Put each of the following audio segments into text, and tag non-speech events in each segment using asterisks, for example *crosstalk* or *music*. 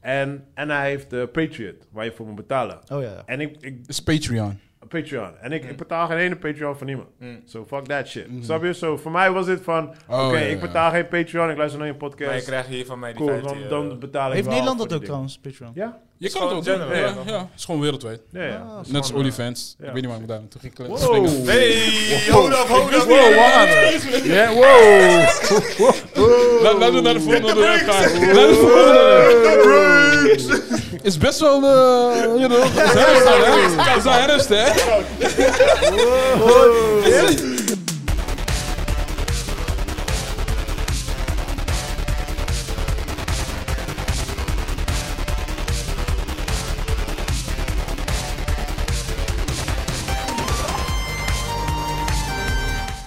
En, en hij heeft de Patriot, waar je voor moet betalen. Oh ja, ja. En ik, ik is Patreon. Patreon. En ik, Mm. ik betaal geen ene Patreon van niemand. So fuck that shit. Mm-hmm. Snap je? Zo voor mij was dit van, oké, Oh, ja, ja, ik betaal geen Patreon, ik luister naar je podcast. Maar je krijgt hier van mij die cool, 15 dan, euro. dan betaal ik Heeft wel Nederland voor dat ook die trouwens, Patreon? dingen. Ja, Je kan gewoon het ook doen. general, Ja, toch? ja, het is gewoon wereldwijd. ja, ja. Ah, Net als gewoon, OnlyFans. ja. Ik weet niet waar ik daar naartoe ging kle- Wow. springen. Hey, hold up, hold up. Ja, wow. La- Laten we naar de volgende onderwerp gaan. Naar de volgende onderwerp. Is best wel, eh, you know, het is herfst, al, hè? Het is al herfst, hè?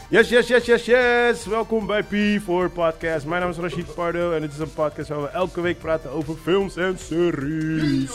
Yes, yes, yes, yes, yes. Welkom bij P4 Podcast. Mijn naam is Rashid Pardo en dit is een podcast waar we elke week praten over films en series.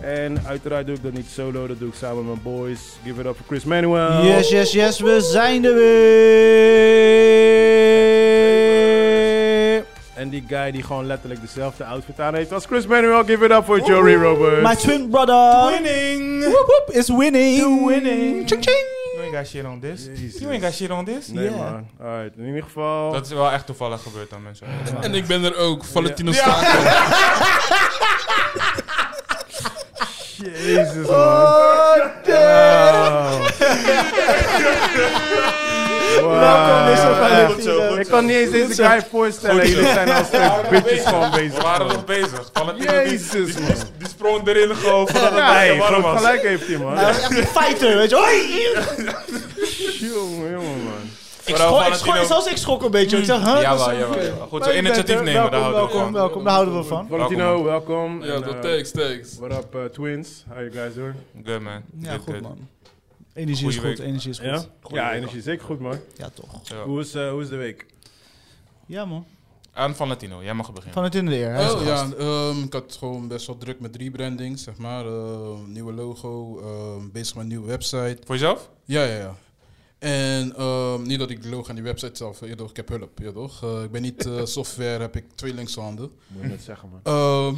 En uiteraard doe ik dat niet solo, dat doe ik samen met mijn boys. Give it up for Chris Manuel. Yes, yes, yes, we zijn er weer. En die guy die gewoon letterlijk dezelfde outfit aan heeft als Chris Manuel. Give it up for Jory Roberts. My twin brother Winning. woep, woep, is winning. You winning. Ching, ching. You ain't got shit on this. Jezus. You ain't got shit on this. Nee Yeah. man. Alright, in ieder geval. Dat is wel echt toevallig gebeurd dan, mensen. En ik ben er ook, Valentino Ja. Staken. Jezus man. Oh, Wow. Welkom, dit is een Wow. fijne Goed zo, goed Ik zo. kan niet eens deze guy voorstellen. Goed zo. Jullie zijn al steeds bitches gewoon We bezig. waren nog bezig. Valentino, die- Jezus, die, man. die, die sprong erin gewoon voordat het Ja, bijna hey, warm groot was. gelijk heeft hij, man. Hij is Nou, echt een fighter, weet je. Hoi! Jongen, jongen, man. Ik Vooral schok, ik Valentino. schok, zelfs ik schrok een beetje. Ik zeg, huh? Ja, dat wel, is- ja, wel, ja, wel. Goed, zo Maar je initiatief bent er. nemen, daar Welkom, houden we Welkom, van. welkom, daar houden we van. Valentino, welkom. Ja, En, dat eh, thanks, thanks. What up, eh, twins? How you guys doing? Good, man. Ja, Good, goed good. man. Energie Goeie is goed, week. energie is Ja? goed. Ja, energie is zeker goed, man. Ja, toch. Ja. Hoe is, eh, hoe is de week? Ja, man. Aan Valentino, jij mag beginnen. Van het in de eer. hij is Oh de ja, gast. ehm, ik had gewoon best wel druk met rebranding, zeg maar. eh, nieuwe logo, ehm, bezig met een nieuwe website. Voor jezelf? Ja, ja, ja. En ehm, niet dat ik loog aan die website zelf, je toch, ik heb hulp, je toch. Eh, ik ben niet eh, software, heb ik twee linkshanden. Moet je net zeggen, man. Ehm,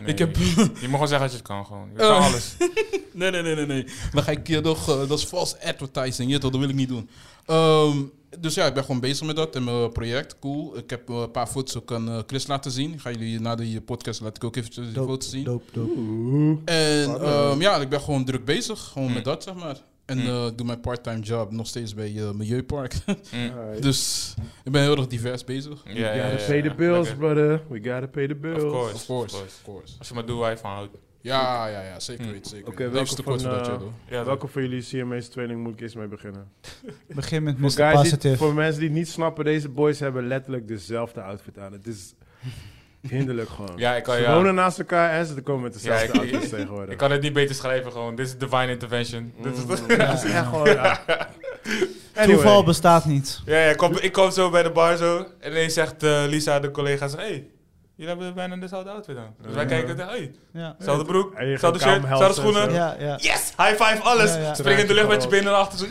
Nee, ik heb... *laughs* Je mag wel zeggen dat je het kan, gewoon. Oh. Je Eh. kan *laughs* alles. nee, nee, nee, nee, nee. Dan ga ik je toch, eh, dat is false advertising, je toch, dat wil ik niet doen. Ehm, dus ja, ik ben gewoon bezig met dat en mijn project, cool. Ik heb eh, een paar foto's ook aan eh, Chris laten zien. Ik ga jullie na die podcast laat ik ook even die Dope, foto's zien. Dope, dope. En ehm, ja, ik ben gewoon druk bezig, gewoon met dat, zeg maar. En eh, ik doe mijn part-time job nog steeds bij eh, Milieupark. Dus ik ben heel erg divers bezig. Ja, ja, We ja, gotta ja, pay the ja. bills, Lekker. brother. We gotta pay the bills. Of course, Of course, of course. Als je maar doet waar je van houdt. Ja, ja, ja, zeker Hmm. weten, zeker Oké, weten. welke Leefste kort van, voor dat, eh, joh. Ja, Welke van jullie CMA's tweeling moet ik eerst mee beginnen? Begin met Voor, Mr. guys die- Positive. voor mensen die het niet snappen, deze boys hebben letterlijk dezelfde outfit aan. Het is *laughs* hinderlijk gewoon. Ja, ik kan, ze ja. wonen naast elkaar en ze komen met Ja, dezelfde ik, outfits ik- tegenwoordig. ik kan het niet beter schrijven, gewoon. Dit is divine intervention. Dit is Mm, *laughs* ja, het is echt gewoon... ja. Anyway. Toeval bestaat niet. Ja, ja, ik, kom, ik kom zo bij de bar zo. En ineens zegt eh, Lisa, de collega, zegt... Hey, jullie hebben bijna dezelfde outfit aan. Dus wij Ja. kijken en zeggen... Hey, Ja, dezelfde broek, En je dezelfde gaat shirt, elkaar omhelzen dezelfde schoenen. en ja, ja. Yes! High five, alles! Ja, ja. Spring in de lucht met je benen naar achter. Zo,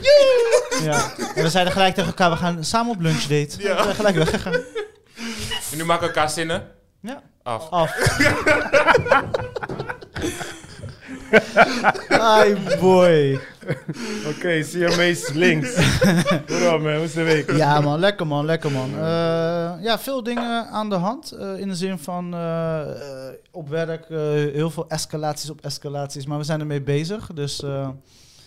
ja. En we zeiden gelijk tegen elkaar, we gaan samen op lunch date. Ja. We zijn gelijk weggegaan. En nu maken we elkaar zinnen Ja. *laughs* af. Af. Ai boy. Oké, CMA's *laughs* links. What up man, hoe is de week? Ja man, lekker man, lekker man. Eh, ja, veel dingen aan de hand. eh, in de zin van eh, eh, op werk eh, heel veel escalaties op escalaties. Maar we zijn ermee bezig. Dus eh,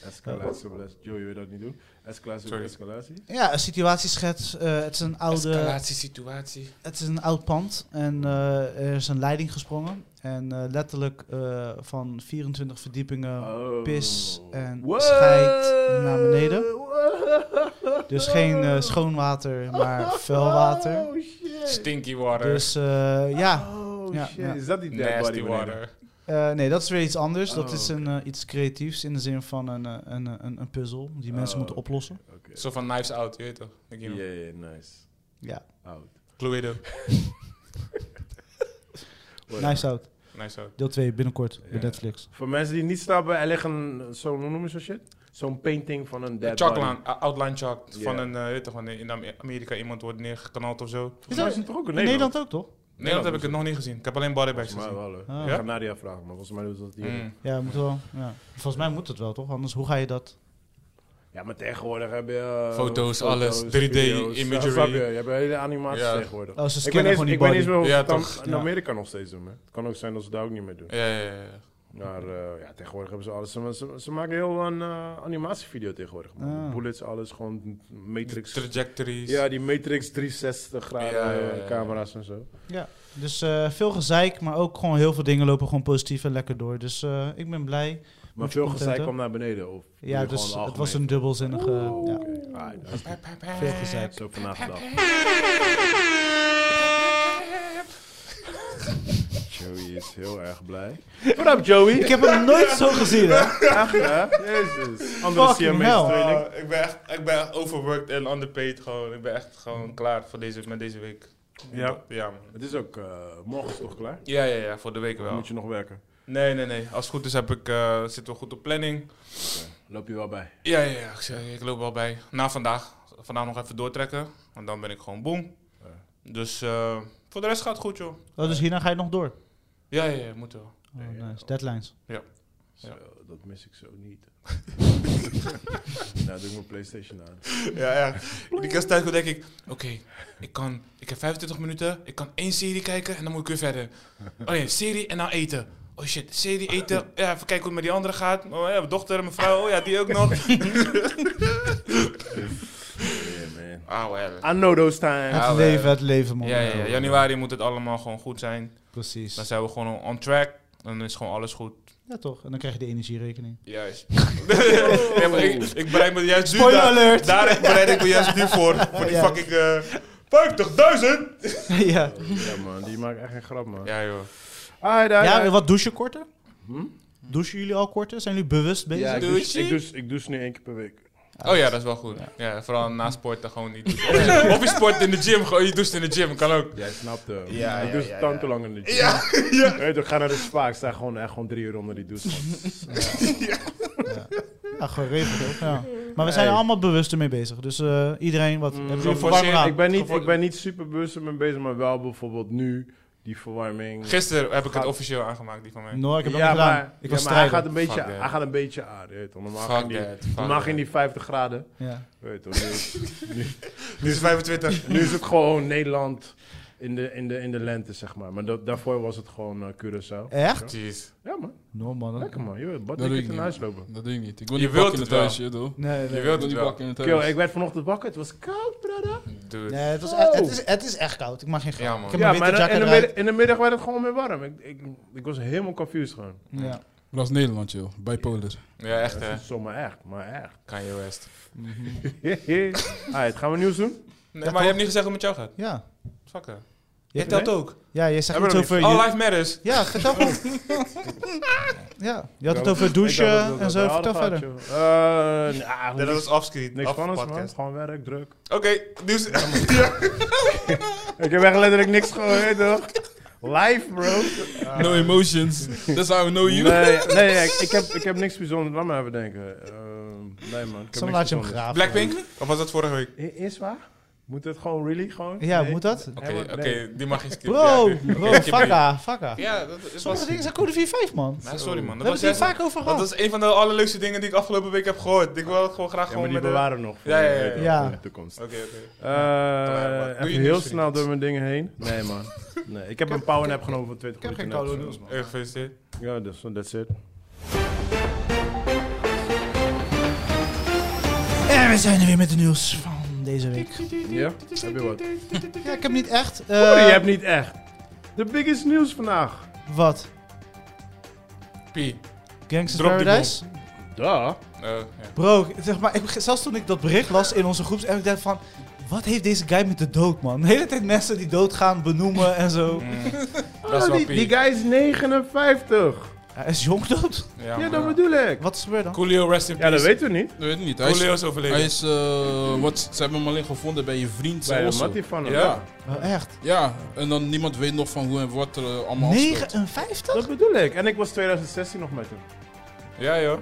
Escalatie op les. Joe, je wil dat niet doen. Escalatie op Sorry. escalatie. ja, een situatieschets. eh, het is een oude... situatie. Het is een oud pand en eh, er is een leiding gesprongen. En eh, letterlijk eh, van 24 verdiepingen Oh. pis en Wow. schijt naar beneden. Wow. Dus geen eh, schoon water, maar *laughs* vuil water. Oh shit. Stinky water. Dus eh, ja, Oh Ja, shit. ja. Is dat die dead body nasty beneden? water. Eh, nee, dat is weer iets anders. dat Oh, is een, eh, iets creatiefs in de zin van een, eh, een, eh, een, een puzzel die mensen Oh. moeten oplossen. Oké. Zo van Knives Out, je weet toch? Ik Ja, you know. ja, nice. Ja, Out. Cluedo. Whatever. nice out. Knives Out. Deel 2 binnenkort Ja. bij Netflix. Voor mensen die niet snappen, er ligt een, zo'n, hoe noem je zo'n shit? Zo'n painting van een dead Chalk body. line- uh, outline chalk. Ja. Van een, eh, weet toch, wanneer in Am- Amerika iemand wordt neergeknald of zo. Volgens mij is het toch ook in In Nederland ook, toch? Nee, Nederland heb ik het nog niet gezien. Ik heb alleen bodybags Volgens mij gezien. wel, hoor. Ah. Ik ga Nadia vragen, maar volgens mij doet dat die. Mm. Ja, moet wel. Ja. Volgens mij moet het wel, toch? Anders, hoe ga je dat? Ja, maar tegenwoordig heb je... eh, Foto's, alles, 3D video's. imagery. Snap je? Je hebt hele animaties Ja. tegenwoordig. Oh, ze Ik ben scannen eens, gewoon die ik ben body. eens wel of Ja, het dan toch? in Ja. Eh. Amerika nog steeds doen. Hè. Het kan ook zijn dat ze daar ook niet meer doen. Ja, ja, ja, ja. Maar eh, ja, tegenwoordig hebben ze alles. Ze, ze, ze maken heel een eh, animatievideo tegenwoordig. man. Ah. Bullets, alles. Gewoon Matrix. Trajectories. Ja, die Matrix 360 graden Ja, ja, eh, ja. camera's en zo. Ja, dus eh, veel gezeik, maar ook gewoon heel veel dingen lopen gewoon positief en lekker door. Dus eh, ik ben blij. Maar Moet je veel content gezeik hebben? kwam naar beneden. Of Ja, doe je dus gewoon het was algemeen? een dubbelzinnige. Ja, Oké, ah, dat is Pa, pa, pa. veel gezeik. Zo vanaf Joey is heel erg blij. Wat up, Ik Joey? heb hem nooit zo gezien, hè? Echt, hè? Jezus. Andere Fucking hell. CMA-training. Ah, ik, ben echt, ik ben echt overworked en underpaid gewoon. Ik ben echt gewoon klaar voor deze, met deze week. Ja. Ja, man. Het is ook... eh, morgen is toch klaar? Ja, ja, ja, voor de week Dan wel. moet je nog werken. Nee, nee, nee. Als het goed is heb ik, eh, zitten we goed op planning. Loop je wel bij. Ja, ja, ja. Ik, zeg, ik loop wel bij. Na vandaag. Vandaag nog even doortrekken. En dan ben ik gewoon boem. Dus eh, voor de rest gaat het goed, joh. Oh, dus hierna ga je nog door. Ja, ja, ja. Moet wel. Oh, nice. Deadlines. Ja. Zo, dat mis ik zo niet. *laughs* nou, doe ik mijn Playstation aan. *laughs* Ja, ja. Die kast tijd denk ik, oké, ik kan, ik heb 25 minuten, ik kan één serie kijken en dan moet ik weer *laughs* verder. Oh nee, serie en dan eten. Oh shit, serie, eten, ja, even kijken hoe het met die andere gaat. Oh ja, mijn dochter en mijn vrouw, oh ja, die ook nog. *laughs* Yeah, man. Ah, I well. know those times. Ja, het we- leven, het leven, man. Ja, ja, ja, januari moet het allemaal gewoon goed zijn. Precies. Dan zijn we gewoon on track, dan is gewoon alles goed. Ja, toch? En dan krijg je de energierekening. *laughs* Juist. Nee, maar ik, ik bereid me juist nu... daar- alert! *laughs* Daar bereid ik me juist nu voor, voor die Ja. fucking... eh 50.000! Ja, ja. man. Die maakt echt geen grap, man. Ja, joh. Ai, daar, ja, daar. en wat douchen korter? Hm? Douchen jullie al korter? Zijn jullie bewust bezig? Ja, ik Doe douche, je? ik, douche, ik douche nu één keer per week. Oh ja, dat is wel goed. Ja, vooral na sporten gewoon niet *laughs* doen. of je sport in de gym, gewoon je doucht in de gym, kan ook. Jij snapt hem. Ja, ik ja, doe ja, het tand te lang in de gym. Ja, Weet je, ik ga naar de spa. Ik sta gewoon, echt gewoon drie uur onder die douche. man. Ja, geregeld ook, ja. Maar we zijn er Hey. allemaal bewust ermee bezig. Dus eh, iedereen wat... hebben jullie geforceerd. verwarming aan? ik, ben niet, Gevoel- ik ben niet super bewust ermee bezig, maar wel bijvoorbeeld nu die verwarming. Gisteren heb ik het Gaat- officieel aangemaakt, die van mij. No, ik heb dat ja, niet gedaan. maar, ik ja, was maar hij, strijder. gaat een beetje, that. hij gaat een beetje aan. je Weet, toch. normaal Fuck ging die, that, fuck normaal ging that. die 50 graden. Ja. Weet je, toch, nu, nu, Nu is 25. nu is het gewoon Nederland in de, in de, in de lente, zeg maar. Maar dat, daarvoor was het gewoon eh, Curaçao. Echt? Jeez. Ja, man. No, man. Lekker, man. Je weet, bad Dat doe ik ik in niet. huis lopen. Dat doe ik niet. Ik wil Je niet wilt bakken in het het wel. huisje, doe. Nee, Je nee. Ik wilt wil het niet wel. bakken in het Kill, huis. ik werd vanochtend wakker. Het was koud, brada. Dude. Nee, het, was Oh. echt, het, is, het is echt koud. Ik mag geen grap. Ja, man. Ik heb Ja, mijn maar witte in de, jacket in, de eruit. middag, in de middag werd het gewoon weer warm. Ik, ik, ik was helemaal confused gewoon. Ja. Dat is Nederland, joh. Bipolar. Ja, echt Dat hè. is zomaar echt, maar echt. *laughs* Kan je West. Alright, gaan we nieuws doen? Nee, maar je hebt niet gezegd hoe het met jou gaat. Ja. Fuck hè. Je Ik telt ook. Ja, je zegt Hebben iets we Oh, over... All je- life matters. Ja, vertel gewoon. Ja, je had *laughs* Ja, het over Ik dacht dat douchen we en zo. dat Vertel hadden verder. gehad, joh. Eh, nou, Nee, dat was afschiet. niks af- van ons, man. podcast. Gewoon werk, druk. Oké, nieuws. Ik heb echt letterlijk niks gehoord, toch? Live, bro. No emotions. That's how I know Nee, you. nee ik, ik, heb, ik heb niks bijzonders. Laat me even denken. Eh, nee, man. Ik heb niks Soms laat je hem bijzonders. graven. Blackpink? Of was dat vorige week? I- Is waar? Moet het gewoon really gewoon? Ja, Nee? moet dat? Oké, Nee, oké, maar- die mag je skippen. Bro, Ja, die- bro, die skip je. fakka, fakka. Ja, dat is Sommige was... dingen zijn code 4-5, man. Ja, sorry We man. Dat hebben was het hier echt... vaak over Want gehad. dat is een van de allerleukste dingen die ik afgelopen week heb gehoord. Ik wil het gewoon graag Ja, maar gewoon die met de- bewaren nog voor Ja, ja, ja. weet je wel, Ja. voor de toekomst. Oké, oké. Eh, maar doe even je heel nieuws, snel door mijn dingen heen. Nee, man. Nee, ik heb een power nap genomen van 20 Ik heb minuten. geen net, koude zo. nieuws, man. Heel Eh, gefeliciteerd. Ja, dus that's it. En we zijn er weer met de nieuws van deze week. Ja? Heb je wat? Ja, ik heb niet echt... eh, Sorry, je hebt niet echt. De biggest nieuws vandaag. Wat? P. Eh, Gangsters Drop die Paradise? Duh. Eh, ja. Bro, zeg maar, ik, zelfs toen ik dat bericht las in onze groeps, en ik dacht van... Wat heeft deze guy met de dood, man? De hele tijd mensen die doodgaan benoemen en zo. Mm, Dat is Oh, wel die, P. die guy is 59. Hij is jong dood. Ja, Ja, man. dat bedoel ik. Wat is er gebeurd dan? Coolio, rest in Ja, peace. dat weten we niet. Dat weet ik niet. Hij is, Coolio is overleden. hij is eh, wat, ze hebben hem alleen gevonden bij je vriend. Bij de Osso. mattie van hem. Ja. Oh, echt? Ja, en dan niemand weet nog van hoe en wat er eh, allemaal afspeelt. 59? Dat bedoel ik. En ik was 2016 nog met hem. Ja, joh.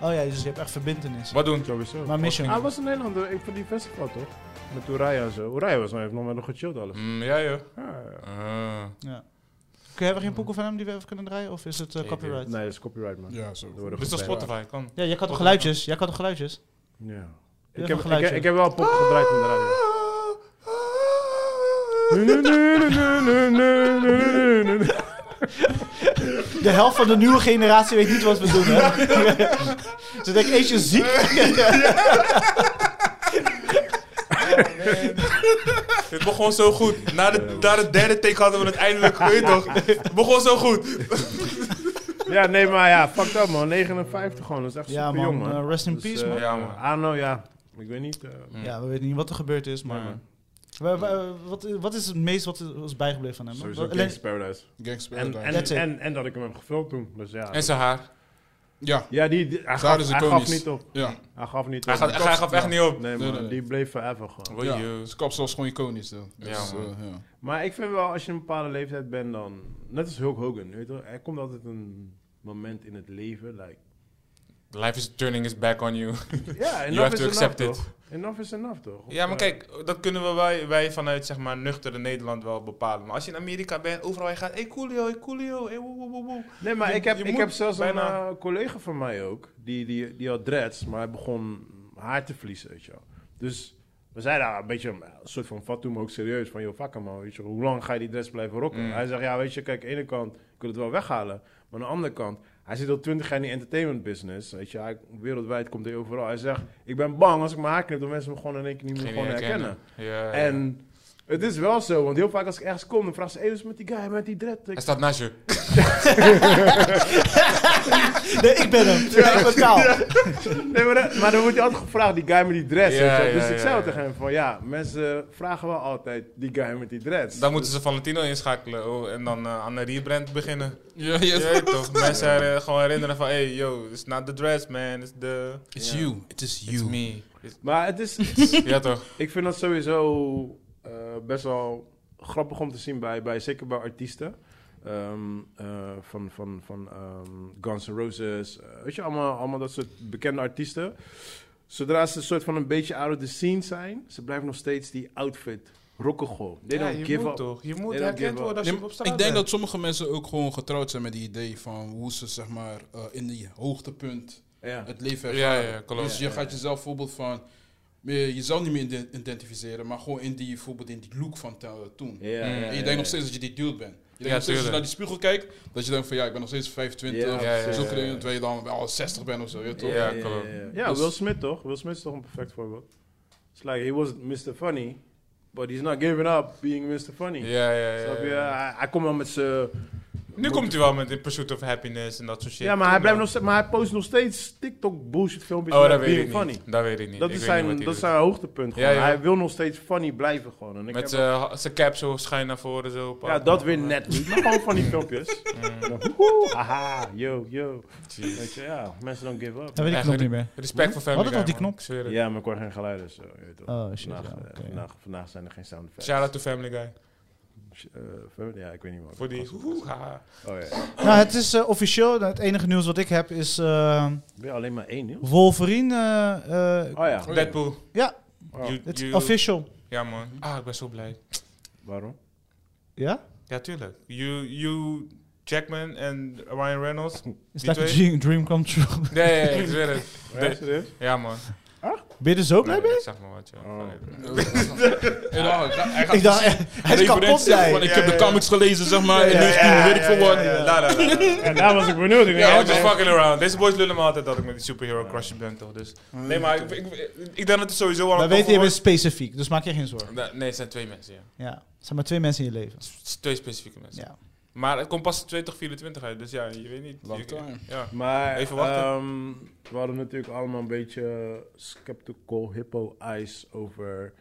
Oh ja, dus je hebt echt verbintenis. Wat doen? Sowieso. Maar mission. Hij was in Nederland eh, voor die festival, toch? Met Uraya en zo. Uraya was nou even nog met nog gechilled alles. Mm, ja, joh. Ja, ja. Ah. Ja. Kun- Hebben we geen poeken van hem die we even kunnen draaien? Of is het eh, Nee, copyright? Nee, dat is copyright, man. Ja, zo. Dan worden we Dit is op geband. Spotify, kan. *laughs* Ja, jij kan toch geluidjes? Jij kan toch geluidjes? Ja. Even Ik heb, een ik, geluidje. ik heb wel een pop gedraaid in de radio. Nu, nu, nu, nu, nu, nu, nu, nu, nu, nu. De helft van de nieuwe generatie weet niet wat we doen, *laughs* hè? Ze denken, eet je ziek? *laughs* Dit begon zo goed. Na de, na de derde take hadden we het eindelijk, weet je toch? Het begon zo goed. Ja, nee, maar ja, fuck dat man. 59 gewoon, dat is echt Ja, super jong man. man. Eh, rest in Dus, peace, eh, man. Ja, man. Arno, ja. Ik weet niet. eh, Ja, we weten niet wat er gebeurd is, maar... Hm. Ja. Wa- wa- wat, wat is het meest wat is bijgebleven van hem? man? sowieso Alleen- Gangsta's Paradise. Gangster En, en, That's it. en, en dat ik hem heb gefilmd toen. Dus ja. En zijn haar. Ja, Ja, die, die- hij, Zouden gaf, ze hij gaf iconisch. niet op. ja. Hij gaf niet Hij, op. gaat, hij gaf echt Ja. niet op. Nee, Nee, man, nee, nee. die bleef forever gewoon. Oei, Ja. joh. Zijn kapsel is Dus gewoon iconisch. Though. Dus, Ja, man. eh, ja. Maar ik vind wel, als je een bepaalde leeftijd bent, dan... Net als Hulk Hogan, weet je wel. Er komt altijd een moment in het leven, like... Life is turning is back on you. Ja, enough have is to enough, accept it. toch? Enough is enough, toch? Of, Ja, maar eh, kijk, dat kunnen we wij, wij vanuit zeg maar nuchtere Nederland wel bepalen. Maar als je in Amerika bent, overal waar je gaat, hey coolio, hey coolio, hey woe woe woe woe. Nee, maar je- ik heb, je ik moet heb zelfs bijna- een eh, collega van mij ook, die, die, die had dreads, maar hij begon haar te verliezen, weet je wel. Dus we zeiden daar een beetje, een soort van vat toen me ook serieus, van joh, fuck hem man, weet je wel. Hoe lang ga je die dreads blijven rocken? Mm. Hij zegt, ja, weet je, kijk, aan de ene kant, ik wil het wel weghalen, maar aan de andere kant, hij zit al twintig jaar in die entertainment business, weet je. Hij, wereldwijd komt hij overal. Hij zegt, ik ben bang als ik mijn haar knip, dat mensen me gewoon in één keer niet meer Geen gewoon herkennen. Ja, ja. En... Het is wel zo, want heel vaak als ik ergens kom, dan vragen ze... Hé, dus met die guy, met die dread? Ik Hij staat naast je. Nee, ik ben *laughs* hem. ik ben kaal. Nee, maar, dan- maar dan wordt je altijd gevraagd, die guy met die dreads. Ja, weet je wel. ja, dus ik ja, zei al ja. tegen hem van, ja, mensen vragen wel altijd die guy met die dreads. Dan moeten ze Valentino inschakelen oh, en dan eh, aan een rebrand beginnen. Ja, Je yes. weet *laughs* toch? Mensen eh, gewoon herinneren van, hey yo, it's not the dress man, it's *laughs* the... It's you. It is you. It's me. It's- Maar het is, ja toch? ik vind dat sowieso eh, best wel grappig om te zien, bij, bij, zeker bij artiesten. Ehm, eh, van van, van ehm, Guns N' Roses, eh, weet je, allemaal, allemaal dat soort bekende artiesten. Zodra ze een soort van een beetje out of the scene zijn, ze blijven nog steeds die outfit rocken gewoon. They Ja, don't je give moet up. toch? Je They moet don't herkend give worden als Nee, je op straat ik denk dat bent. sommige mensen ook gewoon getrouwd zijn met het idee van hoe ze zeg maar eh, in die hoogtepunt Ja. Mm, het leven Ja, ervaren. ja, klopt. Dus je Ja, ja. gaat jezelf bijvoorbeeld van eh, je zal niet meer ide- identificeren, maar gewoon in die bijvoorbeeld in die look van te- toen. Ja, Mm. ja, En je ja, en je denkt ja. nog steeds dat je die dude bent. Je denkt Ja, nog steeds als je tuurlijk. naar die spiegel kijkt, dat je denkt van ja, ik ben nog steeds 25, Ja, of ja, ja, zulke ja, dingen, ja. terwijl je dan wel 60 bent of zo. weet je toch? *laughs* Ja, ja, klopt. ja, ja. Ja, Dus- Will Smith toch? Will Smith is toch een perfect voorbeeld. It's like, he was Mr. Funny, but he's not giving up being Mr. Funny. Ja, ja, ja, Snap je? ja. Hij, hij komt wel met zijn... Nu komt hij wel met In Pursuit of Happiness en dat soort shit. Ja, maar hij, Kom blijft dan. nog, steeds- maar hij post nog steeds TikTok bullshit filmpjes Oh, met dat weet being ik funny. niet. Dat weet ik niet. Dat, Ik is weet zijn, niet wat hij dat is doet. zijn hoogtepunt gewoon. Ja, ja. Hij wil nog steeds funny blijven gewoon. En ik Met heb zijn ha- zijn cap zo schuin naar voren zo. op- wel- ja, dat weer net niet. Maar gewoon funny *laughs* filmpjes. Mm. Dan, woehoe, haha, yo, yo. Weet je, ja, mensen don't give up. Dan weet ik het nog niet meer. Respect voor Hadden family we toch die Guy, man. knop? Ik zweer het. Ja, maar ik hoor geen geluiden. dus, eh, Zo, je weet toch. Oh, shit, vandaag, ja, eh, oké. vandaag, vandaag zijn er geen sound effects. Shout out to Family Guy. Eh, ver- ja, ik weet niet wat. Voor die hoeha. Oh ja. Nou, het is eh, officieel. Het enige nieuws wat ik heb is eh, Ben je alleen maar één Oh, nieuws? Wolverine. eh, eh, Oh ja. ja. Deadpool. Ja. Oh. You- Het is you- official. Ja man. Ah, ik ben zo blij. Waarom? Ja? Ja, tuurlijk. You, you Jackman en Ryan Reynolds. Is Die dat een dream- dream come true? Nee, nee, ik zweer het. Ja, serieus? Ja man. Ben je er zo blij mee? Nee, ik zeg maar wat, ja. Oh. Ja, hij gaat- hij gaat Ik dacht, eh, hij is referentie kapot, zeggen jij. van, ik Ja, heb ja, de ja. comics gelezen, zeg maar, Ja, in ja, 19, weet ik veel wat. Ja, ja, la, la, la, la. Ja, daar was ik benieuwd. Ik denk, Ja, ja, I'm just man. oh, fucking around. Deze boys lullen me altijd dat ik met die superhero crush ben, toch? Dus. Nee, maar ik, ik, ik, ik denk dat het sowieso wel Wij een weten je comfort bent specifiek, dus maak je geen zorgen. wordt. Nee, nee, het zijn twee mensen, ja. Ja. Het zijn maar twee mensen in je leven. Het zijn Twee specifieke mensen. Ja. Maar het komt pas 2024 uit, dus ja, je weet niet. Long Je- time. Ja. Maar Even wachten. ehm, we hadden natuurlijk allemaal een beetje skeptical hippo eyes over,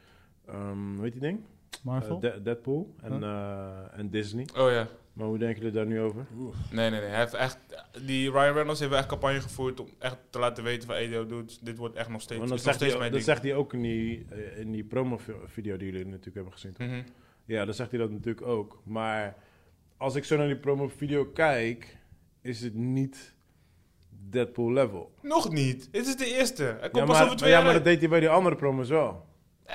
ehm, hoe heet die ding? Eh, Marvel? De- Deadpool en, Huh? eh, en Disney. Oh ja. Maar hoe denken jullie daar nu over? Nee, nee, nee. Hij heeft echt, die Ryan Reynolds heeft echt campagne gevoerd om echt te laten weten van, hey, yo, dude, dit wordt echt nog steeds, Want dat is nog zegt, hij, steeds ook- mijn dat ding. zegt hij ook in die, eh, in die promo-video die jullie natuurlijk hebben gezien. Mhm. Ja, dan zegt hij dat natuurlijk ook. Maar als ik zo naar die promo-video kijk, is het niet Deadpool level. Nog niet. Dit is de eerste. Hij komt Ja pas maar, over twee ja, jaar maar dat uit. deed hij bij die andere promos wel.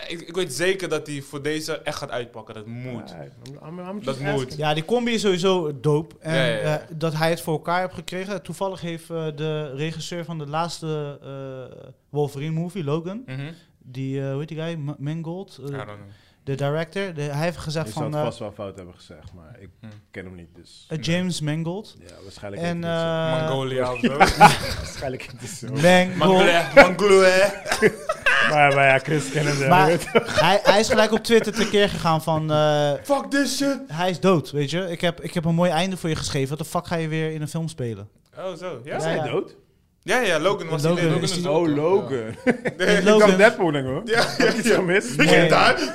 Ik, ik weet zeker dat hij voor deze echt gaat uitpakken. Dat moet. Ja, I'm- I'm- I'm just Dat asking. moet. Ja, die combi is sowieso dope. En Ja, ja, ja. eh, dat hij het voor elkaar heeft gekregen. Toevallig heeft eh, de regisseur van de laatste eh, Wolverine-movie, Logan, Mhm. die, eh, hoe heet die guy? M- Mangold, eh, I don't know. de director, de- hij heeft Je gezegd zou van het eh, vast wel fout hebben gezegd, maar ik Hmm. ken hem niet, dus... eh, James Mangold. Ja, waarschijnlijk En heet hij niet eh, Mongolia of zo. zo. Waarschijnlijk heet hij zo. Mangold. Mongolia, Mongolia. *laughs* Maar, maar ja, Chris kent hem wel. *laughs* Maar weet je. hij, hij is gelijk op Twitter tekeer gegaan van... eh, Fuck this shit. hij is dood, weet je. Ik heb, ik heb een mooi einde voor je geschreven. Wat de fuck ga je weer in een film spelen? Oh, zo. Is Ja? hij ja. dood? Ja, ja, Logan was Logan die is die- Oh, Ja. Logan. En *laughs* Ik dacht Logan- Deadpool, denk ik, hoor. Ja, Heb ik iets gemist? Nee. daar. *laughs*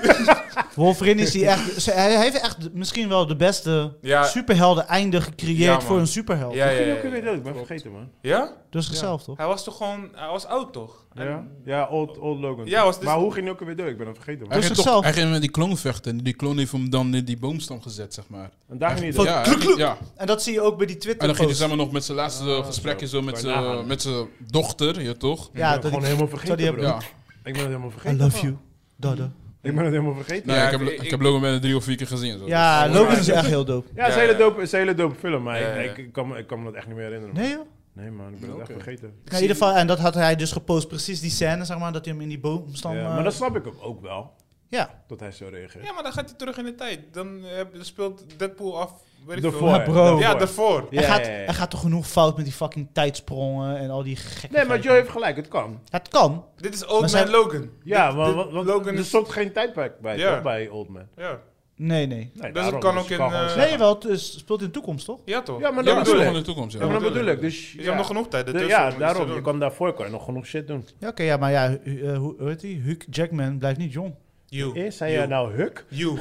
Wolverine is die echt. ze- Hij heeft echt misschien wel de beste Ja. superhelden einde Ja, gecreëerd man. voor een superheld. Ja, Ik ja, ben ook ja, weer ja. dood, ik ben vergeten, man. Ja? Dus gezelf toch? Hij was toch gewoon... Hij was oud, toch? Ja, ja old, old Logan. Ja, was dus- Maar hoe ging hij ook weer door? Ik ben hem vergeten, man. Hij Dus ging, zichzelf. toch, hij ging met die kloon vechten. Die kloon heeft hem dan in die boomstam gezet, zeg maar. En daar ging hij Van- door. Ja, kluk, kluk. ja. En dat zie je ook bij die En Twitter. dan ging hij post. samen nog met zijn laatste eh, gesprekje zo met Kan je zijn eh, nagaan. met zijn dochter, ja toch? Ik ben Ja, hem dat gewoon ik- helemaal dat die vergeten, hebben- bro. Ja. Ik ben het helemaal I vergeten. Oh. love you. Dada. Ik ben het helemaal vergeten. Nou, Ja, ik, heb, ik- ik, ik- heb Logan bijna drie of vier keer gezien. Zo. Ja, Ja, Logan maar- is echt heel dope. Ja, het is Ja, een hele ja. dope- het is een hele dope film, maar Ja, ik- ja. ik kan me- ik kan me dat echt niet meer herinneren. man. Nee joh. Nee, man, ik ben het echt Oké. vergeten. Nou, in ieder geval, en dat had hij dus gepost, precies die scène, zeg maar, dat hij hem in die boomstam... Ja, eh, Maar dat snap ik hem ook wel, ja. dat hij zo reageert. Ja, maar dan gaat hij terug in de tijd. Dan eh, speelt Deadpool af. Weet ik De veel. voor. Ja, bro. Ja, voor. daarvoor. Ja, hij, gaat, ja, ja. hij gaat toch genoeg fout met die fucking tijdsprongen en al die gekke... Nee, maar Joe heeft gelijk, het kan. Het kan. Dit is Old Maar Man zijn- Logan. Ja, Dit- want, dit- want, want Logan er is... stond geen tijdperk bij, Ja. toch, bij Old Man. Ja. Nee, nee. Nee, Dus daarom, het kan ook in, gewoon eh, zeggen. Nee, wel, het is- speelt in de toekomst, toch? ja, toch? Ja, maar Ja, dat maar dat bedoel is ik. gewoon in de toekomst. Ja, Ja. maar dat bedoel ik. Dus, Je hebt nog genoeg tijd. De- ertussen om ja, iets te daarom. doen. Je kan daarvoor kan je nog genoeg shit doen. Ja, oké, ja, maar ja, hu- eh, hoe hoe heet die? Hugh Jackman blijft niet jong. You. Eerst zei je nou huk. *laughs* You.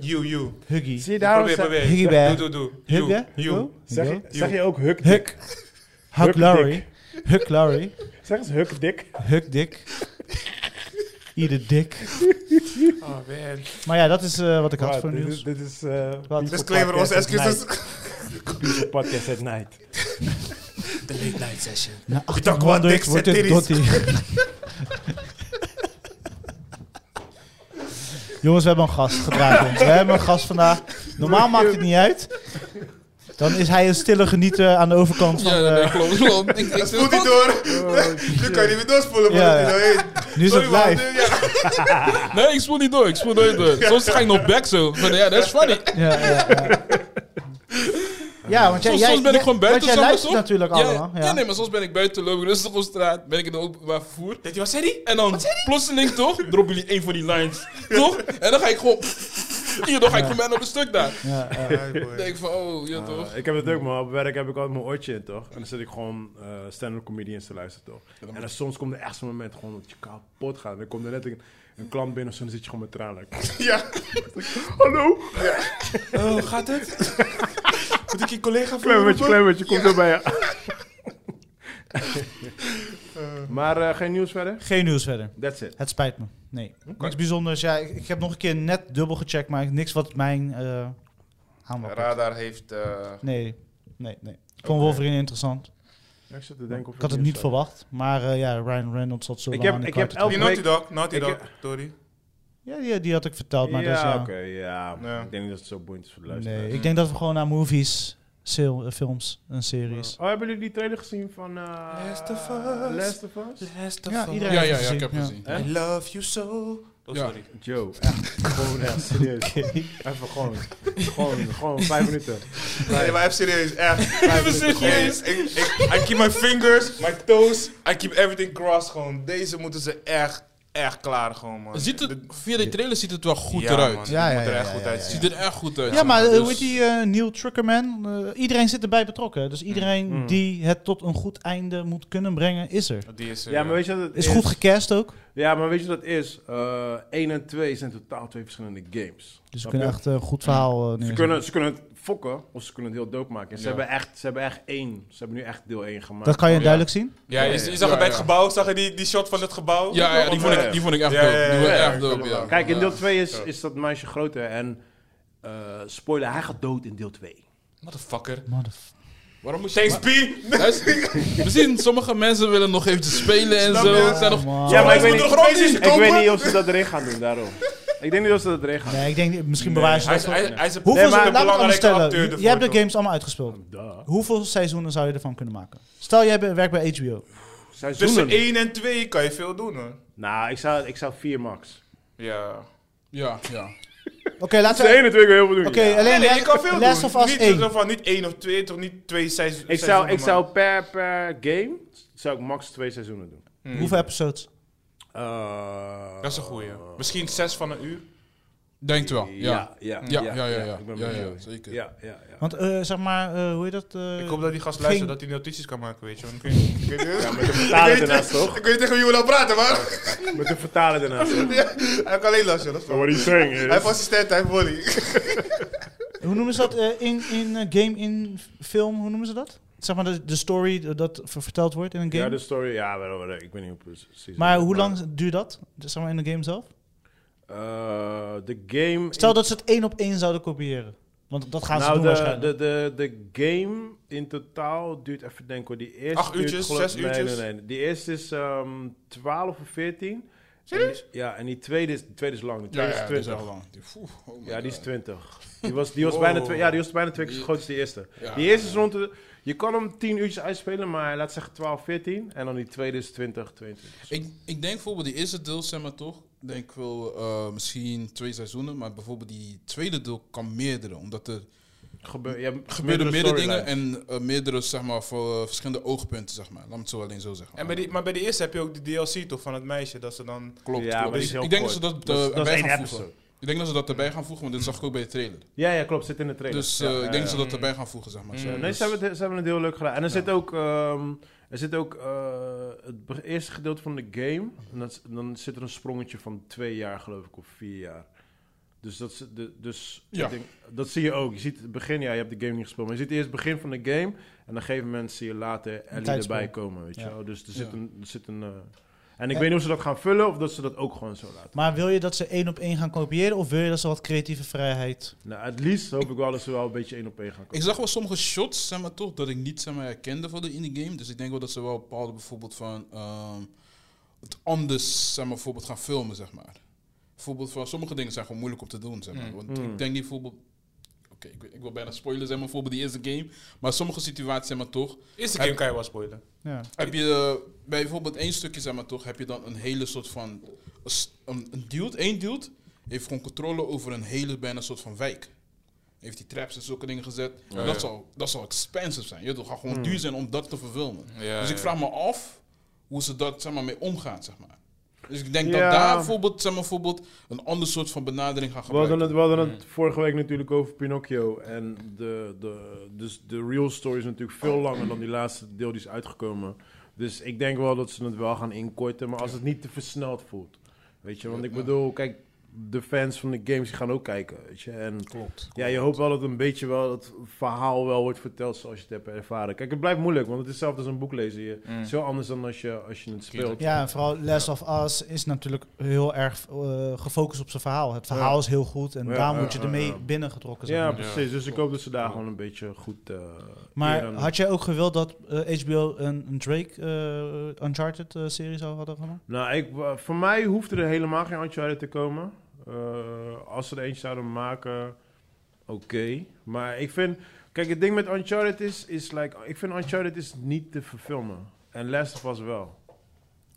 You, you. Huggy. Zie je daarom? Probeer, zei- probeer. Huggy Doe, Bear. doe, doe. Hugh, You. hè? You. Zeg, je- Hugh. zeg je ook huk Huck. dik? Huck Dick. Larry. Huck Larry. Zeg eens huk dik. Huck Dick. Ieder dik. Oh, man. Maar ja, dat is eh, wat ik had Wow, voor dit is- nieuws. Dit is... eh, Wat? People Disclaimer, Podcast onze at Night. excuses. People Podcast at Night. De late night session. Na dacht, wat 1800 dicks wordt en het dotty. Jongens, we hebben een gast gedraaid. ons. We hebben een gast vandaag. Normaal maakt het niet uit. Dan is hij een stille genieter aan de overkant van... eh, Ja, nee, klopt. klopt. Ik, ik, Spoel die door. Nu kan je niet meer doorspoelen. maar Oh, Ja, dat is- hey, nu is het sorry, man. live. Ja. nee, ik spoel niet door. Ik spoel nooit door. Soms ga ik nog back zo. Maar ja, dat is funny. Ja, ja, ja. ja want jij, Soms, jij, soms ben ik jij- gewoon buiten. Want jij soms luistert op. natuurlijk Ja, allemaal. Ja. Ja. nee, maar soms ben ik buiten, loop ik rustig op straat. Ben ik in de openbaar vervoer. Deed hij wat zei die? En dan plotseling toch, droppen jullie één van die lines. toch? En dan ga ik gewoon... Hier, dan ga ik gewoon bijna op een stuk daar. Ja, ja. Dan denk ik van, oh, ja toch. Eh, ik heb het ook, maar op werk heb ik altijd mijn oortje in, toch? En dan zit ik gewoon eh, stand-up comedians te luisteren, toch? en dan soms komt er echt zo'n moment gewoon dat je kapot gaat. En dan komt er net een, een klant binnen of zo, dan zit je gewoon met tranen. *laughs* Ja. Hallo? Oh, gaat *laughs* het? Moet ik je collega voor Klein beetje, roepen? klein beetje, komt erbij. *laughs* Ja. *laughs* maar eh, geen nieuws verder? *laughs* Geen nieuws verder. That's it. Het spijt me. Nee. Niks bijzonders. Ja, ik, ik heb nog een keer net dubbel gecheckt, maar niks wat mijn eh aanwakkert. Radar heeft. eh, Nee, nee, nee. Ik vond Wolverine interessant. Ik zit te denken of Ik had het niet verwacht. Maar eh, ja, Ryan Reynolds zat zo Ik lang heb- aan de ik heb kant. elke- Die Naughty Dog. Naughty Ik- Dog. Sorry. Ja, die, die had ik verteld, maar ja, dat is ja. oké, ja. Ja. Ik denk niet dat het zo boeiend is voor de luisteraar. Nee, ik denk dat we gewoon naar movies, sil- eh, films en series. Oh, hebben jullie die trailer gezien van... eh, Last of Us. Last of Us? Last Ja, iedereen- Ja, ja, ja, ik heb Ja. gezien. I love you so. Oh, Ja. sorry. Joe, echt. gewoon *laughs* echt serieus. Even gewoon, gewoon, gewoon vijf minuten. Nee, maar even serieus, echt. Vijf *laughs* Even minuten serieus. Ik, ik, I keep my fingers, my toes, I keep everything crossed gewoon. Deze moeten ze echt, echt klaar gewoon, man. Ziet het, Dit- via die trailer ziet het wel goed Ja, eruit. man, Ja, dit ja, moet er ja, echt ja, goed ja, uitzien. Ziet er echt goed uit. Ja, maar eh, Dus- hoe heet die eh Neil Truckerman? Eh, iedereen zit erbij betrokken. Dus iedereen Mm. die het tot een goed einde moet kunnen brengen, is er. Die is eh, er, Ja, maar weet je wat het Is goed gecast ook. Ja, maar weet je wat het is? Eh 1 en 2 zijn totaal twee verschillende games. Dus we Snap kunnen je? echt eh, een goed verhaal eh Ze neerzetten. kunnen, ze kunnen het fokken of ze kunnen het heel dope maken. En ze, Ja. hebben echt, ze hebben echt één. Ze hebben nu echt deel 1 gemaakt. Dat kan je Ja. duidelijk zien. Ja, je, je zag Ja, het bij ja. het gebouw, zag je die, die shot van het gebouw? Ja, ja, die vond Ja. ik, die vond ik echt Ja, dope. ja, ja, Die vond ik ja, echt dope, ja. Kijk, in deel Ja. 2 is, is dat meisje groter. En eh, spoiler, hij gaat dood in deel 2. Motherfucker. Motherf- Waarom moet je... Thanks, P. *laughs* Luister, Misschien, sommige mensen willen nog eventjes spelen en Snap zo. je? Het zijn nog- man. Ja, maar ik Ze weet, moeten niet, er gewoon ik weet kopen. niet of ze dat erin gaan doen, daarom. Ik denk niet of ze dat erin gaan doen. Nee, ik denk, misschien Hij bewaren is, ze dat. voor- hij, hij is een Hoeveel, Nee, maar- laat me het anders belangrijke stellen. acteur Je- ervoor, Je hebt de toch? games allemaal uitgespeeld. Duh. Hoeveel seizoenen zou je ervan kunnen maken? Stel, jij be- werkt bij HBO. Dus Tussen Seizoenen. 1 Dus en 2 kan je veel doen hoor. Nou, ik zou, ik zou vier max. Ja. Ja, ja. Oké, laten Tussen we... één en twee kan je heel veel doen. Oké, eh, ja. Nee, alleen nee, je kan veel Last doen. of Us niet, 1. Van, niet één of twee, toch niet twee seizoenen. Ik zou, ik zou per, per game zou ik max twee seizoenen doen. Hoeveel episodes? Eh, Dat is een goeie. Misschien zes van een uur. Denk het wel, ja. Ja, ja, Ja, ja, ja, ja. Ik ben Ja, ja, benieuwd. zeker. Ja, ja, ja. Want eh, zeg maar, eh, hoe heet dat? eh, Ik hoop dat die gast ging- luistert, dat hij notities kan maken, weet je. Want ik, weet- ik weet niet- Ja, met de vertaler ernaast, toch? *laughs* ik weet niet tegen wie we nou *laughs* praten, maar Met de vertaler *laughs* ernaast. toch? hij kan alleen lachen. Dat is What he's saying Hij heeft is... assistent, hij heeft volley. Hoe noemen ze dat? eh, in in eh, game, in film, hoe noemen ze dat? Zeg maar de, de story eh, dat ver- verteld wordt in een game. Ja, dus- de story, ja, wel, wel, ik weet niet hoe precies. maar hoe lang duurt dat? Dus Zeg maar in de game zelf? Eh, De game... Stel dat ze het één op één zouden kopiëren. Want dat gaan ze nou, doen de, waarschijnlijk. de, de, de game in totaal duurt even denken hoor. Die eerste Acht duurt uurtjes, geloof- zes nee, nee, uurtjes? Nee, Die eerste is ehm 12 of 14. Serieus? ja, en die tweede is, de tweede is lang. De Ja, tweede ja, dus is dat 20. is wel lang. Die- Oeh, oh my Ja, die is God. 20. Die was, die was, Wow. bijna, twee, ja, die was bijna twee keer zo groot als die eerste. Ja. Die eerste is rond de... Je kan hem 10 uurtjes uitspelen, maar laat zeggen 12, 14. En dan die tweede is Dus 20, 22. Ik, ik denk bijvoorbeeld die eerste deel, zeg maar toch, denk ik wel eh, misschien twee seizoenen, maar bijvoorbeeld die tweede deel kan meerdere, omdat er Gebeur, ja, gebeuren meerdere dingen storylines. en eh, meerdere, zeg maar, voor, eh, verschillende oogpunten, zeg maar. Laat me het zo alleen zo zeggen. *laughs* En bij die, maar bij de eerste heb je ook die DLC toch van het meisje, dat ze dan... klopt, Ja, klopt. maar die is heel ik denk dat ze kort. dat, eh, Dat is- dat is erbij één gaan episode. voegen. Ik denk dat ze dat erbij gaan voegen, want dit zag ik ook bij de trailer. Ja, ja, klopt. Zit in de trailer. Dus Ja, eh, ja, ik denk ja. dat ze dat erbij gaan voegen, zeg maar. zo. Ja, Mm. nee, Dus- ze hebben, het, ze hebben het heel leuk gedaan. En er zit ook, ehm, er zit ook eh, het be- eerste gedeelte van de game. En dat, is- dan zit er een sprongetje van twee jaar, geloof ik, of vier jaar. Dus, dat, is- de- dus Ja. ik denk, dat zie je ook. Je ziet het begin, ja, je hebt de game niet gespeeld. Maar je ziet eerst het begin van de game. En op een gegeven moment zie je later Ellie tijdsprong. erbij komen. Weet je Ja. wel. Dus er Ja. zit een. Er zit een eh, en ik En- weet niet of ze dat gaan vullen of dat ze dat ook gewoon zo laten. Maar wil je dat ze één op één gaan kopiëren? Of wil je dat ze wat creatieve vrijheid... Nou, at least hoop ik wel dat ze wel een beetje één op één gaan komen. Ik zag wel sommige shots, zeg maar toch, dat ik niet zeg maar, herkende van de indie game. Dus ik denk wel dat ze wel bepaalde bijvoorbeeld van ehm, het anders zeg maar, bijvoorbeeld gaan filmen, zeg maar. Bijvoorbeeld van sommige dingen zijn gewoon moeilijk om te doen, zeg maar. Mm. Want Mm. ik denk niet bijvoorbeeld. Oké, ik, wil- ik wil bijna spoilers, zeg maar, bijvoorbeeld die eerste game. Maar sommige situaties, zeg maar toch. Eerste Heb- game kan je wel spoilen. Ja. Heb je eh, bij bijvoorbeeld één stukje, zeg maar toch, heb je dan een hele soort van. Een, een dude, één dude, heeft gewoon controle over een hele bijna soort van wijk. Heeft die traps en zulke dingen gezet. En Ja, dat, ja. Zal, dat zal expensive zijn. Je weet, het gaat gewoon duur zijn om dat te verfilmen. Ja, dus ik ja. vraag me af hoe ze dat zeg maar, mee omgaan, zeg maar. Dus ik denk Ja. dat daar bijvoorbeeld, zeg maar, bijvoorbeeld een ander soort van benadering gaan We hadden, gebruiken. het, we hadden het vorige week natuurlijk over Pinocchio. En de, de, dus de real story is natuurlijk veel langer dan die laatste deel die is uitgekomen. Dus ik denk wel dat ze het wel gaan inkorten, maar als het niet te versneld voelt. Weet je, want ik bedoel, kijk, de fans van de games die gaan ook kijken. Weet je, en Klopt. ja, je hoopt wel dat een beetje wel het verhaal wel wordt verteld zoals je het hebt ervaren. Kijk, het blijft moeilijk, want het is hetzelfde als een boek lezen. Je, Het is heel anders dan als je, als je het speelt. Ja, en vooral Last of Us is natuurlijk heel erg eh, gefocust op zijn verhaal. Het verhaal is heel goed en Ja, daar ja, moet je ja, ermee ja. binnengetrokken zijn. Ja, precies. Dus ik hoop dat ze daar gewoon een beetje goed... eh, Maar eer aan- had jij ook gewild dat eh, HBO een, een Drake eh, Uncharted-serie zou hadden gemaakt? Nou, ik, wa- voor mij hoefde er helemaal geen Uncharted te komen. Eh, als ze er eentje zouden maken, oké. Maar ik vind... Kijk, het ding met Uncharted is... is like, ik vind Uncharted is niet te verfilmen. En Last of Us wel.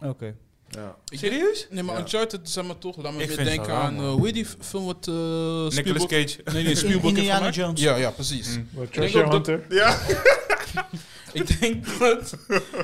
Oké. Ja. Serieus? Nee, maar Ja. Uncharted, zeg maar toch, laat me Ik weer vind het denken wel aan. raar, eh, hoe heet die film wat. eh Nicolas Spielberg- Cage. Nee, nee, Spielberg heeft Indiana gemaakt? Jones. Ja, ja, precies. Mm. Treasure Hunter. Ja. *laughs* Ik denk dat,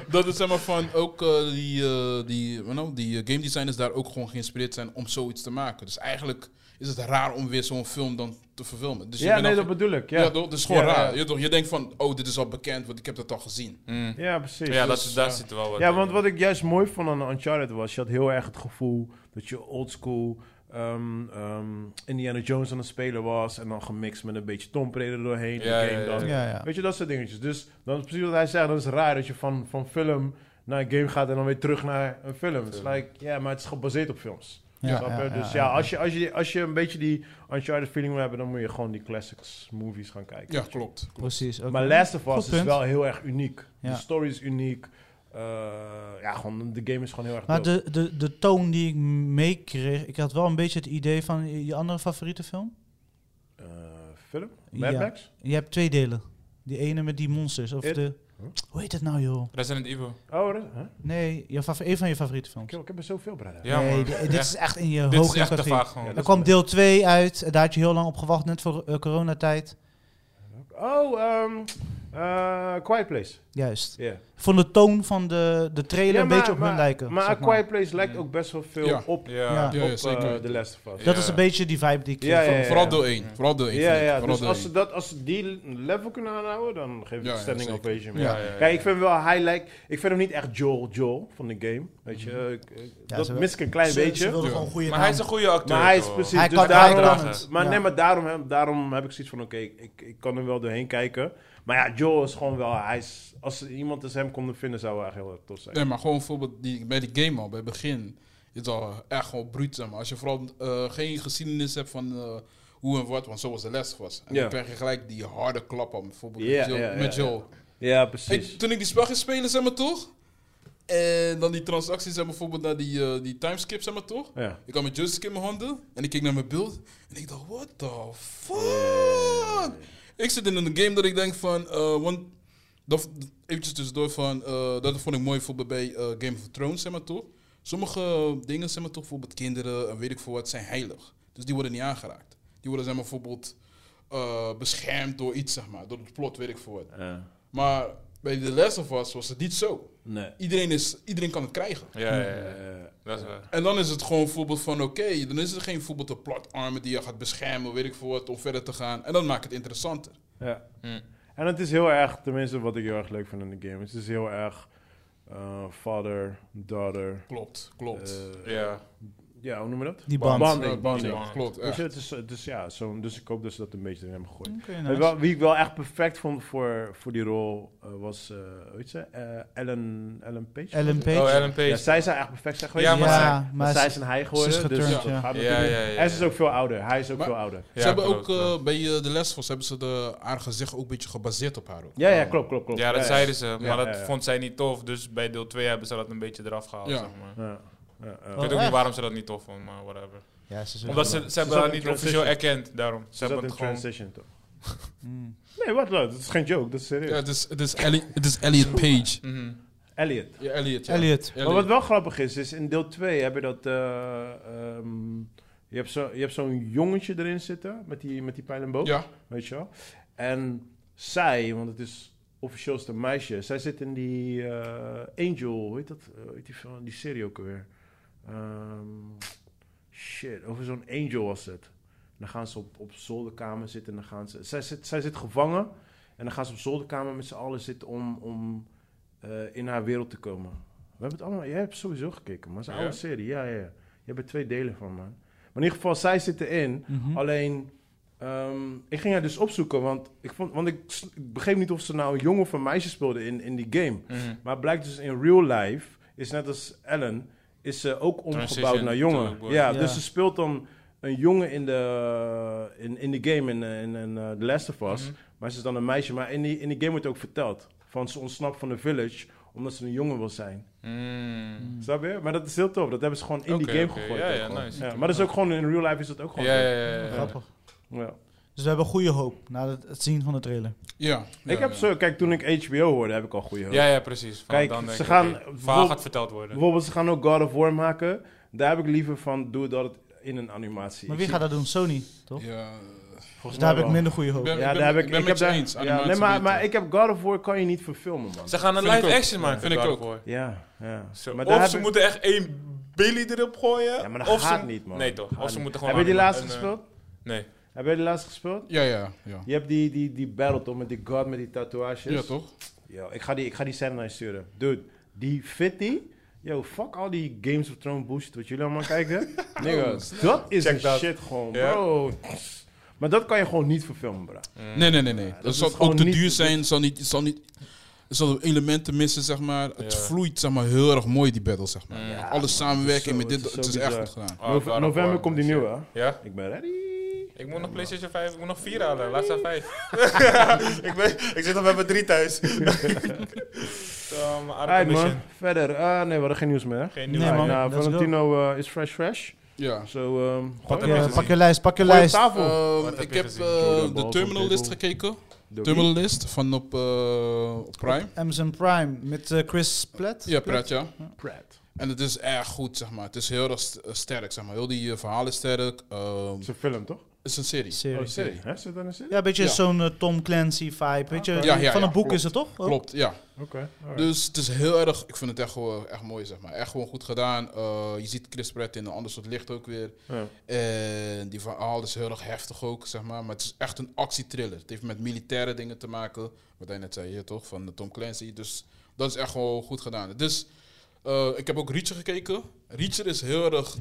dat het zeg maar van ook eh, die, eh, die, you know, die eh, game designers daar ook gewoon geïnspireerd zijn om zoiets te maken. Dus eigenlijk is het raar om weer zo'n film dan te verfilmen. Dus je Ja, bent nee, dan- dat bedoel ik. ja. Ja, toch? dat is gewoon Ja, raar. ja. Je, toch? je denkt van, oh, dit is al bekend, want ik heb dat al gezien. Mm. ja precies. Ja, dat, Dus- is- daar zit wel wat Ja, in, want wat ik juist mooi vond aan Uncharted was... Je had heel erg het gevoel dat je oldschool... ehm ehm, Indiana Jones aan het spelen was... en dan gemixt met een beetje Tom Raider doorheen. Ja, en ja, game ja. dan. Ja, ja. Weet je, dat soort dingetjes. Dus dan is precies wat hij zei. Dan is het raar dat je van, van film naar een game gaat en dan weer terug naar een film. Het is like, ja, maar het is gebaseerd op films. Ja, Snap je? ja, ja, dus ja, als je, als, je, als je een beetje die Uncharted feeling wil hebben, dan moet je gewoon die classics movies gaan kijken. Ja, klopt. Precies. ook- Maar Last of Goed Us is punt. wel heel erg uniek. Ja. De story is uniek. Eh, ja, gewoon, de game is gewoon heel erg Maar dope. de, de, de toon die ik meekreeg, ik had wel een beetje het idee van eh, je je andere favoriete film. Eh, film? Mad Ja. Max? Je hebt twee delen. Die ene met die monsters. Of It? de. Hoe heet het nou, joh? Resident Evil. Oh, dat- huh? Nee, je favor- een van je favoriete films. ik, heb- ik heb er zoveel, brother. Ja, nee, man. di- Ja. dit is echt in je Dit is hoogte echt te categorie. vaag gewoon. Ja, dat Er is kwam een- deel 2 uit. en Daar had je heel lang op gewacht, net voor eh, coronatijd. Oh, ehm, eh, Quiet Place. Juist. Ja. Vond de toon van de, de trailer Ja, een maar- beetje op maar- hun lijken. Maar A zeg Quiet Place lijkt Mm. ook best wel veel Ja. op, Ja. Ja. op Ja, ja, eh, zeker. The Last of Us. Dat Ja. is een beetje die vibe die ik Ja, kreeg. ja, ja. Vooral deel 1. Vooral deel 1. Ja, ja, Vooral dus deel als ze, 1. dat, als ze die level kunnen aanhouden, dan geef ik Ja, een ja, standing zeker. ovation. Ja, ja, ja. Kijk, ik vind hem wel highlight. Ik vind hem niet echt Joel Joel van de game. Weet je, Mhm. eh, ik- ik- Ja, dat ze wil- mis ik een klein Ze- beetje. Ze wilden Ja. gewoon een goede Maar hij is een naam. goede acteur. maar hij is toch? precies. Hij dus kan daarom, bijdragen. maar Ja. nee, maar daarom, daarom heb ik zoiets van: oké, ik, ik kan er wel doorheen kijken. Maar ja, Joel is gewoon wel. Hij is, als er iemand als hem konden vinden, zou hij heel erg tof zijn. Nee, maar gewoon bijvoorbeeld die, bij die game al, bij het begin, is al echt gewoon bruut. Zeg maar. Als je vooral eh, geen geschiedenis hebt van eh, hoe en wat, want zo was de les was. En Ja. dan krijg je gelijk die harde klap aan, bijvoorbeeld Ja, met Joel. ja, ja, met ja. Joel. Ja, Ik- precies. toen ik die spel ging spelen, zeg maar toch? En dan die transacties, zeg maar, bijvoorbeeld naar die, eh, die timeskip, zeg maar toch? Ja. Ik had mijn joystick in mijn handen en ik keek naar mijn beeld en ik dacht, what the fuck? Ik zit in een game dat ik denk van, eh, want dat, eventjes tussendoor van, eh, dat vond ik mooi bijvoorbeeld bij eh, Game of Thrones, zeg maar toch? Sommige dingen, zeg maar toch, bijvoorbeeld kinderen en weet ik veel wat, zijn heilig. Dus die worden niet aangeraakt. Die worden, zeg maar, bijvoorbeeld eh, beschermd door iets, zeg maar, door het plot, weet ik veel wat. Eh, Maar bij The Last of Us was het niet zo. nee. Iedereen, is, iedereen kan het krijgen. Ja, ja, ja, ja. Eh, Dat is waar. En dan is het gewoon een voorbeeld van, oké, dan is het geen bijvoorbeeld een platarmen die je gaat beschermen, weet ik veel wat, om verder te gaan. En dan maakt het interessanter. Ja. Mm. En het is heel erg, tenminste wat ik heel erg leuk vind in de game. Het is heel erg eh father, daughter. Klopt, klopt. eh, Ja. ja, hoe noem je dat? Die band. Band. Eh, banding, Band. klopt. Weet je, het Echt. is, het is, ja, zo, dus ik hoop dat ze dat een beetje erin hebben gegooid. Oké, Weet nice. je wel, wie ik wel echt perfect vond voor, voor die rol eh, was, eh hoe heet ze? Eh, Ellen, Ellen Page? Ellen Page. Oh, Ellen Ja, Page. zij zijn echt perfect zijn geweest. Ja, maar zij- ja, maar zij ze- is een hij geworden. ze is dus geturnd, dat ja. gaat Ja, natuurlijk. ja, ja, ja. En ze is dus ook veel ouder. Hij is ook Maar- veel ouder. ze hebben klopt, ook klopt. eh, bij eh, The Last of Us hebben ze de, haar gezicht ook een beetje gebaseerd op haar. Ook. Ja, ja, klopt, klopt, klopt. Ja, dat zeiden ze, maar dat ja, ja. vond zij niet tof. Dus bij deel 2 hebben ze dat een beetje eraf gehaald. Ja. Zeg maar. Ja, Oh, ja, ja. Ik weet ook echt? niet waarom ze dat niet tof vonden, maar whatever. Ja, ze zullen Omdat wel- ze, ze zat hebben haar in niet transition. officieel erkend, daarom. Ze Ze zat hebben in het gewoon... Hmm. transition *laughs* toch? Mm. Nee, wat nou? Dat is geen joke, dat is serieus. Ja, het is, het is, Ellie, het is Elliot Page. Mhm. Elliot. Ja, Elliot. Ja. Elliot. Maar wat wel grappig is, is in deel 2 heb je dat... eh, ehm, je hebt zo- je hebt zo'n jongetje erin zitten, met die, met die pijl en boog, Ja, weet je wel. En zij, want het is officieel is het een meisje, zij zit in die eh, Angel, hoe heet dat? eh, hoe heet die, film- die serie ook alweer? Ehm, shit, over zo'n Angel was het. En dan gaan ze op, op zolderkamer zitten en dan gaan ze... Zij zit, zij zit gevangen en dan gaan ze op zolderkamer met z'n allen zitten om, om eh, in haar wereld te komen. We hebben het allemaal... Jij hebt sowieso gekeken, maar het is een Ja? oude serie. Ja, ja, ja. Je hebt er twee delen van, man. Maar in ieder geval, zij zit erin. Mhm. Oh, Alleen, ehm, ik ging haar dus opzoeken, want ik, vond, want ik, s- ik begreep niet of ze nou een jongen of een meisje speelde in, in die game. Mhm. Maar het blijkt dus in real life, is net als Ellen, is ze ook omgebouwd Transition naar to jongen. boy. Ja, Ja. dus ze speelt dan een jongen in de, in, in de game, in, eh, in, in eh, The Last of Us. Mhm. Maar ze is dan een meisje. Maar in die, in die game wordt ook verteld, van ze ontsnapt van de village omdat ze een jongen wil zijn. Mhm. Mm. Snap je? Maar dat is heel tof. Dat hebben ze gewoon in Oké, die game oké. gegooid. Ja, ook ja, gewoon. nice. Ja, maar dat is ook gewoon, in real life is dat ook gewoon Ja, zo. ja, ja, ja. Grappig. Ja. Dus we hebben goede hoop na het, het zien van de trailer. ja. ik ja, heb ja. zo, kijk, toen ik HBO hoorde, heb ik al goede hoop. Ja, ja, precies. Van Kijk, dan denk ze ik, gaan- oké, het Verhaal bijvoorbeeld- gaat verteld worden. Bijvoorbeeld, ze gaan ook God of War maken. Daar heb ik liever van, doe dat in een animatie. Maar Ik wie gaat dat doen? Sony, toch? Dus Ja, Volgens Daar mij heb ik wel. minder goede hoop. ben- Ja, daar heb ik. ik ben ik met heb je daar- eens, Ja, animatie nee, maar, beter. maar ik heb God of War kan je niet verfilmen, man. Ze gaan een Vind ik live ook. action maken. Vind ik God ook. of War. Ja, ja. Zo, maar of heb ze ik- moeten echt één Billy erop gooien. Ja, maar dat of gaat ze... niet, man. Nee, toch? Gaat Of ze niet. moeten gewoon... Heb je die allemaal laatste een, eh, gespeeld? Nee. Heb je die laatste gespeeld? ja, ja, ja. Je hebt die, die, die battle toch met die god met die tatoeages? Ja, toch? Yo, ik ga die, ik ga die scène naar je sturen. Dude, die fitty. Yo, fuck al die Games of Thrones bullshit wat jullie allemaal kijken. Niggas, dat is Check een dat. shit gewoon, Ja. bro. Maar dat kan je gewoon niet verfilmen, bro. Nee, nee, nee, nee. dat dat is zal gewoon ook te niet- duur zijn. Zal niet, zal niet, Er zullen elementen missen, zeg maar. Het Ja. vloeit zeg maar, heel erg mooi, die battle, zeg maar. Alle samenwerking het met is dit, zo- het het is is zo echt bizar. goed gedaan. Oh, Nove- God of november War. komt die nieuwe, hè? Ja? Ik ben ready. Ik moet nog PlayStation 5, ik moet nog 4 halen, laatste *laughs* 5. ik, ben, ik zit al bij mijn 3 thuis. *laughs* um, Alright man, verder. Ah, nee, we hadden geen nieuws meer. hè? Geen nieuwe Nee, Nee, man. man. Nou, Let's Valentino eh, is fresh, fresh. Ja. Zo, ehm gooi Wat heb maar. je Ja, gezien? pak je lijst, pak je Gooi op lijst. tafel. Ehm, Wat heb ik je heb gezien? eh, Jordan Balls de op Terminal tafel. List gekeken. Doe Terminal List van op eh, Prime. Amazon Prime met eh, Chris Platt. Ja, Pratt, ja. die Pratt. En het is erg goed, zeg maar. Het is heel erg st- eh, sterk, zeg maar. Heel die eh, verhaal is sterk. Ehm, Het is een film, toch? het is een serie. Serie. Oh, serie. Hè, zit dat in een serie? Ja, een beetje Ja. zo'n eh, Tom Clancy vibe. Weet je, Ja, ja, van ja, een boek klopt. is het toch? Ook? Oh. Klopt, ja. Oké. alright. Dus het is heel erg, ik vind het echt, gewoon- echt mooi, zeg maar. Echt gewoon goed gedaan. Eh, je ziet Chris Pratt in een ander soort licht ook weer. Ja. En die verhaal is heel erg heftig ook, zeg maar. Maar het is echt een actietriller. Het heeft met militaire dingen te maken. Wat hij net zei hier, toch? Van de Tom Clancy. Dus dat is echt wel goed gedaan. Dus eh, ik heb ook Reacher gekeken. Reacher is heel erg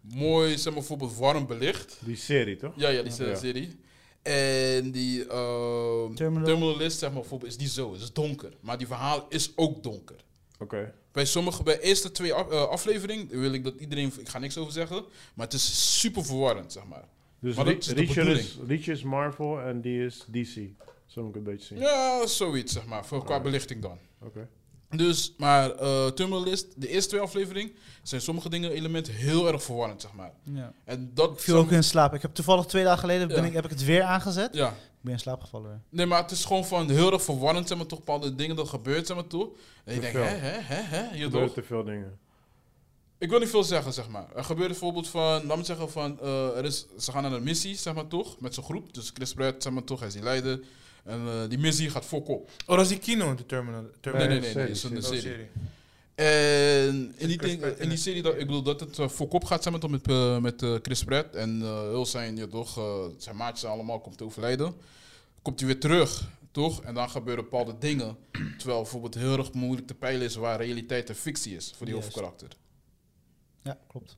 mooi, zeg maar, bijvoorbeeld warm belicht. Die serie, toch? Ja, ja, die se- Ja. serie. En die ehm Terminal. Terminal. List, zeg maar, bijvoorbeeld, is die zo. Het is donker. Maar die verhaal is ook donker. Oké. Bij sommige, bij eerste twee af, eh, aflevering wil ik dat iedereen, ik ga niks over zeggen, maar het is super verwarrend, zeg maar. Dus Maar Re- dat is de Reacher is, bedoeling. Reacher is Marvel en die is DC. Zo moet ik een beetje zien. Ja, zoiets, zeg maar, voor, qua belichting dan. Oké. Dus, maar eh Terminal List, de eerste twee aflevering, zijn sommige dingen, elementen heel erg verwarrend, zeg maar. Ja. En dat... Ik viel ook in slaap. Ik heb toevallig twee dagen geleden ben Ja. ik, heb ik het weer aangezet. Ja, Ik ben in slaap gevallen weer. nee, maar het is gewoon van heel erg verwarrend, zeg maar, toch bepaalde dingen dat gebeurt, zeg maar, toch. En Te je denkt, veel. hè, hè, hè, hè, hier Er toch. gebeuren te veel dingen. Ik wil niet veel zeggen, zeg maar. Er gebeurt bijvoorbeeld van, laat me zeggen van, eh, er is, ze gaan naar een missie, zeg maar toch, met zijn groep. Dus Chris Pratt, zeg maar toch, hij is die leider. En eh, die missie gaat voor kop. Oh, dat is die kino, de Terminal. Nee, terminal. nee, nee, nee, serie, het is een Oh, serie. serie. En in die, Chris ding- Pratt in in die het- serie, dat, ik bedoel dat het eh, voor kop gaat, zeg maar toch, met, eh, met eh, Chris Pratt. En eh, heel zijn, ja toch, eh, zijn maatjes zijn allemaal komt te overlijden. Komt hij weer terug, toch? En dan gebeuren bepaalde dingen. *clears throat* Terwijl bijvoorbeeld heel erg moeilijk te peilen is waar realiteit en fictie is voor die Juist. hoofdkarakter. Ja, klopt.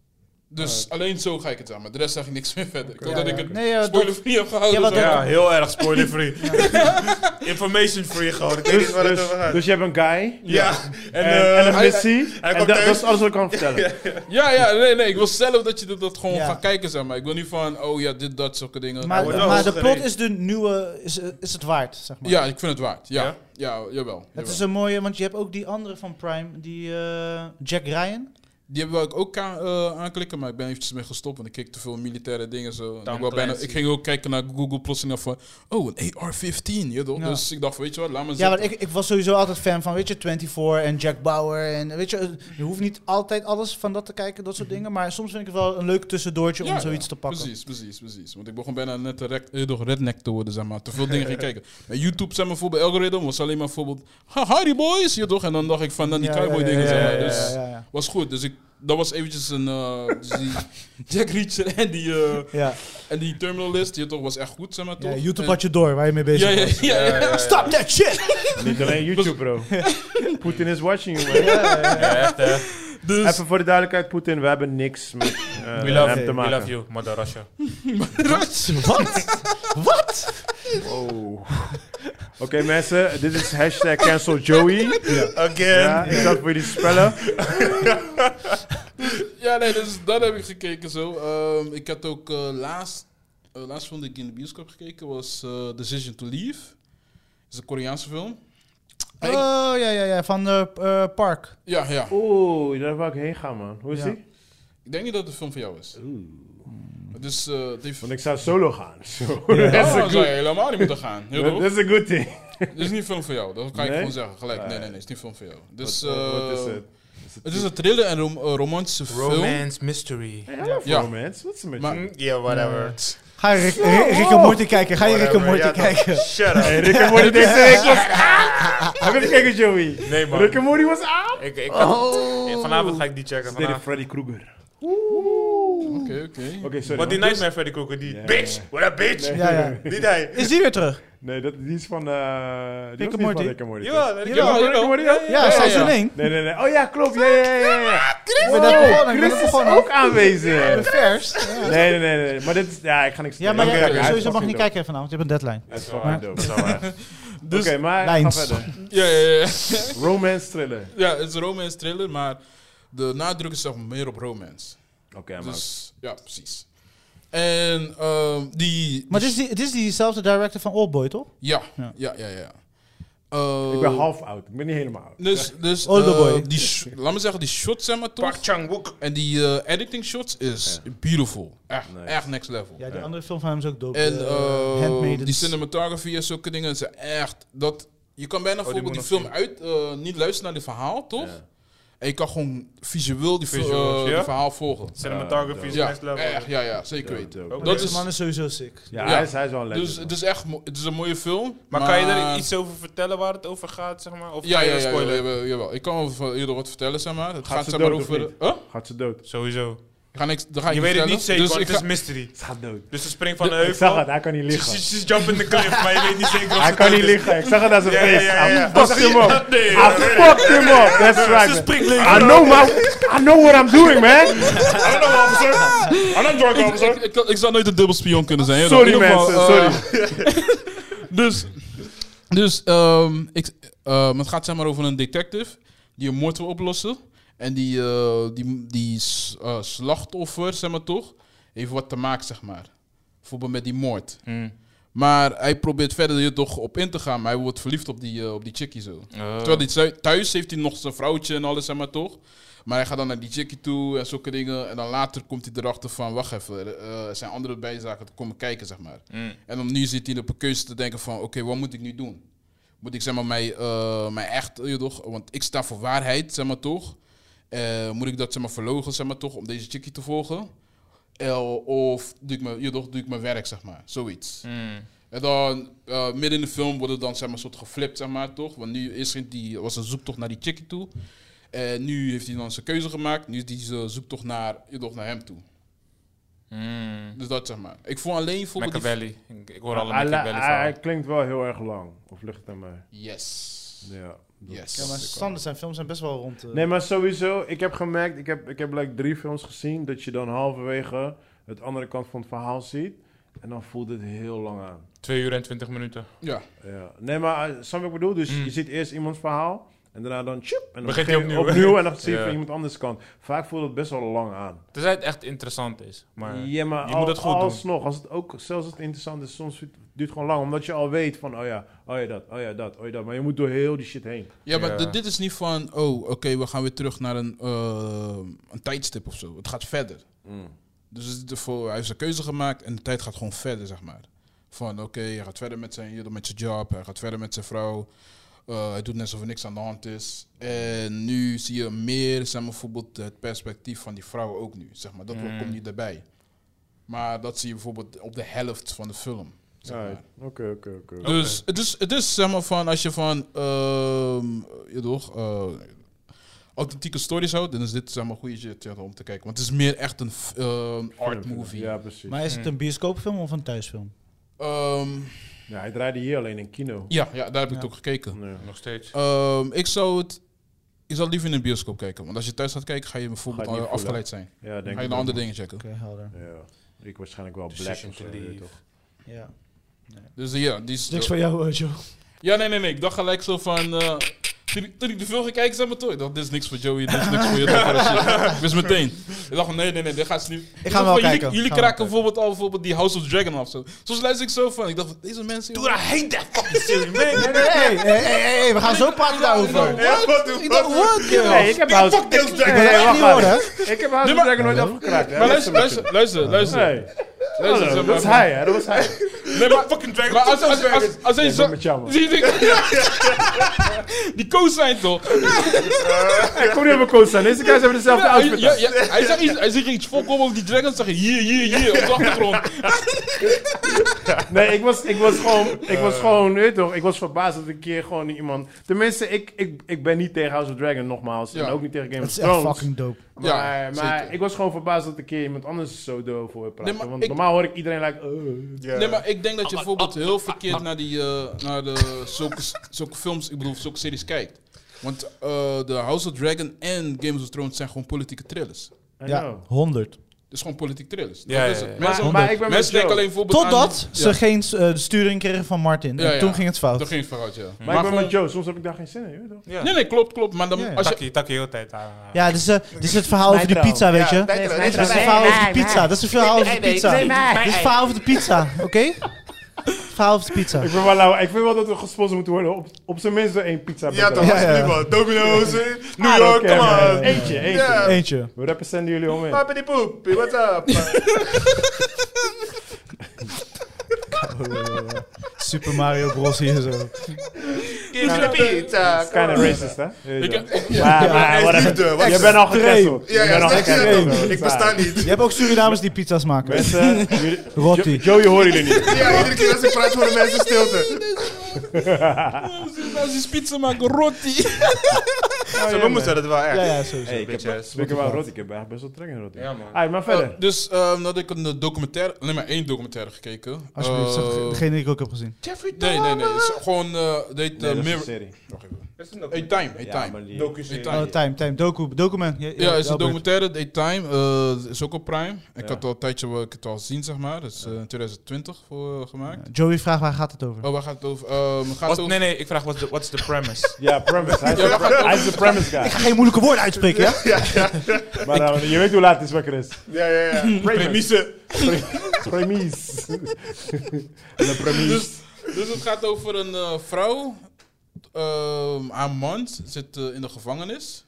Dus alleen zo ga ik het aan, maar de rest zeg ik niks meer verder. Ik hoop Ja, dat ja. ik het Nee, eh, dat- spoiler-free heb gehouden. Ja, wat- zeg maar. Ja, heel erg *laughs* spoiler free. Information free gewoon. Ik weet Dus, niet waar het dus, over gaat. dus je hebt een guy. ja, En, en, eh, en een hij- missie. en kwam dat, dat thuis. is alles wat ik kan vertellen. ja, ja, nee, nee. Ik wil zelf dat je dat, dat gewoon Ja. gaat kijken, zeg maar. Ik wil niet van, oh ja, dit, dat, zulke dingen. Maar, wordt wel maar de plot gereden. is de nieuwe, is, is het waard, zeg maar. ja, ik vind het waard. Ja, Ja? ja? jawel. Het jawel. is een mooie, want je hebt ook die andere van Prime, die eh, Jack Ryan. Die hebben we ook ka- eh, aanklikken, maar ik ben eventjes mee gestopt, want ik keek te veel militaire dingen zo. En Tom Ik, wou bijna, Clancy. ik ging ook kijken naar Google Plus en dacht van, oh, een AR-15, je toch? Ja. Dus ik dacht, weet je wat, laat maar Ja, zitten. want ik, ik was sowieso altijd fan van, weet je, 24 en Jack Bauer. En weet je, je hoeft niet altijd alles van dat te kijken, dat soort dingen. Maar soms vind ik het wel een leuk tussendoortje om Mhm. Ja, zoiets ja, te pakken. Precies, precies, precies. Want ik begon bijna net een rek- eh, door redneck te worden, zeg maar. Te veel *laughs* dingen ging kijken. Bij YouTube, zeg maar, voor bij algoritme was alleen maar bijvoorbeeld... Ha, Hardy Boys, je toch? En dan dacht ik van, dan die Ja, cowboy ja, ja, dingen, ja, zeg ja, maar. ja, Dus ja, ja. was goed. Dus ik, dat was eventjes *laughs* een... eh, dus die Jack Reacher en die, eh, Ja. en die Terminal List, je toch, was echt goed, zeg maar, toch? Ja, YouTube En- had je door waar je mee bezig ja, ja, was. ja, ja. Stop that shit! Niet alleen YouTube, bro. Poetin is watching you, man. Ja, echt hè. Dus, Even voor de duidelijkheid, Poetin, we hebben niks met eh, We hem love, you, te we maken. love you, Mother Russia. Wat? Wat? Wow. Oh. Oké mensen, dit is hashtag cancel Joey. Again. Ja, ik zat voor jullie spellen. ja, nee, dus dat heb ik gekeken zo. Ehm, ik had ook eh, laatst, eh, laatst film die ik in de bioscoop gekeken was eh, Decision to Leave. Dat is een Koreaanse film. *laughs* Oh, Ik- ja, ja, ja, van de eh, park. ja, ja. Oeh, daar wou ik heen gaan, man. Hoe is Ja. die? Ik denk niet dat het een film voor jou is. Het is, eh, het heeft... Want ik zou solo *laughs* gaan. Zo. Ja, That's a dan zou je good, helemaal niet moeten gaan. *laughs* Heel goed. that's a good thing. Het is niet een film voor jou. Dat kan ik Nee? gewoon zeggen. Gelijk. Nee, nee, nee. Het is niet een film voor jou. Dus, Wat- wat- wat is eh, het? Het is een thriller en rom- eh, romantische film. Romance mystery. Hey, I love Ja. romance. Wat is er met Maar- *laughs* je? Mm, Yeah, whatever. Ga je Rick, Rick, Rick en Morty kijken? Ga je Rick en Whatever, Morty ja, toch. kijken? Shut up. Hey, Rick en Morty deze week was aan. *laughs* Heb je het gekeken, Joey? Nee man. Rick en Morty was aan. Ik, ik kan, Oh. eh, Vanavond ga ik die checken. Dit is Vanavond. Freddy Krueger. Oké, oké. Oké, sorry. Want die man. Nightmare Freddy Krueger, die Ja. bitch, what a bitch. Ja, ja. Die hij. Is die weer terug? *laughs* Nee, dat, die is van... eh die was Rick en niet Morty. van Rick en Morty. toch? Jawel, Rick en Jawel, Morty. Rick en Morty ook? Ja, seizoen 1. Nee, nee, nee. Oh ja, klopt. Ja, ja, ja. ja. Ik ben net begonnen, ik ben Chris net is begonnen. ook aanwezig. Vers. Nee, nee, nee, nee. Maar dit is... Ja, ik ga niks Ja, maar Oké, jij- oké, hij is sowieso mag fucking niet dope. kijken vanavond, je hebt een deadline. *laughs* Hij is fucking dope. Dat is wel waar. Oké, Dus, maar ga Lijns. verder. ja, ja, ja, *laughs* ja. Romance thriller. ja, het is een romance thriller, maar de nadruk is toch meer op romance. Oké, maar... Dus, ja, precies. En ehm, die... Maar die- dit is, die, dit is diezelfde director van Oldboy, toch? Ja, Ja. ja, ja, ja. Eh, ik ben half oud. Ik ben niet helemaal oud. Dus, dus Olderboy. eh, die sh- laat me zeggen, die shots zijn maar toch. Park Chang-wook. En die eh, editing shots is beautiful. Echt, Nice. echt next level. Ja, die andere film van hem is ook dope. En eh, eh, Handmaidens. die cinematography en zulke dingen zijn echt. Dat, je kan bijna Oh, die bijvoorbeeld die, moet film nog uit, eh, niet luisteren naar die verhaal, toch? Ja. En je kan gewoon visueel die, fil- Visuals, eh, ja. die verhaal volgen. Cinematography is Ja, next level. echt, ja, ja, zeker weten. Ja, Ook Dat deze Deze is, man is sowieso sick. ja, ja. Hij, is, hij is wel een legend. dus het is echt mo- het is een mooie film. Maar, kan je er iets over vertellen waar het over gaat, zeg maar? Of Ja, kan je ja, ja, dat spoilen? jawel, jawel. Ik kan over eerder wat vertellen, zeg maar. Het Gaat gaat, ze zeg maar dood of over... niet? Huh? Gaat ze dood? Sowieso. Ik ga niks, dan ga ik Je weet het niet zeker, vertellen. want Dus het ik is ga- mystery. Ze gaat dood. Dus ze springt van de Ik zag het, heuvel. hij kan niet She- liggen. she- She's jumping the cliff, maar je weet niet zeker of Hij ze kan dood niet is. liggen. Ik zag het aan zijn Ja, ja, face. ja, ja, Hij ja. fucked him up. Nee, Hij ja, ja. fucked him up. That's right. Ze man. springt liggen. Ah, I know, my, I know what I'm doing, man. I don't know, officer. I don't drunk, Ik, ik, officer. ik, ik zou nooit een dubbelspion kunnen zijn. hè. In Sorry, ieder geval, mensen. eh, Sorry. Dus, dus ehm, ik, ehm, het gaat zeg maar over een detective die een moord wil oplossen. En die, eh, die, die s- eh, slachtoffer, zeg maar toch, heeft wat te maken, zeg maar. Bijvoorbeeld met die moord. Maar hij probeert verder hier toch op in te gaan, maar hij wordt verliefd op die, eh, op die chickie zo. Mm, Terwijl die thui- thuis heeft hij nog zijn vrouwtje en alles, zeg maar toch. Maar hij gaat dan naar die chickie toe en zulke dingen. En dan later komt hij erachter van, wacht even, eh, er zijn andere bijzaken te komen kijken, zeg maar. mm, En om nu zit hij op een keuze te denken van, oké, wat moet ik nu doen? Moet ik zeg maar mijn, eh, mijn echt, eh, toch? Want ik sta voor waarheid, zeg maar toch? Eh, moet ik dat zeg maar verlogen, zeg maar toch, om deze chickie te volgen? Eh, of doe ik, mijn, je toch, doe ik mijn werk, zeg maar, zoiets. En dan eh, midden in de film wordt het dan zeg maar soort geflipt, zeg maar toch? Want nu is er die, was een zoektocht naar die chickie toe. En nu heeft hij dan zijn keuze gemaakt. Nu is die zijn zoektocht naar, je toch, naar hem toe. Dus dat zeg maar. Ik voel alleen voor mm. Machiavelli. Ik- Ik hoor alle Hij la- Machiavelli Hij verhalen. klinkt wel heel erg lang. Of ligt het aan mij? Yes. Ja. dat- Yes. Ja, maar standaard zijn films zijn best wel rond. eh, Nee, maar sowieso, ik heb gemerkt, ik heb, ik heb like drie films gezien, dat je dan halverwege het andere kant van het verhaal ziet. En dan voelt het heel lang aan. Twee uur en twintig minuten. Ja. Ja. Nee, maar eh, snap je wat ik bedoel? Dus Mm. je ziet eerst iemands verhaal, en daarna dan tjoep, en dan Begint begin hij je opnieuw. opnieuw *laughs* en dan zie je Ja. van iemand anders kant. Vaak voelt het best wel lang aan. Tenzij het echt interessant is. Maar ja, maar je al- moet het goed doen. alsnog, als het ook, zelfs als het interessant is, soms duurt het gewoon lang. Omdat je al weet van, oh ja, oh ja dat, oh ja dat, oh ja dat. Maar je moet door heel die shit heen. Ja, maar Ja. dit- dit is niet van, oh, oké, we gaan weer terug naar een, eh, een tijdstip of zo. Het gaat verder. Dus het is ervoor- hij heeft zijn keuze gemaakt en de tijd gaat gewoon verder, zeg maar. Van, oké, hij gaat verder met zijn, met zijn job, hij gaat verder met zijn vrouw. Eh, hij doet net alsof er niks aan de hand is. En nu zie je meer, zeg maar, bijvoorbeeld het perspectief van die vrouw ook nu, zeg maar. Dat Mm. komt niet erbij. Maar dat zie je bijvoorbeeld op de helft van de film, zeg maar. Alright. Oké, oké, oké. Dus het is, het is zeg maar van als je van ehm je toch, eh, authentieke stories houdt, dan is dit zeg maar goede shit ja, om te kijken. Want het is meer echt een f- ehm, art movie. Ja, precies. Maar is het een bioscoopfilm of een thuisfilm? Ehm, Ja, hij draaide hier alleen in kino. ja, ja, daar heb ik Ja. het ook gekeken. Nee. nog steeds. Ehm, ik zou het ik zou het liever in een bioscoop kijken. Want als je thuis gaat kijken, ga je bijvoorbeeld Ga je niet al afgeleid zijn. Ja, denk Ga ik je naar ook. andere dingen checken. Oké, helder. Ja. Ik waarschijnlijk wel Decision black of zo, to weet je leave. toch? Ja. Dus eh, ja, die is. Niks van jou, eh, Joe. Ja, nee, nee, nee. Ik dacht gelijk zo van. eh, toen, ik, toen ik de film ging kijken, zei me toch. Ik dacht, dit is niks voor Joey, dit is niks voor je. dat soort shit. Ik wist meteen. Ik dacht, nee, nee, nee, dit gaat ze niet. hem wel van, jullie- kijken. Jullie Gaan we kraken kijken. bijvoorbeeld al bijvoorbeeld die House of Dragon af. Zo. Soms luister ik zo van. Ik dacht, deze mensen. Dude, I hate that fucking *laughs* series, man. Hey, hey, hey, hey, we gaan zo praten daarover. Ja, wat doe- Ik dacht, what, joh? Nee, ik heb House Fuck Dale Jackson. wil Nee, echt wacht niet even. horen. Ik heb House of Nee, maar- Dragon nooit afgekraakt. hè. Maar Dat is luister, een luister, luister, luister. Nee. luister, Hallo, zeg dat is maar. hij, hè? Dat was hij. Ik Nee, maar *laughs* fucking Dragon. Maar als, als, als, als, hij ben zo... met jou, man. *laughs* Zie je- Die koos zijn toch? kom niet op mijn coach staan. Deze guys hebben dezelfde Ja, outfit. ja, aan. ja, hij zegt iets, hij zegt iets volkomen over die dragon. Zeg je hier, hier, hier, op de *laughs* achtergrond. Nee, ik was, ik was gewoon, ik was gewoon, weet je toch, ik was verbaasd dat ik een keer gewoon iemand... Tenminste, ik, ik, ik ben niet tegen House of Dragon, nogmaals. Ja. En ook niet tegen Game Het of is echt Thrones. fucking dope. Ja, Maar, maar zeker. ik was gewoon verbaasd dat een keer iemand anders zo doof voor praten. Nee, maar Want ik- normaal hoor ik iedereen like... eh. Nee, maar ik denk dat je bijvoorbeeld heel verkeerd naar, die, eh, naar de, zulke, *laughs* zulke films, ik bedoel, zulke series kijkt. Want eh, de House of Dragon en Games of Thrones zijn gewoon politieke thrillers. I Ja, know. 100. is gewoon politiek thrillers. Dat Ja, ja, is ja. het. Maar- Mensen, maar ik ben met mensen Joe. denken alleen voorbeeld Totdat aan- ze Ja, geen eh, de sturing kregen van Martin. Ja, en ja. toen ging het fout. Dat ging het vooruit, ja. Maar ik ben gewoon- met Joe, soms heb ik daar geen zin in. weet je wel. Ja. Nee, nee, klopt, klopt. Maar dan, Ja, ja. als je, Takkie, takkie, heel de tijd ah. aan. Ja, dit is, eh, dit is het verhaal over die Nitro. pizza, weet je. Ja, Dat Nitro, is Nitro. is het Nee, verhaal over nee, de pizza. nee. Dat is het verhaal over de Nee, pizza. nee, nee. Dit is het verhaal over de pizza, oké? Het verhaal over de pizza. Ik vind, wel, nou, ik vind wel dat we gesponsord moeten worden. Op, op zijn minst door één pizza. Ja, bakker. toch? Ja, ja. Alsjeblieft, man. Domino's, eh, New I York, don't come care, man. on. Eentje, eentje. Ja. Eentje. We representen jullie omheen. Papa die poep, what's up? Super Mario Bros. hier zo. Give me the pizza. It's kind of racist, hè? ik, Oh. Ja, eh, maar, ik- hij maar, is whatever. liefde, wat Je is- bent al gecanceld. Ja, Je bent ja, al snap je? gecanceld. bro. Ik besta niet. Je hebt ook Surinamers die pizza's maken. Mensen, *laughs* jullie- Rotti. Jo- Joey horen jullie *laughs* niet. Ja, iedere keer als ik praat voor de mensen stilte. *laughs* als die pizza maken, rotti. Oh, Zo, we moesten dat wel echt. *laughs* Ja, ja, sowieso. Hey, ik heb Ik heb wel Rotti, ik heb echt best wel trek in Rotti. Ja, man. Alright, maar verder. Eh, *laughs* dus ehm dat ik een eh, documentaire, alleen maar één documentaire gekeken. Alsjeblieft, Eh, zeg degene die ik ook heb gezien. nee, nee, nee. Het is gewoon eh Nee, deed eh, dat is een Mirror. serie. Wacht even. Dat is een A docu- Time, A Ja, maar Time. die- docu-serie. Hey, Oh, time, time. Doku, document. Ja, is een Albert. documentaire, A Time. eh is ook op Prime. Ik Ja. had al een tijdje wil ik het al zien, zeg maar. Dat is eh, in 2020 voor, eh, gemaakt. Joey vraagt waar gaat het over? Oh, waar gaat het over? Ehm, gaat het Wat- over- Nee, nee, ik vraag, what's the- what's the premise? Ja, premise. Hij is Ja, de maar- pre- Hij is de premise guy. Ik *laughs* ga geen moeilijke woorden uitspreken, ja? Maar eh, je weet hoe laat het is wakker is. Ja, ja, ja. Premise. Premies. *laughs* De premies. *laughs* dus, dus het gaat over een eh, vrouw. ehm, haar man zit eh, in de gevangenis.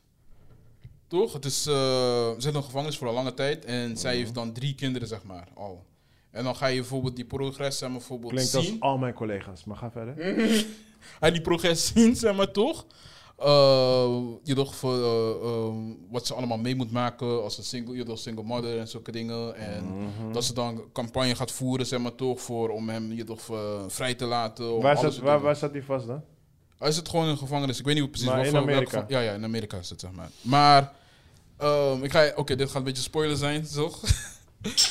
Toch? Het is, eh, ze zit in de gevangenis voor een lange tijd. En zij Mhm. heeft dan drie kinderen, zeg maar, al. En dan ga je bijvoorbeeld die progress zeg maar, bijvoorbeeld Klinkt zien. als al mijn collega's, maar ga verder. Hij die progress *laughs* zien, zeg maar toch. Eh, je toch voor eh, ehm, wat ze allemaal mee moet maken als een single, je toch single mother en zulke dingen. En Mhm. dat ze dan campagne gaat voeren, zeg maar toch, voor, om hem je toch eh, vrij te laten. om Waar alles zat, te waar, doen. waar zat die vast dan? Hij zit gewoon in een gevangenis. Ik weet niet hoe precies. Maar wat in voor- welke Amerika? gevangen- ja, ja, in Amerika is het, zeg maar. Maar, ehm, ik ga... Oké, dit gaat een beetje spoiler zijn, toch? *laughs* Is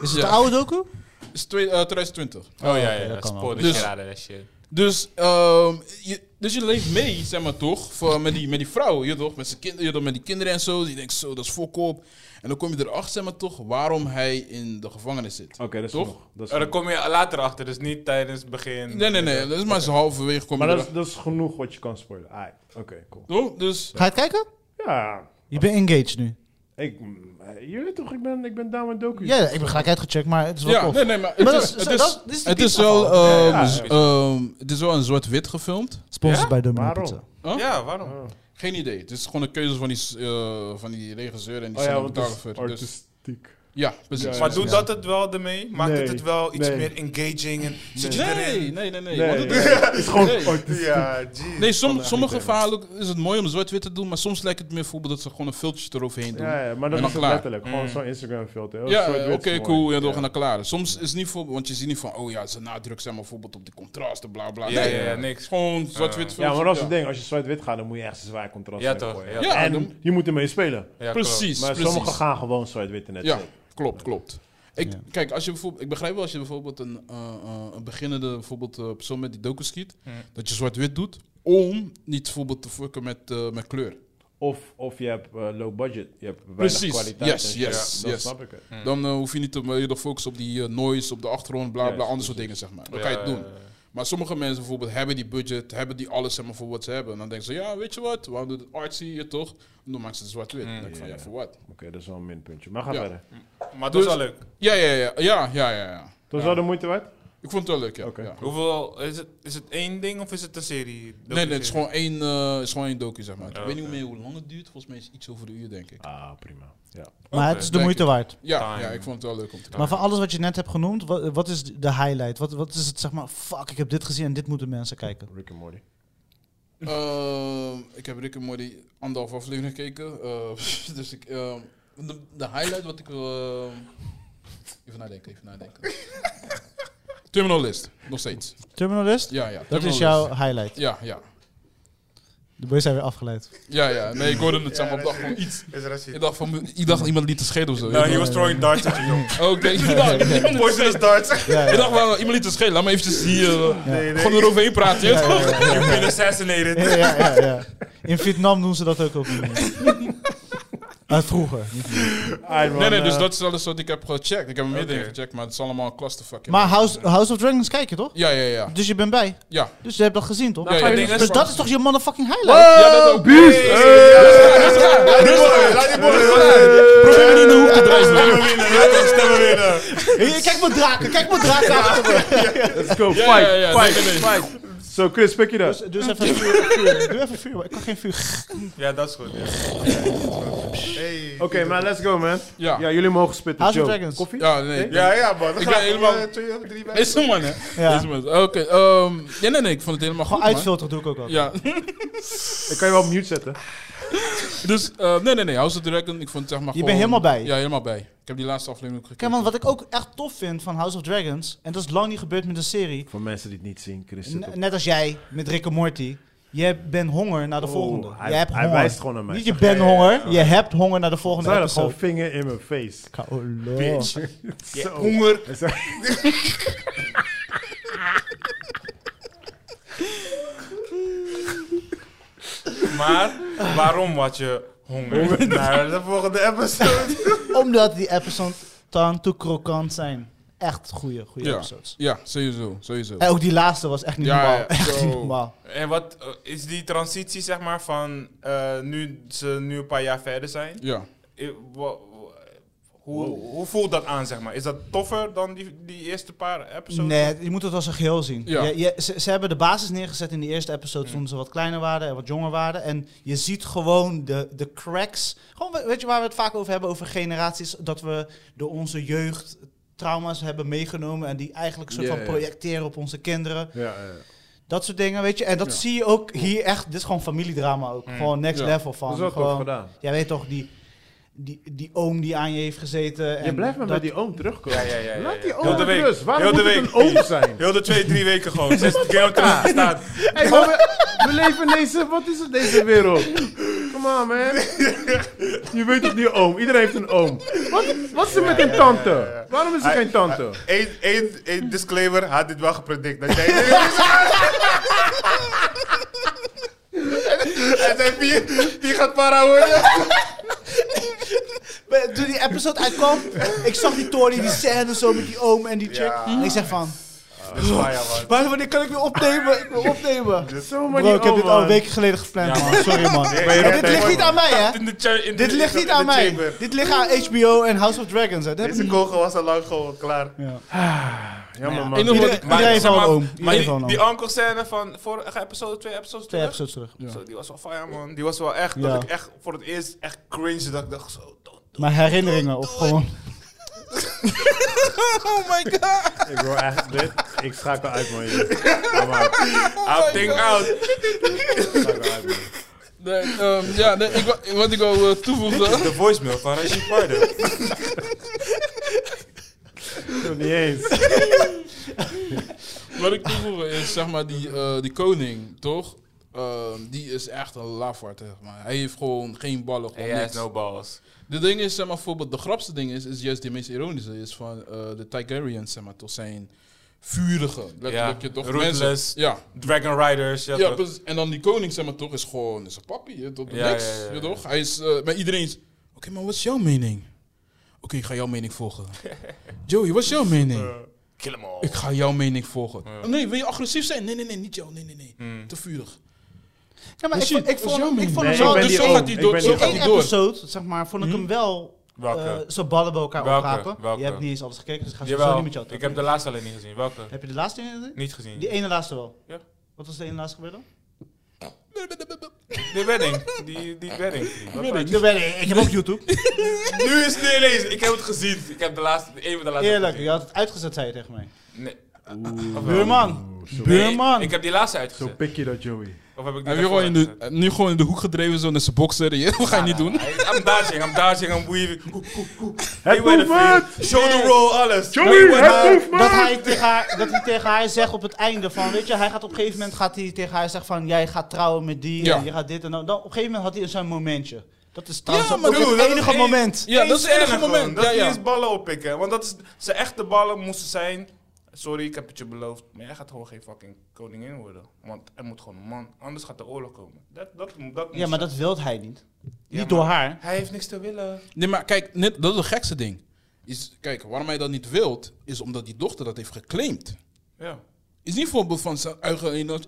het Ja. de oude docu? Het is twee- eh, 2020. *laughs* Oh ja, dat ja, kan wel. spoor de Dus- shit out of that shit. Dus, ehm, je, dus je leeft mee, zeg maar toch, voor- met, die, met die vrouw, je toch, met, zijn kind, je toch, met die kinderen en zo. Dus je denkt, zo, dat is volkop. En dan kom je erachter, zeg maar toch, waarom hij in de gevangenis zit. Oké, dat is Toch? genoeg. Dat is Oh, Daar genoeg. kom je later achter, dus niet tijdens het begin. Nee, nee, nee, dat is maar zo halverwege kom je Maar dat is, erachter. dat is genoeg wat je kan spoilen. Alright, Oké, cool. Toch? Dus, Ga je het kijken? Ja, Je bent engaged nu. ik, mm, eh, je weet toch, ik ben, ik ben down met docu. Ja, ik ben gelijk uitgecheckt, maar het is wel ja, tof. nee, nee, maar Maar het dat is- is- het dat- is- dat is die het is pizza wel, gewoon. ehm, Ja, ja. z- ehm, het is wel een zwart-wit gefilmd. Sponsored Ja? bij Domino Waarom? Pizza. Ja, waarom? Geen idee. Het is gewoon een keuze van die, s- eh, van die regisseur en die Oh ja, want het is cinematographer. dus, artistiek. ja, precies. Ja, ja, Maar doet dat het wel ermee? Maakt Nee. het het wel iets Nee. meer engaging? En zit je Nee, erin? nee, nee, nee. Nee, want het is- *laughs* het is gewoon Nee. artistiek. Ja, jeez. Nee, som, sommige verhalen is het mooi om zwart-wit te doen, maar soms lijkt het meer bijvoorbeeld dat ze gewoon een filtje eroverheen doen. Ja, Ja, ja, maar dat En dan is het klaar. letterlijk. Gewoon zo'n Instagram filter. eh, oké, cool, ja, dan gaan we klaar. Soms is het niet voor, want je ziet niet van, oh ja, ze nadruk zijn maar bijvoorbeeld op de contrasten, bla bla. Ja, Nee, ja, ja, Het niks. is gewoon zwart-wit filmpje. Ja, maar dat is het ding. Als je zwart-wit gaat, dan moet je echt een zwaar contrast Ja, hebben. toch, ja, toch. en dan- je moet ermee spelen. Ja, Precies, Maar precies. sommigen gaan gewoon zwart-wit in het Ja, klopt, klopt. Ik, Kijk, als je bijvoorbeeld, ik begrijp wel als je bijvoorbeeld een, eh, eh, een beginnende bijvoorbeeld, eh, persoon met die docu schiet, dat je zwart-wit doet om niet bijvoorbeeld te fucken met, eh, met kleur. Of, of je hebt eh, low budget. Je hebt weinig Precies. kwaliteit. Yes, en shit. yes, Dan yes. snap ik het. Dan eh, hoef je niet te eh, je te focussen op die eh, noise, op de achtergrond, bla Juist, bla, andere soort dingen, zeg maar. Dan Ja, kan je het ja, doen. Maar sommige mensen bijvoorbeeld hebben die budget, hebben die alles zeg maar, voor wat ze hebben. En dan denken ze, ja, weet je wat, we doen het artsy hier toch? En dan maken ze het zwart-wit. Dan denk ik van, ja, voor wat? Oké, dat is wel een minpuntje. Maar ga Ja. verder. ja. Maar dat Dus- is wel leuk. Ja, ja, ja, ja, ja, ja. ja. Dat is wel de moeite waard? Ik vond het wel leuk, ja. Oké. ja. Hoeveel, is het, is het één ding of is het een serie? Nee, nee, het is gewoon één, eh, het is gewoon één docu, zeg maar. ik Ja, weet niet oké. meer hoe lang het duurt, volgens mij is het iets over de uur, denk ik. Ah, prima. Ja. Maar het is de Oké, moeite waard. Ja, Time. ja, ik vond het wel leuk om te kijken. Maar van alles wat je net hebt genoemd, wat, wat is de highlight? Wat, wat is het, zeg maar, fuck, ik heb dit gezien en dit moeten mensen kijken. Rick en Morty. Ehm, ik heb Rick en Morty anderhalf aflevering gekeken. eh, *laughs* dus ik, ehm, de, de highlight wat ik wil... ehm, even nadenken, even nadenken. Terminal List, nog steeds. Terminalist? Ja, ja. Dat Terminal is jouw List. highlight. Ja, ja. De boys zijn weer afgeleid. Ja, ja. Nee, ik hoorde het samen op dag van iets. Is er Ik dacht van, ik dacht iemand liet een scheet of zo. No, he was throwing darts at you, jong. Oké, ik dacht, iemand liet een scheet. *laughs* Poisonous darts. Ja, Ik ja. dacht wel, iemand liet een scheet. Laat me eventjes hier, eh, Nee, nee. gewoon eroverheen praten. je weet toch? You've been assassinated. Ja, ja, ja, ja. In Vietnam doen ze dat ook op die manier. Uit vroeger. niet nu. Ai, man, Nee, nee, dus eh, dat is alles wat ik heb gecheckt. Ik heb meer Oké. dingen gecheckt, maar het is allemaal een clusterfuck. Maar House, House of Dragons kijk je toch? Ja, ja, ja. Dus je bent bij. Ja, Dus je hebt dat gezien toch? Ja, ja, je ja. dingen Dus dat zwart. is toch je motherfucking highlight? Wow, Ja, dat ook. beast! Hey, Hey! Laat die borrelen, laat die Eh, borrelen. Probeer me niet in de hoek te drijven. Stemmen winnen, laat ons stemmen winnen. Hey, kijk mijn draken, kijk mijn draken achter me. eh, Let's go, Ja, ja, fight, ja, fight, nee, nee, nee. fight. Zo, Chris, pik je dat? Dus, dus even vuur, vuur. Doe even vuur, maar ik kan geen vuur. Ja, dat is goed. Oké, maar let's go, man. Ja. Ja, jullie mogen spitten. House of Joe. Dragons. Koffie? Ja, nee. Ja, ja, man. Dan Ik gaan ben we, helemaal- eh, twee of drie Is mensen. hem man, hè? Ja. Is hem man. Oké, ehm, ja, nee, nee, ik vond het helemaal goed, Gewoon man. uitfilteren doe ik ook al. Ja, *laughs* Ik kan je wel op mute zetten. dus, eh, nee, nee, nee, House of the Dragon, ik vond het zeg maar Je gewoon- bent helemaal bij. Ja, helemaal bij. Ik heb die laatste aflevering ook gekeken. Kijk man, wat ik ook echt tof vind van House of Dragons, en dat is lang niet gebeurd met een serie, Voor mensen die het niet zien, Chris N- net als jij met Rick en Morty, je bent honger naar de Oh, volgende. hij- je hebt hij honger. wijst gewoon naar mij. Niet je bent honger, je hebt honger naar de volgende Zou dat Oh, gewoon episode. vinger in mijn face? Kaolo. Bitch. *laughs* Je Zo. honger. Zo. Maar waarom had je honger *laughs* naar de volgende episode? Omdat die episodes dan te krokant zijn. Echt goede, goede Ja. episodes. Ja, sowieso, sowieso. En ook die laatste was echt niet Ja, normaal. ja, echt zo. niet normaal. En wat eh, is die transitie, zeg maar, van eh, nu ze nu een paar jaar verder zijn? Ja. Eh, wa- wa- Hoe, hoe voelt dat aan, zeg maar? Is dat toffer dan die, die eerste paar episodes? Nee, je moet het als een geheel zien. Ja. Je- je- ze, ze hebben de basis neergezet in die eerste episode toen ze wat kleiner waren en wat jonger waren. En je ziet gewoon de, de cracks. Gewoon, we- weet je waar we het vaak over hebben, over generaties. Dat we door onze jeugd trauma's hebben meegenomen en die eigenlijk soort Ja, van ja. projecteren op onze kinderen. Ja, ja. Dat soort dingen, weet je. En dat Ja. zie je ook hier echt. Dit is gewoon familiedrama ook. Gewoon next Ja. level van. Mm. Dat is wel gewoon, tof gedaan. Jij weet toch, die, die, die oom die aan je heeft gezeten. Je en blijft maar dat- bij die oom terugkomen. Ja, ja, ja, ja, ja. Laat die Heel oom de met week. rust. Waarom Heel de moet het week. een *laughs* oom zijn? Heel de twee, drie weken gewoon. Zes *laughs* keer op de staat. Hey, maar we, we leven in deze... Wat is het, deze wereld? Come on, man. Je weet het niet, oom. Iedereen heeft een oom. Wat, wat is er met een tante? Waarom is er geen tante? Eén één- één disclaimer, had dit wel gepredict. *laughs* Dat jij... en zijn vier, die gaat para worden. Maar Toen die episode uitkwam, ik zag die Tori, die scène zo met die oom en die chick. Ja. En ik zeg van, Dat is fire, man. maar wanneer kan ik weer opnemen? Ik wil opnemen. Zo maar Bro, die ik heb oom, dit al man. weken geleden gepland, man. Sorry, man. Nee, Maar nee, dit nee, ligt nee, niet man. aan mij, hè? In de cha- in de- Dit ligt in de- niet aan in de mij. chamber. Dit ligt aan HBO en House of Dragons, hè. Dat heb ik Deze niet. kogel was al lang gewoon klaar. Ja. Jammer, Ik man. noem- Iedereen iedereen heeft zeg wel maar- een oom. Maar Iedereen heeft wel die, een die oom. uncle scène van vorige episode, twee episodes Twee terug? episodes terug. Zo, die was wel fire, man. Die was wel echt, Ja. dat ik echt voor het eerst echt cringe dat ik dacht zo... Maar herinneringen of gewoon... Oh my god! Ik hoor echt dit. Ik schakel uit, man. joh. Oh I'll think out. Ik schakel uit, man. Nee, ehm, ja, nee, ik, wa- wat ik eh, al toevoegde... De voicemail van Rashid Pardo. Ik wil niet eens. *laughs* Wat ik toevoegde is, zeg maar, die, eh, die koning, toch? Ehm, die is echt een lafwaard, zeg maar. Hij heeft gewoon geen ballen, gewoon Hij niks. heeft no balls. De ding is, zeg maar, bijvoorbeeld, de grapste ding is, is juist de meest ironische, is van eh, de Tigerians, zeg maar, toch zijn vurige, letterlijk, je toch ruthless. mensen. Ja, Dragon Riders. Ja, ja, toch? precies. en dan die koning, zeg maar, toch, is gewoon, is een papi, je toch, Ja, niks, ja, ja, ja. je toch. Hij is, eh, maar iedereen is, oké, maar wat is jouw mening? Oké, ik ga jouw mening *laughs* volgen. Joey, wat is jouw mening? Kill 'em all. Ik ga jouw mening volgen. Oh, nee, wil je agressief zijn? Nee, nee, nee, niet jou. Nee, nee, nee. Hmm. Te vurig. Ja, maar ik Misschien- vond- ik vond is jouw hem- ik Hm? mening. vond Nee, hem ik zo... ben dus die zo oom. gaat hij Ik door. ben Zo die gaat Eén hij door. episode, zeg maar, vond ik hem wel... Welke? eh, Ze ballen bij elkaar Welke? oprapen. Welke? Je hebt niet eens alles gekeken, dus ik ga Jawel, zo niet met jou ik terug. heb de laatste alleen niet gezien. Welke? Heb je de laatste in gezien? Niet gezien. Die ene laatste wel. Ja. Wat was de ene laatste gebeurd dan? De wedding. Die, die wedding. Wat Wedding. was- ik heb ook YouTube. Nu is het niet ineens. Ik heb het gezien. Ik heb de laatste, een van de laatste Eerlijk, je gezien. had het uitgezet, zei je tegen mij. Nee. Buurman. Nee, Buurman. Ik heb die laatste Zo uitgezet. pik je dat, Joey. Of heb ik die Heb je daarvoor gewoon in de, uitgezet? nu gewoon in de hoek gedreven zo naar zijn bokser? Je- *laughs* Wat ga je niet nou, doen? I'm dashing, I'm dashing, I'm weaving. Het Hey, wedding. movement! Shoulder roll, alles. Joey, Hey, het wedding. movement! Dat, hij tegen haar, dat hij tegen haar zegt op het einde van, weet je, hij gaat op een gegeven moment gaat hij tegen haar zeggen van, jij gaat trouwen met die, Ja. en je gaat dit en dat. Dan, op een gegeven moment had hij zo'n momentje. Dat is trouwens Ja, ook maar het dude, dat is enige één- moment. Ja, dat is het Eén enige scène gewoon, moment. Dat Ja, hij ja. eens ballen oppikken. Want dat is, zijn echte ballen moesten zijn. Sorry, ik heb het je beloofd. Maar jij gaat gewoon geen fucking koningin worden. Want er moet gewoon een man. Anders gaat de oorlog komen. Dat, dat, dat Ja, moest maar zijn. dat wil hij niet. niet maar door haar. Hij heeft niks te willen. Nee, maar kijk, net, dat is het gekste ding. Is, kijk, waarom hij dat niet wilt, is omdat die dochter dat heeft geclaimd. Ja. Is niet voorbeeld van zijn eigen ino-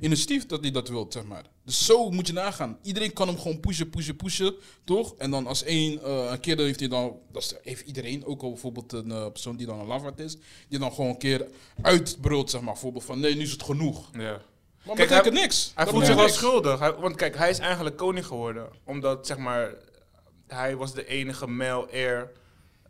initiatief dat hij dat wilt, zeg maar. Dus zo moet je nagaan. Iedereen kan hem gewoon pushen, pushen, pushen, toch? En dan als één eh, een keer dan heeft hij dan, dat is- heeft iedereen, ook al bijvoorbeeld een eh, persoon die dan een lafaard is, die dan gewoon een keer uitbrult, zeg maar. Bijvoorbeeld van, nee, nu is het genoeg. ja. Maar Kijk, dat betekent niks. Hij Dat voelt zich wel betekent niks. schuldig. Hij- want kijk, hij is eigenlijk koning geworden. Omdat, zeg maar, hij was de enige male heir.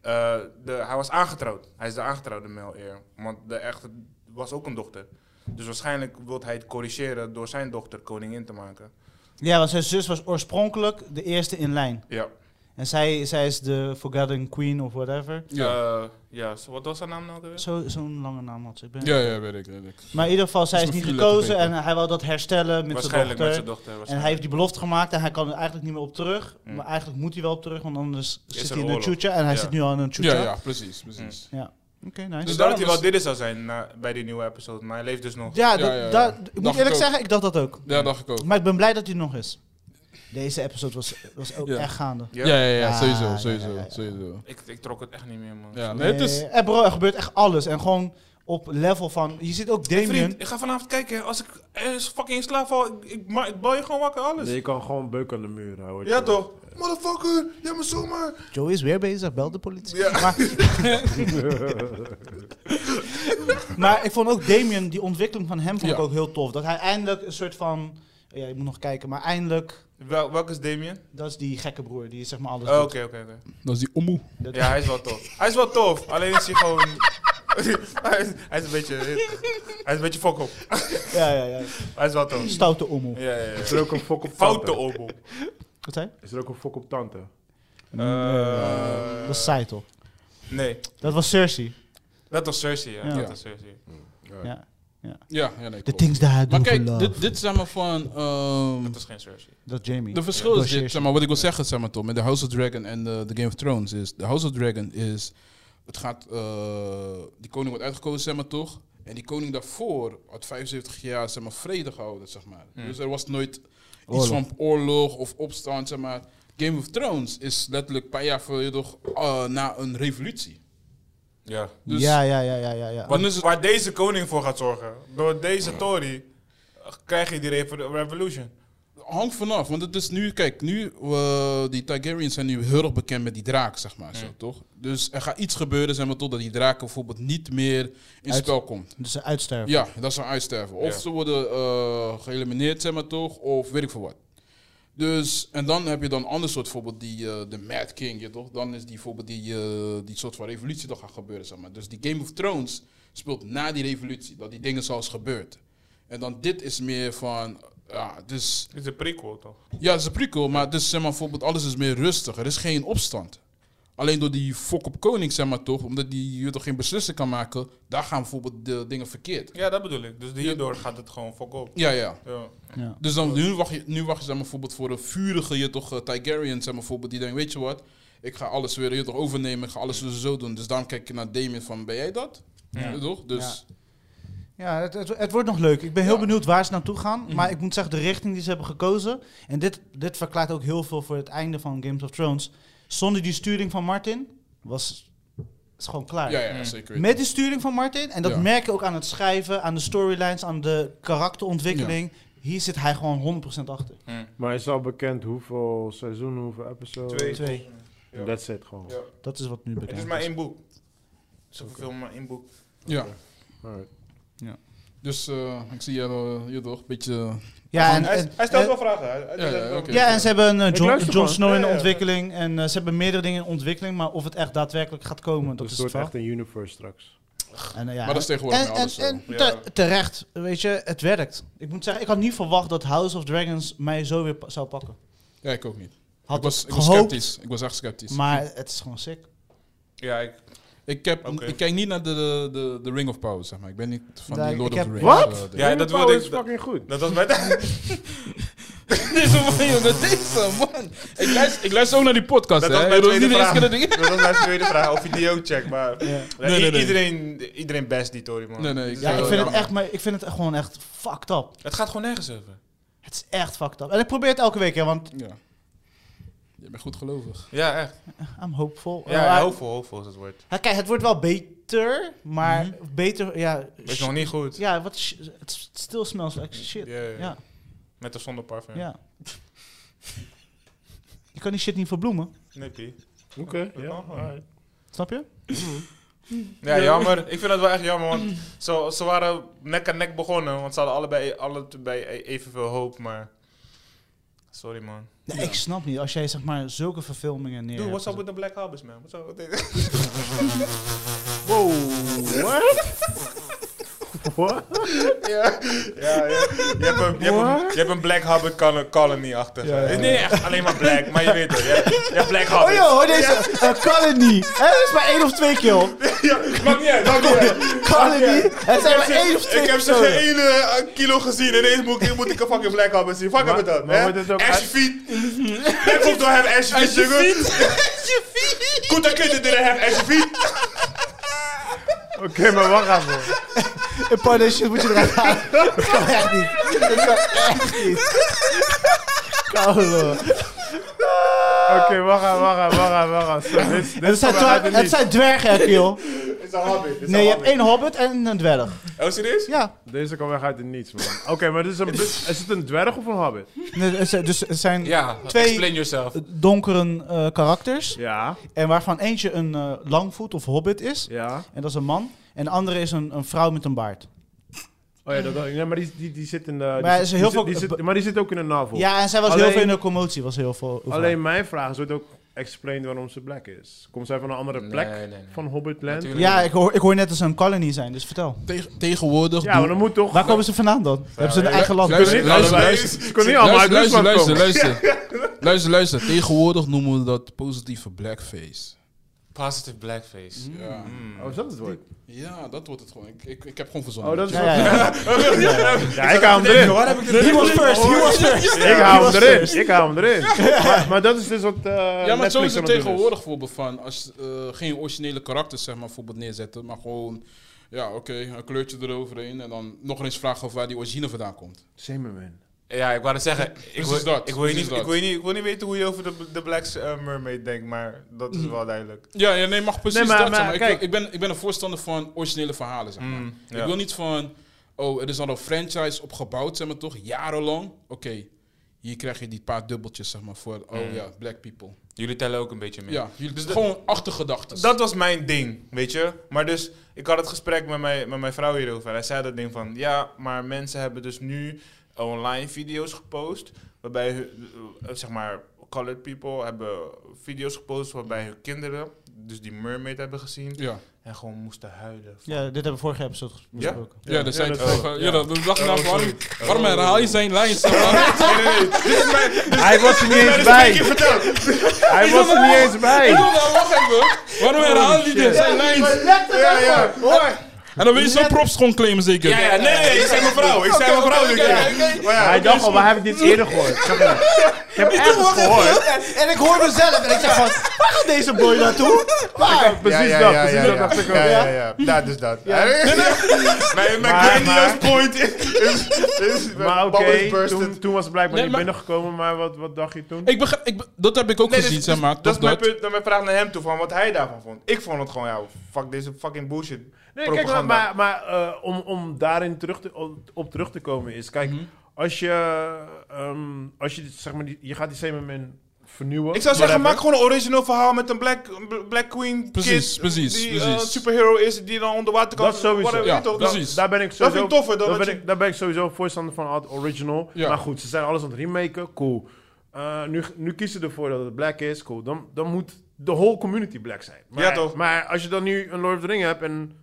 eh, de, hij was aangetrouwd. Hij is de aangetrouwde male heir. Want de echte was ook een dochter. Dus waarschijnlijk wil hij het corrigeren door zijn dochter koningin te maken. Ja, want zijn zus was oorspronkelijk de eerste in lijn. Ja. En zij, zij is de Forgotten Queen of whatever. Ja. Ja, Eh, ja zo- wat was zijn naam nou ook alweer? Zo- Zo'n lange naam had ze. Ik ben... Ja, ja, weet ik, weet ik. Maar in ieder geval, zij Dat is is niet mijn vriendelijke gekozen en hij wil dat herstellen met zijn Waarschijnlijk dochter. met zijn dochter. en hij waarschijnlijk. heeft die belofte gemaakt en hij kan er eigenlijk niet meer op terug. Mm. Maar eigenlijk moet hij wel op terug, want anders zit er hij in een oorlog. chucha. En hij Ja. zit nu al in een chucha. Ja, ja, precies, precies. Oké, nice. Dus Dus dat daarom hij wel is- dit zou zijn na- bij die nieuwe episode. Maar hij leeft dus nog. ja, Ja, dat- ja, ja. daar- ik Dacht moet ik eerlijk ook. zeggen, ik dacht dat ook. Ja, dacht ik ook. Maar ik ben blij dat hij er nog is. Deze episode was, was ook Ja. echt gaande. Ja. Ja, ja, ja, Ja, sowieso, ja, sowieso, ja, ja. sowieso. Ik, ik trok het echt niet meer, man. Ja, nee, het is... Eh, eh, bro, er gebeurt echt alles. En gewoon op level van... Je ziet ook Damien... Vriend, ik ga vanavond kijken. Als ik ergens fucking in slaap val, ik, ik, ma- ik bal je gewoon wakker alles. Nee, je kan gewoon beuk aan de muur houden. Ja toch? Motherfucker, jij bent zomaar. Joey is weer bezig, bel de politie. Ja. Maar, maar ik vond ook Damien, die ontwikkeling van hem vond ik Ja. ook heel tof. Dat hij eindelijk een soort van... Ja, ik moet nog kijken, maar eindelijk... Wel, welke is Damien? Dat is die gekke broer, die zeg maar alles Oh, doet. Oké, oké, oké. Dat is die ommoe. Dat- Ja, hij is wel tof. Hij is wel tof, alleen is hij gewoon... *laughs* hij, is, hij is een beetje... Hij is een beetje fok op. ja, ja, ja. Hij is wel tof. Stoute omhoe. Ja, ja, ja. Is er ook een fok op Foute tante? obo. Wat zei Is er ook een fok op tante? Dat was Saito. Nee, Dat was Cersei. dat was Cersei, ja. Ja. Dat was Cersei. Ja. Ja, ja, nee, The klopt. things that I do for Maar kijk, love. dit, dit zijn maar van... ehm, Dat is geen Cersei. dat Jamie. de verschil is Dossier. dit, zeg maar, wat ik wil zeggen, zeg maar, Tom, met de House of Dragon en de, de Game of Thrones is... De House of Dragon is... Het gaat... eh, die koning wordt uitgekozen, zeg maar, toch? En die koning daarvoor had 75 jaar, zeg maar, vrede gehouden, zeg maar. Hmm. Dus er was nooit Oorlog. iets van oorlog of opstand, zeg maar. Game of Thrones is letterlijk een paar jaar voor je toch, eh, na een revolutie. Ja. Dus ja, ja, ja, ja, ja. ja. Wat, Dan is het- Waar deze koning voor gaat zorgen. Door deze Tory eh, krijg je die revo- revolution. Hangt vanaf, want het is nu, kijk, nu, eh, die Targaryens zijn nu heel erg bekend met die draak, zeg maar, zo, toch? Dus er gaat iets gebeuren, zeg maar, totdat die draak bijvoorbeeld niet meer in Uit- spel komt. Dus ze uitsterven. Ja, dat zou uitsterven. Of Ja. ze worden eh, geëlimineerd, zeg maar, toch? Of weet ik veel wat. Dus, en dan heb je dan ander soort, bijvoorbeeld die, eh, de Mad King, je toch? Dan is die, bijvoorbeeld die, eh, die soort van revolutie toch gaat gebeuren, zeg maar. Dus die Game of Thrones speelt na die revolutie, dat die dingen zoals gebeurt. En dan dit is meer van, ja, het is... Dit is een prequel, toch? Ja, het is een prequel, maar, dus, zeg maar bijvoorbeeld, alles is meer rustig. Er is geen opstand. Alleen door die fok op koning, zeg maar toch, omdat die je toch geen beslissing kan maken, daar gaan bijvoorbeeld de dingen verkeerd. Ja, dat bedoel ik. Dus hierdoor gaat het gewoon fok op. Ja, ja. Ja. Ja. Dus dan, nu wacht je, nu wacht je zeg maar, bijvoorbeeld voor een vurige je toch, eh, Targaryen, zeg maar, bijvoorbeeld, die denkt, weet je wat, ik ga alles weer je toch, overnemen, ik ga alles weer zo doen. Dus daarom kijk je naar Damien van, ben jij dat? Ja. Ja. Toch? Dus, Ja, het, het, het wordt nog leuk. Ik ben heel Ja. benieuwd waar ze naartoe gaan. Mhm. Maar ik moet zeggen, de richting die ze hebben gekozen. En dit, dit verklaart ook heel veel voor het einde van Games of Thrones. Zonder die sturing van Martin was is gewoon klaar. ja, ja, Mm. zeker. weten. Met die sturing van Martin, en dat Ja. merk je ook aan het schrijven, aan de storylines, aan de karakterontwikkeling. Hier zit hij gewoon 100% achter. Maar is al bekend hoeveel seizoenen, hoeveel episodes? Twee. Twee. En That's it gewoon. Ja. Dat is wat nu Het bekend is is. maar één boek. Zoveel maar één boek. Ja. Alright. Dus eh, ik zie jou eh, je toch, een beetje... Ja, en, hij, en- hij stelt en- wel vragen. Hij, hij Ja, doet ja, het wel. oké. ja, en ze hebben eh, Ik Jon luister Jon gewoon. Snow in de Ja, ja. ontwikkeling. En eh, ze hebben meerdere dingen in ontwikkeling. Maar of het echt daadwerkelijk gaat komen, dat Dus is het het wordt wel. echt een universe straks. En, eh, ja, maar dat is tegenwoordig En, bij en, alles zo. en zo. te- Ja. terecht, weet je, het werkt. Ik moet zeggen, ik had niet verwacht dat House of Dragons mij zo weer pa- zou pakken. Ja, ik ook niet. Had ik was, het ik was gehoopt, sceptisch. Ik was echt sceptisch. maar het is gewoon sick. Ja, ik, ik, heb, Oké. ik kijk niet naar de, de, de Ring of Power, zeg maar. Ik ben niet van Nee, die Lord ik of the heb- Rings. Wat? eh, dingen. Ja, Ja, dat dat wilde ik- is fucking goed. dat was *laughs* bij de, Deze man, jongen, deze man. Ik luister, ik luister ook naar die podcast, Dat hè. was Ik mijn bedoel, tweede niet eens vraag. kunnen dingen. dat was mijn tweede vraag. Of je die ook checkt. Maar Ja. Ja, Nee, nee, i- nee. Iedereen, iedereen best die Tory, man. Nee, nee, ik- Dus, Ja, eh, ik vind, ja. het echt, maar ik vind het echt gewoon echt fucked up. Het gaat gewoon nergens over. Het is echt fucked up. En ik probeer het elke week, hè, want Ja. Je bent goed gelovig. Ja, echt. I'm hopeful. Ja, Eh, hoopvol, hoopvol is het woord. eh, Kijk, het wordt wel beter, maar Mhm. beter, ja... Is nog niet goed. Ja, wat sh- het s- still smells like shit. Ja, ja, ja. Ja, Met of zonder parfum. ja. *laughs* Je kan die shit niet verbloemen, Nee, Pie. Oké, ja. Oh. alright. snap je? Ja, jammer. Ik vind dat wel echt jammer, want ze, ze waren nek aan nek begonnen. Want ze hadden allebei, allebei e- evenveel hoop, maar... Sorry, man. Nee, ik snap niet. Als jij zeg maar zulke verfilmingen neer Dude, hebt what's up with the Black Hobbits, man? What's up with the- Wow, *laughs* what? What? ja, ja, ja. *laughs* Je hebt een, je hebt een, je hebt een Black Hobbit col- colony achter. Ja, ja. Nee, nee, echt alleen maar Black, maar je weet het. Ja, ja Black gezet. Oh Hobbit. joh, hoor deze eh, Colony. Eh, Dat is maar één of twee keer. Ja, maakt niet uit, maakt niet uit. Colony. Het Ik zijn heb maar ze- één of twee Ik heb ze geen personen. ene eh, kilo gezien. Ineens moet ik, moet ik een fucking Black Hobbit zien. Fuck Maar- up met dat, maar hè? wordt het ook Ashy uit- feet. People don't have ashy feet, jongen. *laughs* Kuta Kitte didn't have ashy feet. Oké, maar wacht even. Een paar deze shit moet je eruit *laughs* halen. Dat kan echt niet. Dat kan echt niet. Carlo. Oké, wacht even, wacht even, wacht even, wacht even. Zo, dit- dit Het zijn, komt uit de dwer- lied. het zijn dwergen, *laughs* joh. Is een hobbit. is Nee, een je hebt hobbit. één hobbit en een dwerg. Oh, serieus? Ja. Deze kwam weg uit de niets, man. Oké, maar dit is, een, dit- is het een dwerg of een hobbit? Nee, het zijn- Dus het zijn Ja, Twee- explain yourself. donkere eh, karakters. Ja, En waarvan eentje een eh, langvoet of hobbit is. ja. En dat is een man. En de andere is een, een vrouw met een baard. Oh ja, dat, nee, maar die, die, die zit in de... die Maar zit- is die heel zit- veel- die zit- maar die zit ook in een novel. Ja, en zij was Alleen- heel veel in de commotie. Was heel veel overal. Alleen mijn vraag is, wordt ook explained waarom ze black is? Komt zij van een andere plek van Hobbitland? Natuurlijk. Ja, ik hoor, ik hoor net dat ze een colony zijn, dus vertel. Tegen- tegenwoordig. Ja, maar doen- dan moet toch... Waar komen ze vandaan dan? Hebben ze een ja, eigen land? Ze kunnen niet Luister, allebei- luister. ze kunnen niet allemaal uit luister, Rusland luister, komen. luister, luister. *laughs* luister, luister. Tegenwoordig noemen we dat positieve blackface. Positive blackface. Ja. Oh, is dat het woord? ja, dat wordt het gewoon. Ik, ik, ik heb gewoon verzonnen. Oh, dat is... Ja, ja, ja. Ja, ik hou hem erin. Waar heb ik dit He was first, he was first. Ik hou hem erin. Ik hou hem erin. Maar, maar dat is dus wat eh Ja, maar Netflix dus. zo is aan het doen tegenwoordig bijvoorbeeld van. Als eh, geen originele karakters zeg maar bijvoorbeeld neerzetten, maar gewoon. Ja, oké, een kleurtje eroverheen. En dan nog eens vragen of waar die origine vandaan komt. Zimmerman. Ja, ik wou dat zeggen. Ik Dus wil, is dat. Ik, wil je Dus is niet, dat. ik, wil je niet, ik wil niet weten hoe je over de, de Black eh, Mermaid denkt, maar dat is wel duidelijk. Ja, ja nee, mag precies Nee, maar- dat. maar zeg maar. Ik wil- kijk. ik, ben, ik ben een voorstander van originele verhalen. Zeg maar. Mm, Ik ja. wil niet van. Oh, er is al een franchise opgebouwd, zeg maar toch? Jarenlang. Oké, hier krijg je die paar dubbeltjes, zeg maar, voor. Oh ja, black people. Jullie tellen ook een beetje mee. Ja, jullie, Dus de- gewoon achtergedachten. Dat was mijn ding, weet je. Maar dus, ik had het gesprek met mijn, met mijn vrouw hierover. En hij zei dat ding van, ja, maar mensen hebben dus nu online video's gepost. Waarbij, hun- eh, zeg maar, colored people hebben video's gepost waarbij hun kinderen, dus die mermaid hebben gezien. Ja, En gewoon moesten huilen. Ja, dit hebben we vorige episode ges- besproken. ja, dat zei ik dat- ook, eh, Ja, dat dat dacht ik nou Oh, waarom, sorry. waarom Oh. herhaal je zijn lijn? zeg maar? Nee, nee, nee. Dit is mijn... Hij was er niet Maar eens dat is twee bij. keer verteld. Hij was er niet eens oh, Ik bij. wil nou, wacht even. Waarom herhaal je dit? Zijn lijn? Ja, ja. En dan wil je zo'n props gewoon claimen, zeker? Ja, ja, nee, nee, ik zei mevrouw. Ik zei mevrouw. dit keer. Maar ja, Hij dacht al, waar heb ik dit eerder gehoord? Zeg maar. Ik heb ergens gehoord. En, en ik hoor mezelf en ik zeg van, waar gaat deze boy naartoe? Waar? Precies ja, dat, ja, precies ja, dat ja. dacht ik ook. Ja, ja, ja. Dat is dat. *laughs* Mijn, mijn grandiose point is... is, is Maar oké, bubbles bursted. toen, toen was het blijkbaar Nee, niet maar- binnengekomen, maar wat, wat dacht je toen? Ik begrijp, ik, be- dat heb ik ook Nee, gezien, dus- zeg maar. Dat is toch mijn, punt, mijn vraag naar hem toe, van wat hij daarvan vond. Ik vond het gewoon, ja, fuck deze fucking bullshit. Nee, kijk, propaganda. maar, maar, maar, eh, om, om daarin terug te, op, op terug te komen is, kijk, Mhm. als je, ehm, als je, zeg maar, die, je gaat die Semerman vernieuwen. Ik zou whatever. zeggen, maak gewoon een origineel verhaal met een Black, een black Queen Precies, kid precies, die precies. eh, een superhero is die dan onder water kan. Dat sowieso. whatever, Ja, weet je toch? precies. Daar ben ik vind ik sowieso, toffer dan daar dat ben je- ik, daar ben ik sowieso voorstander van, altijd original. Ja. Maar goed, ze zijn alles aan het remaken, cool. Eh, nu, nu kiezen ze ervoor dat het black is, cool. Dan, dan moet de whole community black zijn. Maar, Ja, toch? Maar als je dan nu een Lord of the Ring hebt en een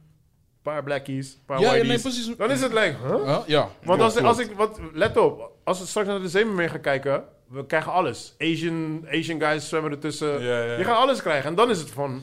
paar blackies, een paar Ja, ja, whiteys, nee, precies. dan is het like, huh? Huh? ja. Want Ja, als, klopt. als ik, wat, let op, als we straks naar de Zeemermeer gaan kijken, we krijgen alles. Asian, Asian guys zwemmen ertussen. Ja, ja. Je gaat alles krijgen en dan is het van.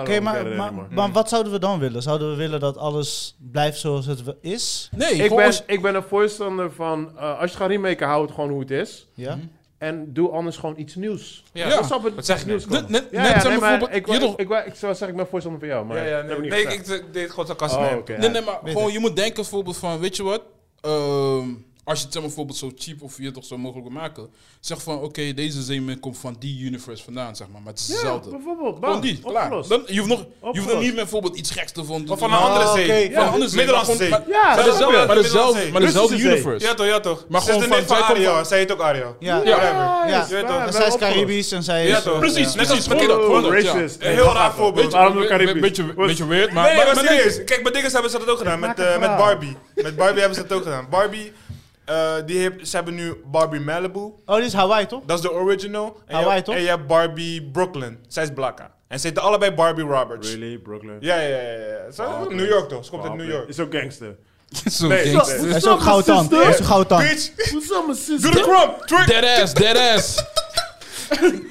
Oké, maar, maar, maar wat zouden we dan willen? Zouden we willen dat alles blijft zoals het we- is? Nee, Ik gewoon ben, als- ik ben een voorstander van, eh, als je het gaat remaken, hou het gewoon hoe het is. Ja? En doe anders gewoon iets nieuws. Ja. Dan zal het Wat zeg ik nieuws net, komen. net, Ja, net ja, zijn nee, maar bijvoorbeeld... ik, je wou- toch- ik, wou- ik zou zeggen, ik ben voorstander van jou, maar Ja, ja, dat heb nee, ik niet nee, gezegd. ik, ik deed gewoon sarcasme. Oh, Nee. oké, Nee, ja. nee, maar Weet gewoon, je moet denken bijvoorbeeld van, weet je wat? Ehm, als je het zeg maar, bijvoorbeeld zo cheap of je toch zo mogelijk wil maken, zeg van oké, deze zeemermin komt van die universe vandaan, zeg maar. Maar het is hetzelfde. bijvoorbeeld. Gewoon Bam, die, klaar. opgelost. Dan, je hoeft nog, je hoeft nog Opgelost. niet meer bijvoorbeeld iets geks te vonden. Maar van een Ah, andere zee. oké. Van Van een andere zee, Middellandse maar zee. gewoon- Ja, Maar dat is dezelfde, ook maar weer. dezelfde, maar Russische dezelfde zee. universe. Ja toch, ja toch. Maar Maar gewoon gewoon van- van, van zij komt Ario, van- zij heet ook Ario. Ja. Ja. Ja, Ja, is waar, toch, en wel zij is opgelost. Caribisch en zij is... eh, Ja, toch. Precies, net als Oh, 100, 100, ja. racist. Een heel raar voorbeeld. Beetje, Waarom de be- Caribisch? be- beetje, Wat- beetje weird, maar... Nee, maar, maar, maar serieus. Kijk, bij Diggers hebben ze dat ook gedaan. maak Met, een eh, met verhaal. Barbie. Met Barbie hebben ze dat ook gedaan. Barbie, eh, die heeft, ze hebben nu Barbie Malibu. Oh, dit is Hawaii, toch? Dat is de original. En je, Hawaii, hebt- toch? En je hebt Barbie Brooklyn. Zij is Blakka. En ze heten allebei Barbie Roberts. Really, Ah, Brooklyn. Ja, ja, ja. ja, ja. Ze- New York toch? Ze komt uit New York. Is ook gangster. *laughs* Zo Nee. gangster. Hij is ook goud tand. Hij is ook goud tand. Bitch, What's up, mijn zus? doe de crump! Trick! Dead ass, dead ass.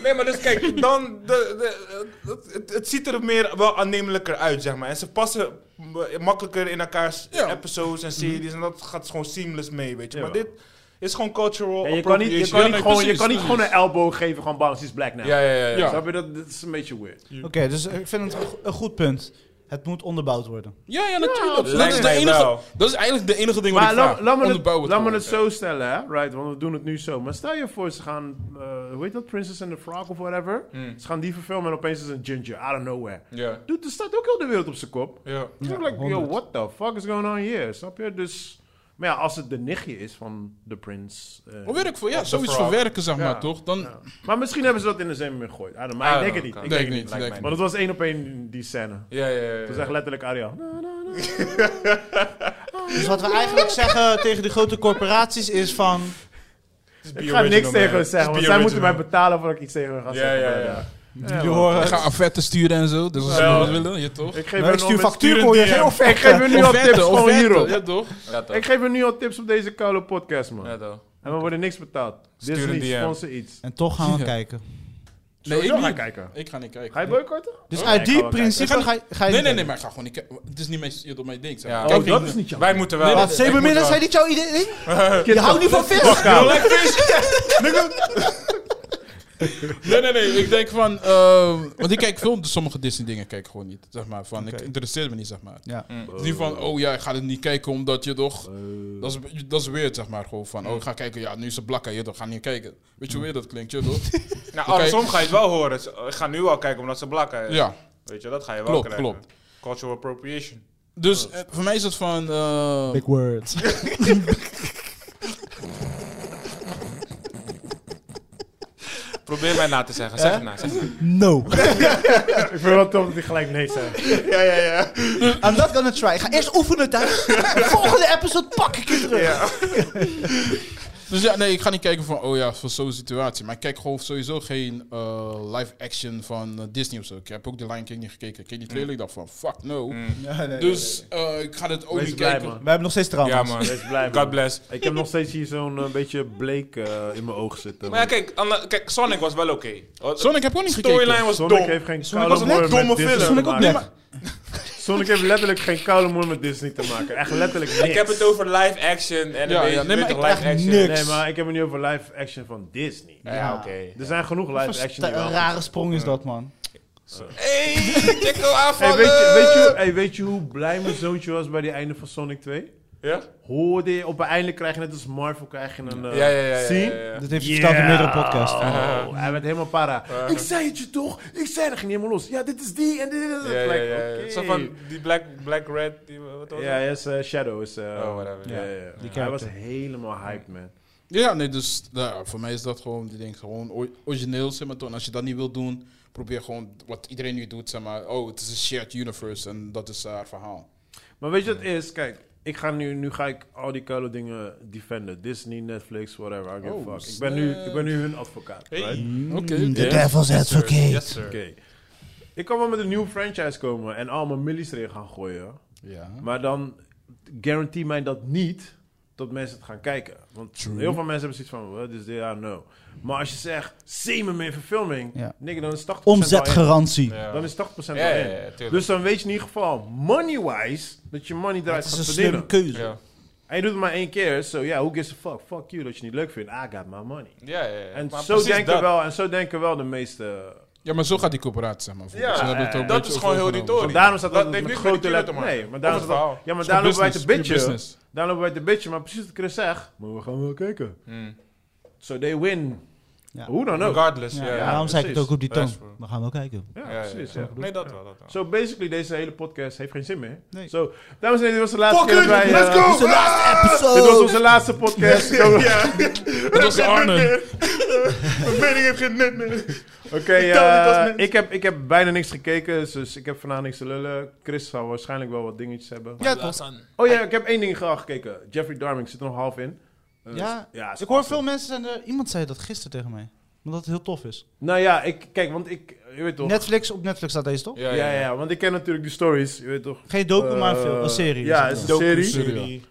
Nee, maar dus kijk, dan... De, de, het, het, het ziet er meer wel aannemelijker uit, zeg maar. En ze passen m- makkelijker in elkaars Ja. episodes en series. En dat gaat gewoon seamless mee, weet je. Maar Jawel. dit is gewoon cultural En je kan niet, je kan appropriation. Ja, niet, nee, gewoon, je precies, kan niet precies. gewoon een elbow geven, gewoon bang, she's black now. Ja, ja, ja. ja. Ja. Snap je, dat, dat is een beetje weird. Oké, dus ik vind het een go- een goed punt. Het moet onderbouwd worden. Ja, ja, natuurlijk. dat, lijkt is de mij enige, wel. dat is eigenlijk de enige ding wat Maar ik la- vraag. laat me het, Onderbouw laat me gewoon. het zo stellen, hè? Right, want we doen het nu zo. Maar stel je voor, ze gaan, eh, hoe heet dat, Princess and the Frog of whatever. Ze gaan die verfilmen en opeens is het een ginger, out of nowhere. Hmm. Ja. Dude, er staat ook heel de wereld op zijn kop. Ja. Dus ik like, yo, what the fuck is going on here? Snap je? Dus, maar ja, als het de nichtje is van de prins. eh, Hoe werk voor, ja, zoiets vrouw. verwerken, zeg Ja. maar, toch? Dan, ja. Maar misschien hebben ze dat in de zeemermin gegooid. I don't know, maar ik denk het niet. Ik Denk denk het niet, niet. denk Want het was één op één die scène. Ja, ja, ja. Dat is echt letterlijk Aria. Dus wat we eigenlijk zeggen tegen de grote corporaties is van... Ik ga niks tegen hun zeggen, want zij moeten mij betalen voordat ik iets tegen hun ga Ja, zeggen. ja, maar ja. Jullie horen ik het. ga affetten sturen en zo. Dus als ze Wel. dat willen, je toch? Ik geef Nou, hun ik stuur al met- factuur voor je, stuur een geen DM. Ik offerte. geef hun nu al tips gewoon Ja, hierop. toch? Ja, toch. Ik geef hun nu al tips op deze koude podcast, man. Ja, toch. En we worden niks betaald. Stuur een Disney, DM. sponsor iets. En toch gaan we Ja. kijken. Nee, ik Sowieso niet. gaan kijken. Ik ga niet Ga kijken. je boycotten? Dus Oh, uit ik ga die wel kijken. principe Ik ga ga je... ga je Nee, niet kijken. nee, nee, maar ik ga gewoon niet kijken. Het is niet mijn, niet op mijn ding, zeg Ja. maar. Oh, Kijk dat niet. is niet jouw Wij moeten wel. Wat, zeemerminnen zijn niet jouw idee? Je houdt niet van vis? Wacht, Nee, nee, nee. Ik denk van... ehm, want ik kijk veel, dus sommige Disney dingen kijk ik gewoon niet. Zeg maar, van, ik Oké. interesseer me niet, zeg maar. Ja. Het is niet van, oh ja, ik ga het niet kijken omdat je toch... Dat is, dat is weird, zeg maar. Gewoon van, oh, ik ga kijken. Ja, nu is het blakken, je toch, ga niet kijken. Weet je Mm. hoe weird dat klinkt, je toch? Nou, Oké. andersom ga je het wel horen. Ze- Ik ga nu al kijken omdat ze blakken. *laughs* is. Ja. Weet je, dat ga je wel Klopt, krijgen. klopt. Cultural appropriation. Dus eh, voor mij is het van... eh, Big words. Probeer mij na te zeggen. Zeg het na. zeg het na. No. Ik vind het wel tof dat hij gelijk nee zei. Ja, ja, ja. *laughs* I'm not gonna try. Ik ga eerst oefenen thuis. Volgende episode pak ik je nou. terug. Dus ja, nee, ik ga niet kijken van, oh ja, voor zo'n situatie. Maar ik kijk gewoon sowieso geen eh, live action van eh, Disney of zo. Ik heb ook The Lion King niet gekeken. Ik keek die trailer, ik dacht van, fuck no. Dus eh, ik ga dit ook Wees niet blij, kijken. man. We hebben nog steeds trauma's. Ja, man. Wees blij, God man. bless. Ik heb nog steeds hier zo'n eh, beetje bleek eh, in mijn oog zitten. Maar ja, kijk, ander- kijk Sonic was wel oké. Sonic heb ik ook niet gekeken. Storyline was Sonic dom. heeft geen Sonic koude was moer met net domme Disney film. te Sonic ook maken. net. Sonic heeft letterlijk geen koude moer met Disney te maken. Echt letterlijk niks. Ik heb het over live action en Ja, ja. Nee, maar nee, live ik krijg action. niks. Nee, maar ik heb het nu over live action van Disney. Ja, Ja. oké. Er zijn genoeg live action die wel... Een rare sprong is dat, man. Hey, Jacko Hey, aanvallen! weet, je, weet, je, hey, weet je hoe blij mijn zoontje was bij die einde van Sonic 2? Ja? Hoorde je, op het einde krijg je net als Marvel krijg je een... eh, Ja, ja, ja. ja, Zie? ja, ja. Dit heeft je Yeah. verteld in meerdere podcasts. Oh, hij werd helemaal para. Ik zei het je toch? Ik zei dat ging niet helemaal los. Ja, dit is die en dit is... Ja, ja, Like, ja, ja. oké. Zo van die black, black red, die, wat was Ja, het? hij is eh, Shadow. Is, eh, Oh, whatever. Ja, ja, ja. Hij character. was helemaal hyped, man. Ja, nee, dus nou, voor mij is dat gewoon, die denk gewoon ori- origineel, zeg maar. toch. En als je dat niet wilt doen, probeer gewoon wat iedereen nu doet, zeg maar. Oh, het is een shared universe en dat is haar verhaal. Maar weet je wat het is? Kijk, ik ga nu, nu ga ik al die koude dingen defenden. Disney, Netflix, whatever. I give Oh, a fuck. Ik ben, nu, ik ben nu hun advocaat. right? Oké. Oké. The Yes, devil's advocate. Yes, sir. Ik kan wel met een nieuwe franchise komen en al mijn millies erin gaan gooien. Ja. Maar dan guarantee mij dat niet dat mensen het gaan kijken. Want heel veel mensen hebben zoiets van, what is this? I don't know. Maar als je zegt, zeemen meer verfilming, Ja. nigga, dan is 80% al in. Omzetgarantie. Ja. Dan is 80% al Ja, ja, in. ja, tuurlijk. Dus dan weet je in ieder geval, money-wise, dat je money Dat eruit is een gaat slimme verdienen. keuze. Ja. En je doet het maar één keer, so yeah, who gives a fuck? Fuck you dat je het niet leuk vindt. I got my money. Ja, ja, ja. En Maar zo, precies denken dat. wel, en zo denken wel de meeste... ja, maar zo gaat die corporatie, zeg maar. Ja, Ze hebben het ook een eh, dat beetje is gewoon heel die overgenomen. Want daarom staat Dat dat heeft met niks met die grote kilo te letters. maken. Nee, maar Of daarom het staat- verhaal. Ja, maar Het is daarom gewoon wij te business, puur bitchen. business. Daar lopen wij te bitchen, maar precies wat Chris zegt. Maar we gaan wel kijken. So they win. Ja. Hoe dan ook. Regardless, Ja, ja. ja. daarom zei ik het precies. ook op die toon. Rest, bro. We gaan wel kijken. Ja, Ja, ja, precies. ja. Ja. Nee, dat wel, dat wel. So basically, deze hele podcast heeft geen zin meer. Nee. So, dames en heren, dit was de laatste Fuck keer dat it, wij... eh, let's go! Dit is de *laughs* laatste episode. Dit was onze laatste podcast. Dat was Arne. *laughs* Mijn mening heeft geen nut meer. Oké, Ik kan niet als eh, mens. ik, heb, ik heb bijna niks gekeken, dus ik heb vanavond niks te lullen. Chris zal waarschijnlijk wel wat dingetjes hebben. Ja, toch? Oh ja, ik heb één ding graag gekeken. Jeffrey Darming zit er nog half in. Eh, Ja, is Ik hoor awesome. veel mensen, zijn er, iemand zei dat gisteren tegen mij. Omdat het heel tof is. Nou ja, ik, kijk, want ik... Je weet toch... Netflix, op Netflix staat deze toch? ja, ja, ja, want ik ken natuurlijk die stories, je weet toch... Geen docu, maar een, Eh, film, een serie. ja, is is het een wel. serie. Serie.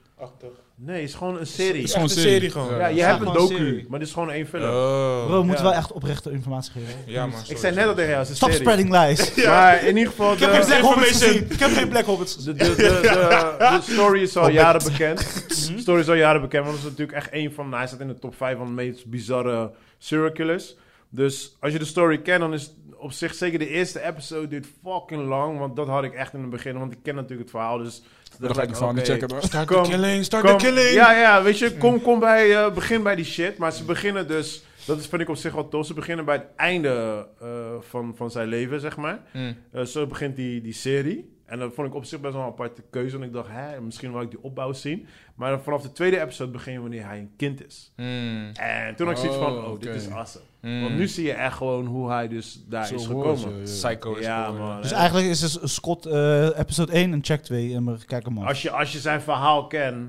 Nee, het is gewoon een Is serie. Echt gewoon een een serie serie. gewoon. Ja, je Ja, hebt een gewoon docu, een serie. maar dit is gewoon één film. Oh. Bro, we moeten Ja. wel echt oprechte informatie geven. Ja, maar ik zei net al tegen jou, het is Stop een serie. spreading *laughs* lies. Maar in ieder geval... heb geen de- zin. Information. Ik heb geen Black Hobbits gezien. De, de, de, de, de story is al jaren *laughs* bekend. Mhm. De story is al jaren bekend, want het is natuurlijk echt één van... nou, hij staat in de top 5 van de meest bizarre serial killers. Dus als je de story kent, dan is het op zich zeker de eerste episode duurt fucking lang. Want dat had ik echt in het begin, want ik ken natuurlijk het verhaal. Dus Dan dacht ga ik ik, ervan niet oké, checken. hoor. Start Kom, the killing, start Kom- the killing. Ja, ja, weet je, kom, kom bij, eh, begin bij die shit. Maar ze beginnen dus, dat is, vind ik op zich wel tof, ze beginnen bij het einde eh, van, van zijn leven, zeg maar. Mm. Eh, zo begint die, die serie. En dat vond ik op zich best wel een aparte keuze. En ik dacht, hè, misschien wil ik die opbouw zien. Maar dan vanaf de tweede episode begin je wanneer hij een kind is. Mm. En toen had ik zoiets Oh, van, oh, dit oké. is awesome. Mm. Want nu zie je echt gewoon hoe hij dus daar Zo is hoor je, gekomen. ja. Psycho is Ja, geworden. man. Eh, Dus hè. eigenlijk is het Scott eh, episode 1 en check 2 en we kijken hem af. Als je, als je zijn verhaal kent,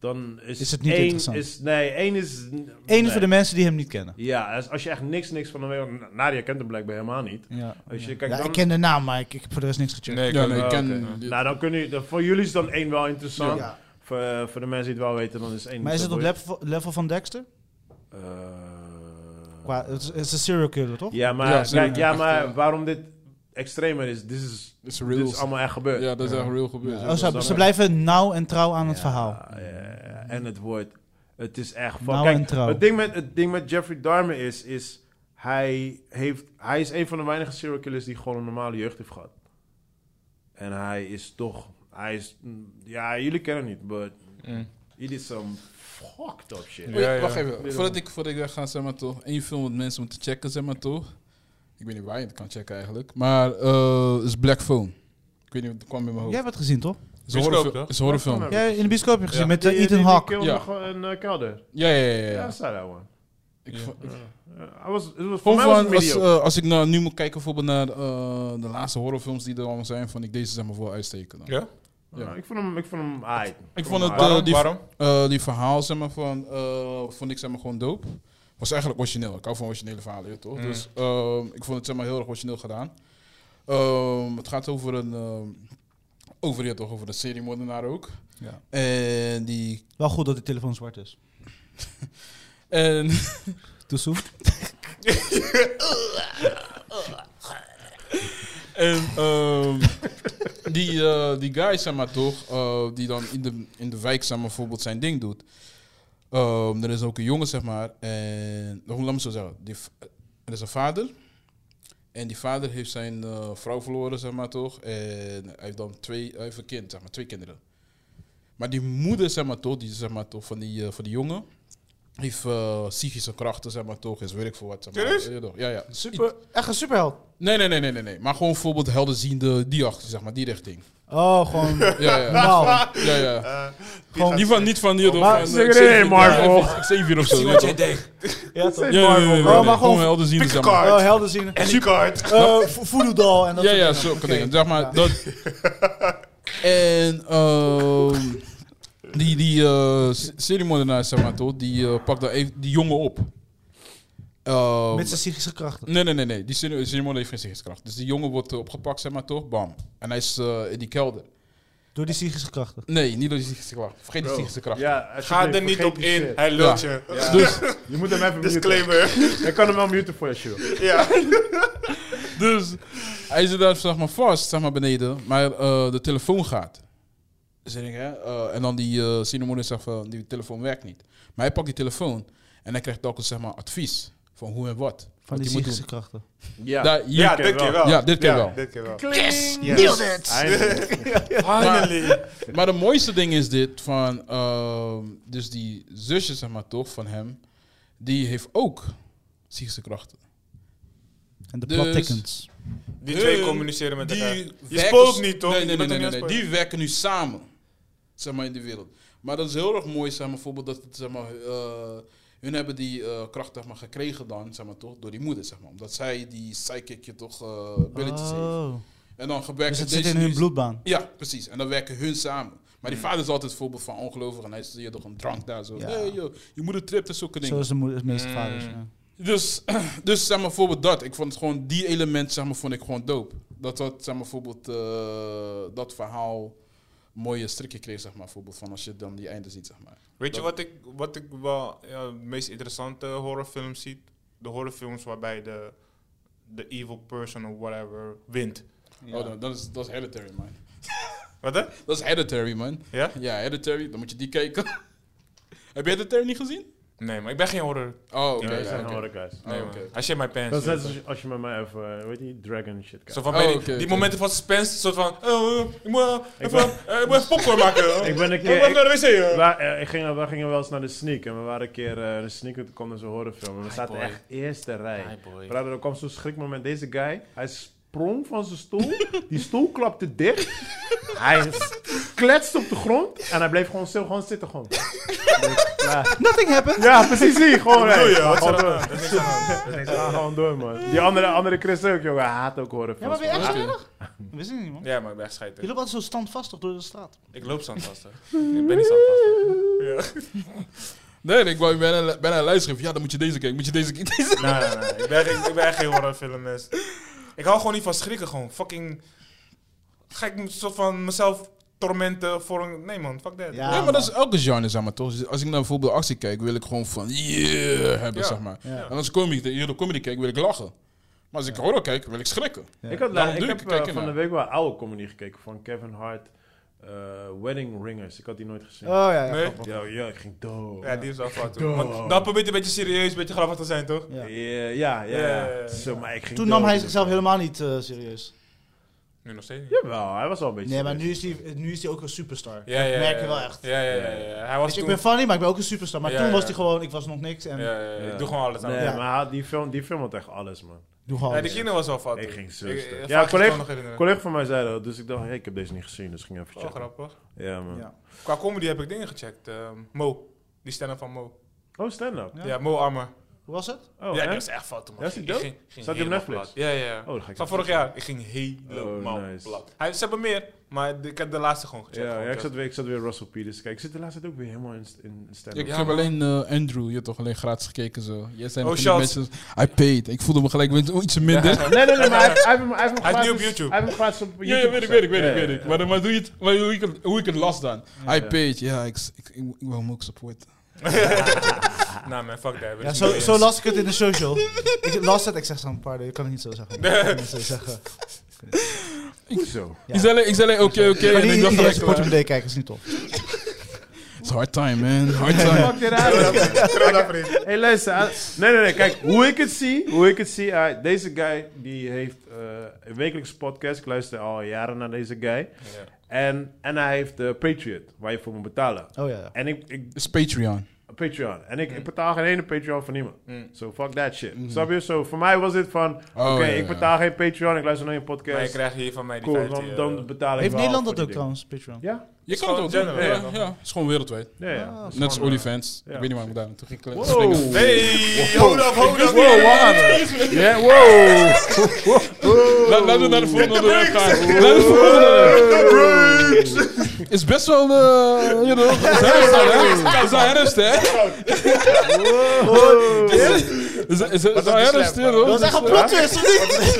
dan is, Is het niet één interessant? Is, nee, één is... Eén nee. voor de mensen die hem niet kennen. Ja, als- als je echt niks, niks van de wereld... Nadia kent hem blijkbaar helemaal niet. Ja, Als je Ja. kijkt Ja, dan- ik ken de naam, maar ik, ik heb voor de rest niks gecheckt. Nee, ik Ja, kan nee, het ik Oh, ken... oké. dit- Nou, dan kun je... dan- Voor jullie is dan één wel interessant. Ja. Voor, eh, voor de mensen die het wel weten, dan is één... Maar is het op boeit. level, level van Dexter? Eh, Qua, het, is, het is een serial killer, toch? Oh, Ja, maar, Ja, kijk, zeker. ja, Echt, maar eh, waarom dit extremer is, dit is, Dit is dit real. is allemaal echt gebeurd. Ja, dat is echt real gebeurd. Ja. Oh, dat ze, is ze wel- blijven nauw en trouw aan het Ja, verhaal. ja, ja. En het woord, het is echt... Van, Nou en kijk, trouw. het ding, met, het ding met Jeffrey Dahmer is, is hij, heeft, hij is een van de weinige serial killers die gewoon een normale jeugd heeft gehad. En hij is toch, hij is, ja, jullie kennen hem niet, but Mm. he did some fucked up shit. Oei, Ja, ja. Wacht even, voordat ik, voordat ik wegga, zeg maar toch. één film wat mensen moeten checken, zeg maar toch. Ik weet niet waar je het kan checken eigenlijk. Maar eh is Black Phone. Ik weet niet, dat kwam in mijn Jij hoofd. hebt het gezien, toch? Is een Bioscoop, horrorfil- toch? is een horrorfilm. Ja, in de bioscoop heb je gezien Ja. met eh, Die- die- Ethan die Hawke. kilde Ja. gewoon een eh, kelder. Ja, ja, ja. ja, Ja, ja. I saw that one. Ik Ja. vo- ik- Eh, I was, it was, voor Gewoon mij was het van, als, mediocre. eh, als ik nou nu moet kijken bijvoorbeeld naar eh, de laatste horrorfilms die er allemaal zijn, vond ik deze zeg maar voor uitsteken. Dan. Ja? ja. Ah, ik vond hem, ik vond hem aight. Ik vond het, hem eh, aight. Waarom? die- Waarom? Eh, die verhaal zeg maar van, eh, vond ik zeg maar gewoon dope. Was eigenlijk origineel. Ik hou van originele verhalen, ja, toch? Mm. Dus ehm, ik vond het zeg maar heel erg origineel gedaan. Ehm, het gaat over een, ehm over ja, toch, over een seriemoordenaar ook. Ja. En die, Wel goed dat die telefoon zwart is. en Too soon? En ehm, die, eh, die guy, zeg maar toch, eh, die dan in de, in de wijk zeg maar, bijvoorbeeld zijn ding doet. Ehm, er is ook een jongen, zeg maar, en, hoe laat me het zo zeggen, die, v- er is een vader. En die vader heeft zijn eh, vrouw verloren, zeg maar toch. En hij heeft dan twee, hij heeft een kind, zeg maar, twee kinderen. Maar die moeder, zeg maar toch, die, zeg maar, toch van, die, eh, van die jongen, heeft eh, psychische krachten, zeg maar toch, is werk voor wat. Zeg maar. Serieus? Ja, toch? Ja, ja. Super, echt een superheld. Nee, nee, nee, nee, nee, nee. Maar gewoon bijvoorbeeld helderziende die achter, zeg maar, die richting. Oh, gewoon Ja, *laughs* ja, normaal. ja. ja. gewoon, Niet van, niet van die Maar van, eh, zeg het Xavier- in, Marvel. Ja, X- Xavier of zo. Zie weet wat je jij wel. denkt. ja, toch? Ja, ja, ja, ja, ja, Oh, maar ja. gewoon- Gewoon helderziende, zeg maar. Oh, helden zien. En die kaart. Eh, vo- voodoo doll en dat Ja, soort dingen. Oké. ja, zo. kan ik- Zeg maar, dat... En, ehm... Die, die eh, s- seriemoordenaar, zeg maar, toch? Die eh, pakt daar even die jongen op. Ehm, Met zijn psychische krachten. Nee, nee, nee, nee. Die serie- seriemoordenaar heeft geen zichtkracht. Dus die jongen wordt eh, opgepakt, zeg maar, toch? Bam. En hij is eh, in die kelder. Door die psychische krachten. Nee, niet door die psychische kracht. Vergeet die psychische kracht. Ja, Ga alsjeblieft, er niet vergeet op die in. shit. Hij lult je. Dus, Je moet hem even muten. *laughs* Disclaimer. Ik kan hem wel muten voor je, sure. Ja. dus hij zit daar zeg maar vast, zeg maar beneden, maar eh, de telefoon gaat. Dus ik denk, hè, eh, en dan die eh cinemoeder zegt van, die telefoon werkt niet. Maar hij pakt die telefoon en hij krijgt telkens zeg maar advies van hoe en wat. Van die wat je moet doen. psychische krachten. Ja. Daar- hier- Ja, dit keer *laughs* wel. Ja, dit keer wel. Dit keer wel. Yes! Nailed it! Eindelijk. Finally. Maar de mooiste ding is dit van, ehm, dus die zusje zeg maar toch van hem, die heeft ook psychische krachten. En de Dus- plot thickens. Die Hun, twee communiceren met elkaar. die Je werken speelt s- niet, toch? Nee, Je nee, nee, bent nee, toch nee, niet aan het Die werken nu samen, zeg maar in de wereld. Maar dat is heel erg mooi, zeg maar, bijvoorbeeld dat het, zeg maar, eh, hun hebben die eh kracht zeg maar, gekregen dan, zeg maar toch, door die moeder, zeg maar, omdat zij die psychicje toch eh billetjes heeft. Oh. En dan Dus gebruiken het ze zit in deze hun nu- bloedbaan. Ja, precies. En dan werken hun samen. Maar die vader is altijd voorbeeld van ongelovig en hij is hier toch een drank daar zo. Ja. Hey, joh, je moeder tript en zulke dingen. Zoals de, moeder, de meeste vaders. ja. Dus, *clears throat* dus zeg maar bijvoorbeeld dat. Ik vond het gewoon die element zeg maar, vond ik gewoon dope. Dat dat zeg maar bijvoorbeeld eh, dat verhaal een mooie strikje kreeg zeg maar bijvoorbeeld van als je dan die einde ziet zeg maar. Weet je wat ik, wat ik wel ja, de meest interessante horrorfilms zie? De horrorfilms waarbij de, de evil person of whatever wint. Oh, dan- dat is dat is hereditary man. Wat hè? Dat is hereditary man. Ja? Ja, hereditary. Dan moet je die kijken. *laughs* Heb je hereditary niet gezien? Nee, maar ik ben geen horror. Oh, oké. Ja, dat ja, zijn oké. horror guys. Nee, Oh, man. oké. I shit my pants. Dat is net als als je met mij even, weet je, dragon shit kijkt. Zo van bij Oh, die, oké, die oké. momenten van suspense, soort van, eh, eh, ik moet eh, Ik even, eh, ik moet even popcorn maken. Ik ben een Ik moet keer... even Ik, naar de wc. eh. waar, eh, ik ging, we gingen wel eens naar de sneak en we waren een keer eh de sneak en toen kwam er zo'n horrorfilm en we zaten boy. echt eerste rij. Hi, boy. Brother, er kwam zo'n schrikmoment. Deze guy, hij sprong van zijn stoel. *laughs* die stoel klapte dicht. hij s- kletste op de grond. En hij bleef gewoon stil, gewoon zitten. Gewoon. ja, Nothing happened! ja, precies. Zie, gewoon. Wat bedoel hè. je? Wat is er aan Gewoon door. de hand? Er is niks aan de hand. Er is niks aan de Ja, hand. gewoon door, man. Die andere, andere Chris ook, jongen. Hij haat ook horen. Ja, maar ben je echt Oké. smerig? Dat wist ik niet, man. Ja, maar ik ben echt scheiter. Je loopt altijd zo standvastig door de straat. Ik loop zandvastig. ik ben niet *laughs* zandvastig. Nee, ik wou- ik ben een, ben een lijstschrift. Ja, dan moet je deze kijken. Moet je deze kijken. Deze. Nee, nee, nee. Ik ben, geen- ik ben echt geen horrorfilmmens. Ik hou gewoon niet van schrikken, gewoon. Fucking... Ga ik een soort van mezelf tormenten voor een... Nee, man. Fuck that. Ja. Ja, maar dat is elke genre, zeg maar, toch? Dus Als ik naar bijvoorbeeld actie kijk, wil ik gewoon van yeah hebben, Ja. zeg maar. Ja. En als comedy, hier de comedy kijk, wil ik lachen. Maar als ik horror kijk, wil ik schrikken. Ik, had, Daarom la- ik doe ik, heb eh, kijk ernaar. van de week wel oude comedy gekeken van Kevin Hart. eh, Wedding Ringers. Ik had die nooit gezien. Oh ja, ja. Nee? grappig. Ja, ja, ik ging dood. Ja, die is wel fout. Doe. hoor. Want dan probeert hij een beetje serieus, een beetje grappig te zijn, toch? Ja, Ja. Eh, ja, ja. Ja. Zo, maar ik ging Toen nam dood. hij zichzelf helemaal niet eh, serieus. Nu nog steeds niet. Jawel, hij was al een beetje... Nee, maar nu is hij, nu is hij ook een superstar. Ja, ja, ja. dat merk je ja. wel echt. Ja, ja, ja. ja. Hij was Dus ik toen... ben funny, maar ik ben ook een superstar. Maar Ja, toen ja. was hij gewoon, ik was nog niks en Ja, ja, ja. Ja. Ik doe gewoon alles aan. Nee, Ja. Ja. maar hij- die film, die film had echt alles, man. doe gewoon. de kinderen was wel fout. Ik hoor. ging zo Ik- stuk. eh, Ja, vaak is het collega- wel nog herinneren. Een collega van mij zei dat, dus ik dacht, hey, ik heb deze niet gezien, dus ik ging even Wel checken. grappig. Ja, man. Ja. Qua comedy heb ik dingen gecheckt. Ehm, Mo. Die stand van Mo. Oh, stand-up. Ja, Ja. Mo Armer. Hoe was het? Oh, ja, hè? dat is echt fout, man. Ja, is die Ik dood? ging- ging Staat die op helemaal Netflix? plat. Ja, ja, ja. Oh, dan ga ik Van even- vorig jaar. Ik ging helemaal Oh, nice. plat. Hij, ze hebben meer, maar ik heb de laatste gewoon gecheckt. Ja, gewoon ja, ik, just- zat weer, ik zat weer Russell Peters te kijken. Ik zit de laatste tijd ook weer helemaal in, st- in stand-up. Ik Ja, heb man. alleen eh, Andrew, je hebt toch alleen gratis gekeken zo. Jij zei Oh, oh, die Charles. mensen, I paid. Ik voelde me gelijk weer iets minder. Ja, Nee, nee, nee, maar hij heeft- hij heeft hem- hij heeft hem Hij is nu gratis- op YouTube. Hij heeft hem gratis op YouTube. ja, weet ik, weet ik, weet gezet. ik, weet Ja, ik. Maar, maar doe je het, maar hoe ik het, hoe ik het las dan. I Ja. paid, ja, ik, ik, ik, ik wil hem ook supporten. Nou, man, fuck that. Ja, zo, zo las ik het in de social. ik las het, ik zeg zo'n pardon, ik kan het niet zo zeggen. Ik kan het niet zo zeggen. Hoezo? Ja. Ik zei alleen- ik zei alleen, oké, oké. Maar En ik die dacht die gelijk, eh, portemonnee kijken is niet tof. it's hard time, man. Hard time. Fuck dit uit. Hé, Hey, luister. ah, Nee, nee, nee. Kijk, hoe ik het zie, hoe ik het zie. ah, deze guy die heeft eh, een wekelijkse podcast. Ik luister al jaren naar deze guy. En, en hij heeft de Patriot, waar je voor moet betalen. Oh ja, ja. En ik, ik It's Patreon. Patreon. En ik, ik betaal geen ene Patreon van niemand. Zo Mm. Oh, fuck that shit. Snap je? Zo voor mij was dit van, oké, ja, ik ja. betaal geen Patreon, ik luister naar je Maar je podcast. krijgt hier van mij die cool, 15 dan, euro. dan betaal ik Heeft wel Nederland voor dat ook die dingen. trouwens, Patreon? Ja, Je Is kan het gewoon ook doen. general, Ja, ja. ja. Het is gewoon wereldwijd. ja, ja. Ah, Net als Gewoon, OnlyFans. ja, ik weet niet waarom ik daar naartoe ging kle- springen. Wow. Hey, hold up, hold up. Wow, wacht. Ja, wow. La- Laten we naar de volgende onderwerp gaan. Laten we de volgende onderwerp. Is best wel, eh, you know, het is herfst, hè? Het is al herfst, hè? Het is- het is- Het is al een herfst, slap, hoor. Dat is echt een plot twist, of niet?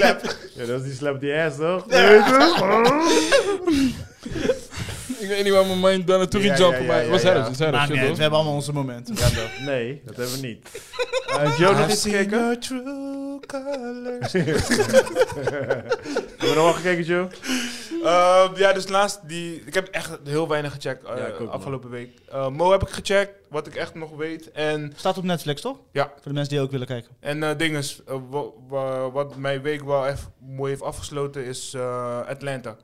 Ja, dat is die slap die ass, toch? Weet je? Ik weet niet waar mijn mind daar naartoe ging Ja, ja, jumpen, ja, maar ja, het was ja. herfst, het is herfst, Maakt niet you uit, we know. hebben allemaal onze momenten. Nee, dat hebben we niet. Eh Joe, nog iets gekeken? your true colors. Hebben we nog wel gekeken, Joe? Ehm, ja, dus laatst die... Ik heb echt heel weinig gecheckt eh, Ja, ik ook, man. afgelopen week. Eh, Mo heb ik gecheckt, wat ik echt nog weet. En, Staat op Netflix, toch? Ja. Voor de mensen die ook willen kijken. en eh dinges, eh, wa- wa- wat mijn week wel echt mooi heeft afgesloten is eh, Atlanta.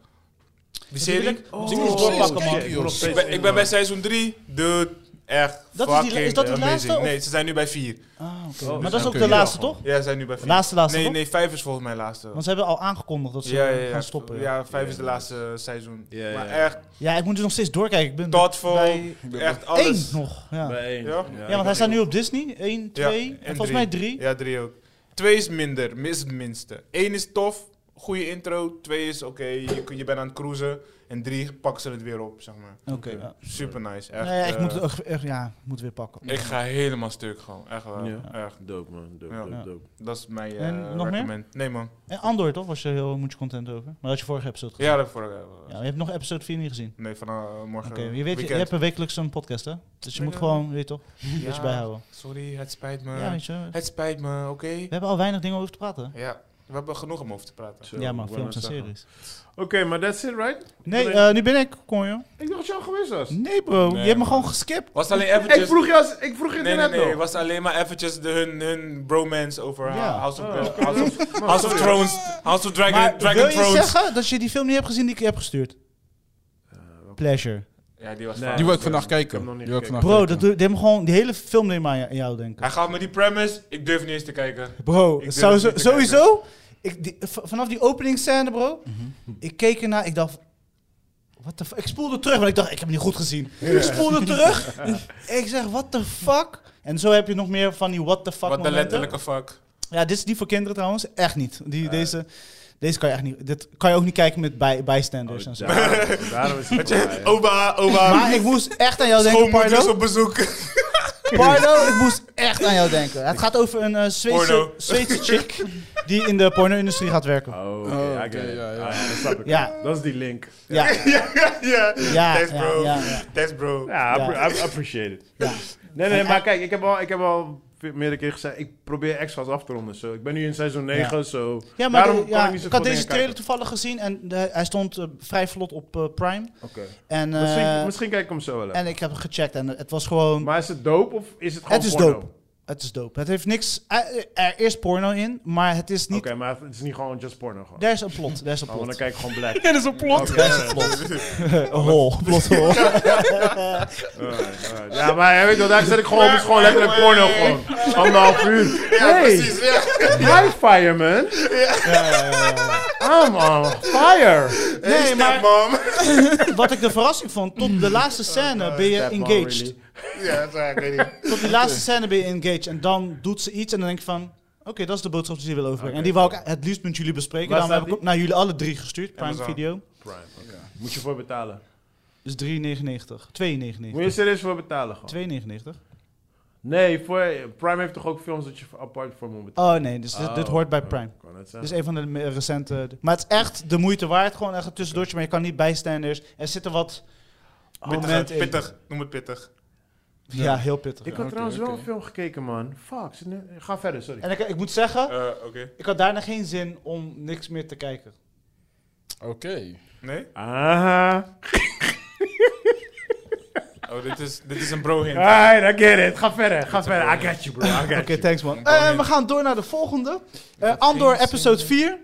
Die serie? wil ik- Ik Oh, Die moet je doorpakken, man. shit, ik ben nog steeds ben, ik ben bij seizoen 3. Dude, echt Dat is die- fucking is dat die amazing. laatste, of- Nee, ze zijn nu bij 4. Ah, oké. Oh, maar dus dat is dan ook kun de je wel laatste, gewoon- toch? Ja, ze zijn nu bij 4. Laatste, laatste, Nee, toch? nee, 5 is volgens mij laatste. Want ze hebben al aangekondigd dat ze ja, ja, ja. gaan stoppen. Ja. Ja, 5 is Ja. de laatste seizoen. Ja, ja, maar ja. echt, Ja, ik moet dus nog steeds doorkijken. Ik ben thoughtful, bij echt één alles. nog. Ja, Bij één. Ja? ik ja want hij had- staat nu op Disney. Eén, Ja, twee en, en volgens drie. mij drie. Ja, drie ook. Twee is minder, mis het minste. Eén is tof, goede intro. Twee is oké, je, kun- je bent aan het cruisen. En drie pakken ze het weer op, zeg maar. Oké. ja. Super nice, echt. Nee, Nou ik eh, moet het ook- echt- ja, ik moet het weer pakken. ik ga helemaal stuk gewoon, echt waar. Ja. Echt, Dope, man. Dope, Ja. dope, Ja. dope. dat is mijn eh En nog meer? recommend. Nee man, En Andor, toch? Was je heel much content over. Maar dat had je vorige episode gezien. ja dat heb ik vorige Ja, je hebt nog episode 4 niet gezien. Nee, van eh, morgen Oké, je weet, je, je weekend. hebt een wekelijks een podcast, hè? Dus je moet Ja. gewoon, weet je toch, een Ja, beetje bijhouden. Sorry, het spijt me. Ja, weet je. We het spijt me, oké. hebben al weinig dingen over te praten. Ja, we hebben genoeg om over te praten. Zo, ja, maar wou films en net zeggen. series. Oké, maar that's it, right? Nee, ben- eh, nu ben ik, kon je. Ik dacht dat je al geweest *laughs* was. Nee, bro. Nee, je hebt me man. gewoon geskipt. Was alleen Ik eventjes... vroeg je als... Ik vroeg je Nee, nee, net nee. nog. was alleen maar eventjes de, hun, hun bromance over Ja. uh, House, of, Oh, oké. House, of, Man, House of sorry. Thrones. House of Dragon, maar Dragon wil je Thrones. zeggen dat je die film niet hebt gezien die ik je heb gestuurd? Pleasure. Ja, die was Nee. fout. Die wil ik Ja, vandaag ik heb kijken. hem nog niet Die wil ik gekeken. Bro, vandaag kijken. dat doe, die hebben gewoon die hele film neem maar aan jou denken. Hij gaf me die premise. Ik durf niet eens te kijken. Bro, durf zou- het zo- niet te sowieso. Ik, die- v- vanaf die openingsscène, bro. Mhm. Ik keek ernaar, ik dacht. What the fu- ik spoelde terug, want ik dacht, ik heb hem niet goed gezien. Ik *laughs* spoelde terug. ik zeg, what the fuck? En zo heb je nog meer van die what the fuck Wat de momenten. letterlijke fuck. Ja, dit is niet voor kinderen trouwens. Echt niet. Die, deze, deze kan je echt niet. Dit kan je ook niet kijken met bij, bijstanders en Oh, zo. daarom- Daarom is het voorbij. Oba, oba. Maar *laughs* ik moest echt aan jou denken, Schoonmoeder is Pardo. op bezoek. *laughs* Pardo, ik moest echt aan jou denken. Het gaat over een eh, Zweedse, Porno. Zweedse chick die in de porno-industrie gaat werken. Oh, oké, Oh, I oké, get it. ja, ja. Ah, dat snap ik. Ja. Dat is die link. Ja, ja, ja, ja. ja, Thanks, ja, bro. ja, ja. Thanks, bro. Ja, I Ja. appre- I appreciate it. Ja. *laughs* Nee, nee, maar kijk, ik heb al, ik heb al ve- meerdere keer gezegd, ik probeer extra's af te ronden. zo. Ik ben nu in seizoen 9, zo. Ja, maar Daarom de- ja, kan ik ik, niet zo had veel deze dingen kijken. trailer toevallig gezien en de- hij stond eh, vrij vlot op eh, Prime. Oké. En, eh, misschien, misschien kijk ik hem zo wel even. en ik heb hem gecheckt en het was gewoon... Maar is het dope of is het gewoon Het is porno? dope. Het is dope. Het heeft niks... eh, Er is porno in, maar het is Oké, niet... maar het is niet gewoon just porno gewoon. Er is een plot, er is een Oh, want dan plot. Eh, kijk ik gewoon black. *laughs* Dit is een plot. Oké. Een hol, plot hol. *laughs* Alright, alright. Ja, maar ja, weet je wel, daar zit ik gewoon, het is gewoon letterlijk porno gewoon. Anderhalf uur. Ja, hey, precies. Ja. hi fireman. I'm on fire. Nee, maar Mom. wat ik de verrassing vond, tot de laatste scène ben je That man engaged. Oh, really- *laughs* Ja, sorry, ik weet niet. Tot die laatste scène ben je engaged en dan doet ze iets en dan denk ik van... Oké, dat is de boodschap die ze willen overbrengen. En die wou ik het liefst met jullie bespreken. Waar Daarom heb staat ik ook naar jullie alle drie gestuurd, Prime Amazon. Video. Prime, oké. Moet je voor betalen. Dus 3,99. 2,99. Moet je serieus voor betalen gewoon. 2,99. Nee, voor, Prime heeft toch ook films dat je apart voor moet betalen? Oh nee, dus dit, dit Oh, hoort bij oh, Prime. kan het Dit zijn. is een van de me- recente... Maar het is echt de moeite waard. Gewoon echt een tussendoortje, maar je kan niet bijstanders. Er zitten wat... Pittig, momenten in. pittig. Noem het pittig. Ja, heel pittig. ik had oké, trouwens wel oké. een film gekeken, man. Fuck, zit nu- ga verder, sorry. En ik, ik moet zeggen, Eh, Oké. ik had daarna geen zin om niks meer te kijken. Oké. Nee? Aha. Oh, dit is, dit is een bro-hint. Ah. Alright, I get it. Ga verder, ga verder. I got you, bro. I got Oké, you. thanks man. Gewoon Eh, in. we gaan door naar de volgende. Eh, Andor episode 4.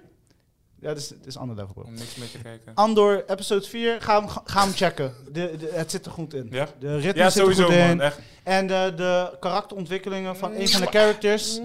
Ja, dit is, dit is ander level bro. Om niks meer te kijken. Andor episode 4, ga hem, ga hem checken. De, de, het zit er goed in. Ja? De ritme Ja, zit er sowieso goed in. man. Echt. En de, de karakterontwikkelingen van een van de characters.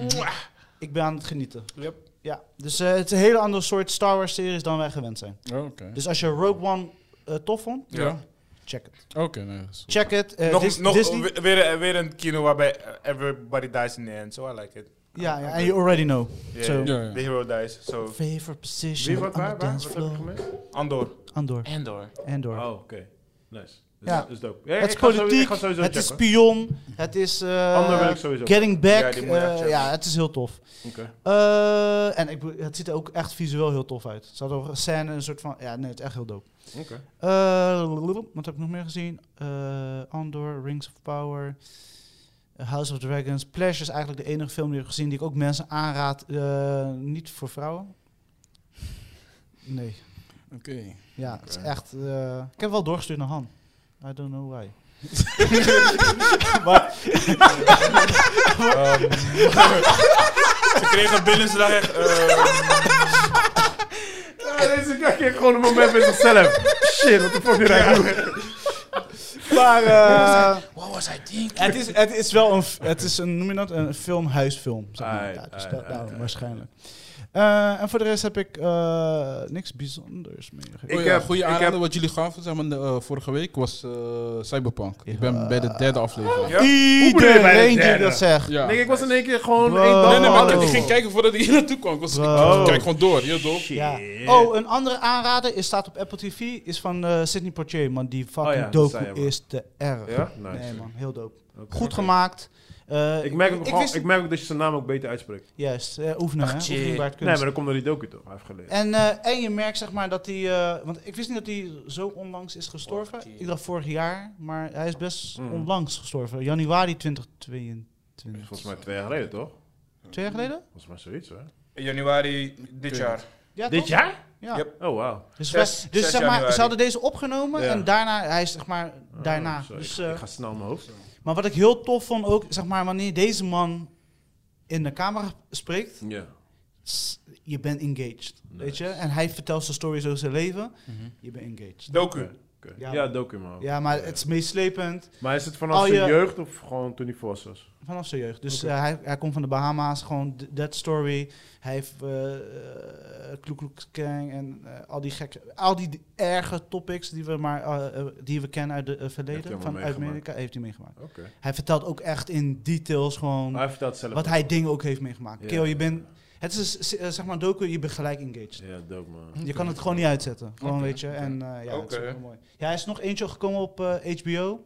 Ik ben aan het genieten. Yep. Ja, dus eh, het is een hele andere soort Star Wars series dan wij gewend zijn. Oké. Dus als je Rogue One eh, tof vond, Ja. check het. Oké, nee. dat is- Check het. eh, nog Dis- nog oh, Disney. we- eh, weer, weer een kino waarbij eh, everybody dies in the end. So I like it. Ja, ja, en you already know. Yeah, Zo. yeah. Ja, ja. The hero dies. So Favorite position Wie, wat, on waar, the waar? Wat dance heb ik floor. gemist? Andor. Andor. Andor. Andor. Oh, oké. Nice. Dus, Ja. Dat is dope. Ja, het is ik ga sowieso- politiek, ik ga sowieso het is checken. spion, het is eh, Hm. Ander wil ik sowieso. getting back. Ja, die moet je echt eh, checken. ja, het is heel tof. Oké. Eh, en ik, bedoel, het ziet er ook echt visueel heel tof uit. Er zat ook een scène, een soort van... Ja, nee, het is echt heel dope. Oké. Eh, wat heb ik nog meer gezien? Eh, Andor, Rings of Power, House of Dragons. Pleasure is eigenlijk de enige film die ik heb gezien die ik ook mensen aanraad. eh, niet voor vrouwen. Nee. Oké. Ja, het is echt... eh, ik heb het wel doorgestuurd naar Han. I don't know why. Ze kregen binnen, ze dachten echt... eh, Ja, deze krijg je gewoon een moment met zichzelf. Shit, wat de fuck ben ik aan het doen? Maar eh, What was I thinking? het, is, het is wel een, f- het is een, noem je dat, een filmhuisfilm. Zeg maar. Ai, ja, dus ai, dat, ai, daarom ai. waarschijnlijk. Eh, en voor de rest heb ik eh, niks bijzonders meegegeven. Ik Ik heb- heb goede ik Oh aanrader heb- wat jullie gaven zeg maar, de, eh, vorige week was eh, Cyberpunk. Ik Ja. ben bij de derde aflevering. Ja. bedoel je bij de Iedereen die derde? dat zegt. Ja. Nee, ik was in één keer gewoon Bro. één dag. Nee, nee, maar Hallo. ik ging kijken voordat ik hier naartoe kwam. Ik was, ik Bro. kijk gewoon door, heel doof. Ja. Oh, een andere aanrader is, staat op Apple TV, is van eh, Sidney Poitier, man. Die fucking Oh ja, dat zei docu je, man. is te erg. Ja? Nice. Nee, man, heel dope. Oké. Goed gemaakt. Eh, Ik merk, ook gewoon- wist- ik merk ook dat je zijn naam ook beter uitspreekt. Juist, eh, oefenen, hè? shit. Oefenbaar het Nee, maar kunst. dan komt door die docu toch. Hij heeft geleerd. en, eh, en je merkt zeg maar dat hij... eh, want ik wist niet dat hij zo onlangs is gestorven. shit. ik dacht vorig jaar, maar hij is best Mm. onlangs gestorven. Januari 2022. Volgens mij twee jaar geleden, toch? Twee jaar geleden? Volgens mij zoiets, hè? januari dit jaar. Ja, Dit toch? jaar? Ja. Yep. Oh, wauw. Dus, Zes- wij- dus zes zeg maar, januari. ze hadden deze opgenomen Ja. en daarna, hij is zeg maar Oh, daarna. sorry, dus, ik, eh, ik ga snel in mijn hoofd. maar wat ik heel tof vond ook, zeg maar, wanneer deze man in de camera spreekt, Ja. s- je bent engaged, Nice. weet je? En hij vertelt zijn stories over zijn leven, Mhm. je bent engaged. Doku. Oké. Ja. Ja, docu, man. Ja, maar het is meeslepend Maar is het vanaf Oh, zijn ja. jeugd of gewoon toen hij fors was? vanaf zijn jeugd. Dus Oké. eh, hij, hij komt van de Bahama's, gewoon th- that story. Hij heeft eh eh, Ku Klux Klan en eh, al die gekke, al die erge topics die we maar eh, eh, die we kennen uit het Heeft hij verleden, allemaal van uit meegemaakt. Amerika, heeft hij meegemaakt. Oké. Hij vertelt ook echt in details gewoon Hij vertelt zelf. wat ook. hij dingen ook heeft meegemaakt. Ja. Kill, je bent, het is een s- eh, zeg maar een docu, je bent gelijk engaged. Ja, dope, man. Je kan het gewoon niet uitzetten, gewoon weet je. En eh, ja, het Oké. is wel mooi. Ja, er is nog eentje gekomen op eh, HBO.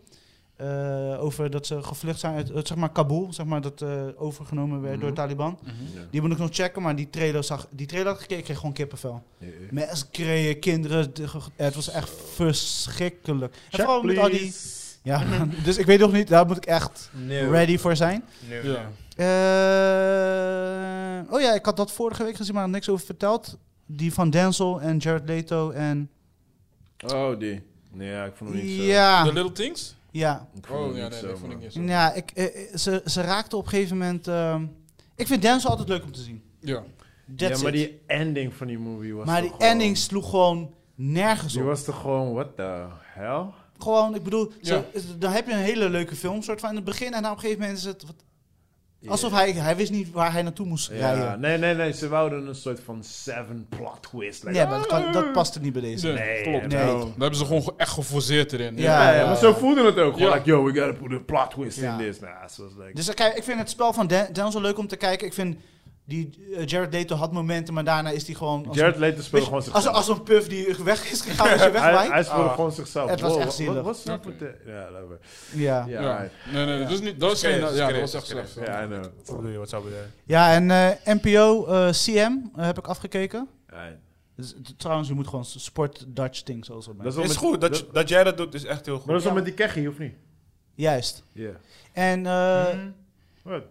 eh, over dat ze gevlucht zijn uit, uit, zeg maar Kabul, zeg maar dat eh, overgenomen werd door Mhm. Taliban. Ja. Die moet ik nog checken, maar die trailer zag, die trailer had ik gekeken, ik kreeg gewoon kippenvel. Ja, ja. Mensen kregen kinderen, de ge- het was echt verschrikkelijk. En Check, vooral met al die, please. ja, *laughs* dus ik weet nog niet, daar moet ik echt ready voor zijn. Nee. Ja. Eh, oh ja, ik had dat vorige week gezien, maar had niks over verteld. Die van Denzel en Jared Leto en... Oh, die. Nee, ja, ik vond hem niet zo. The Ja, Little Things? ja. Ik vond hem Oh, ja, niet nee, zo, dat vond ik man. niet zo. ja ik, eh, eh, ze, ze raakte op een gegeven moment... ehm, ik vind Denzel altijd leuk om te zien. Ja. That's ja, maar it. die ending van die movie was maar toch die gewoon- ending sloeg gewoon nergens Die op. was toch gewoon, what the hell? Gewoon, ik bedoel, Ja. ze- dan heb je een hele leuke film soort van in het begin. En dan op een gegeven moment is het... wat- Ja. alsof hij, hij wist niet waar hij naartoe moest Ja, rijden. nee, nee, nee. Ze wouden een soort van seven plot twist. Like, Nee, maar dat, kan, dat past er niet bij deze. Nee, Nee, eh. klopt. nee. Ja. Daar hebben ze gewoon ge- echt geforceerd erin. Ja. Ja, ja, maar zo voelde het ook. Gewoon, Ja. like, yo, we gotta put a plot twist Ja. in this. Nah, so it's like, Dus eh, kijk, ik vind het spel van Dan- Denzel leuk om te kijken. Ik vind die eh, Jared Leto had momenten, maar daarna is hij gewoon. Als Jared een, Leto speelde weet gewoon je, als, zichzelf. als een puff die weg is gegaan, als *laughs* je Hij, wegwaait. hij speelde Ah. gewoon zichzelf. Het was Wow, echt wat- zielig. Wat snap Oké. met de... Ja, dat we- Ja. Ja, Ja. right. Nee, nee, dat is niet. Dat is geen. Schreef, Ja, dat schreef, was echt schreef. slecht. Ja, I know. Wat bedoel je, wat zou bedoelen? ja, en eh, NPO eh, CM eh, heb ik afgekeken. Right. Dus, t- trouwens, je moet gewoon s- sport Dutch thing zoals dat Dat mij. wel Is met- goed, dat, je- dat jij dat doet is echt heel Maar dat is goed. wel met die keggie, of niet? Juist. Ja. En eh, Wat?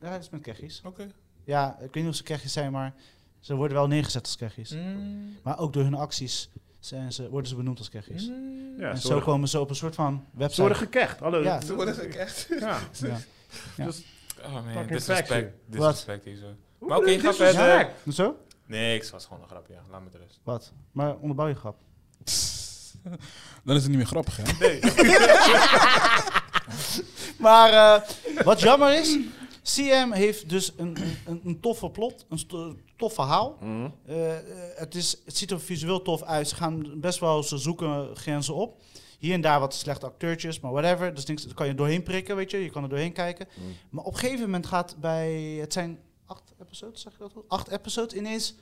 ja, dat is met keggies. Oké. Ja, ik weet niet of ze keggies zijn, maar ze worden wel neergezet als keggies. Mhm. Mm. Maar ook door hun acties zijn ze, worden ze benoemd als keggies. Mhm. Ja, en ze zo worden- komen ze op een soort ze van worden website. gekecht. Hallo. Ja. Ze worden gekecht. Ja. Ja. Ja. Dus- Oh man, Fucking disrespect. fact, Disrespect hier zo. Hoe Maar oké, bedoel je ga disrespect? verder. Zo? Niks, was gewoon een grapje. ja. Laat me de rust. Wat? Maar onderbouw je grap. Dan is het niet meer grappig, hè? Maar eh, *laughs* wat jammer is, CM heeft dus een, een, een toffe plot, een sto- tof verhaal. Mhm. Eh, eh, het, is, het ziet er visueel tof uit. Ze gaan best wel, ze zoeken grenzen op. Hier en daar wat slechte acteurtjes, maar whatever. Dus niks, daar kan je doorheen prikken, weet je. Je kan er doorheen kijken. Mm. Maar op een gegeven moment gaat bij, het zijn acht episodes, zeg ik dat goed? Acht episodes ineens.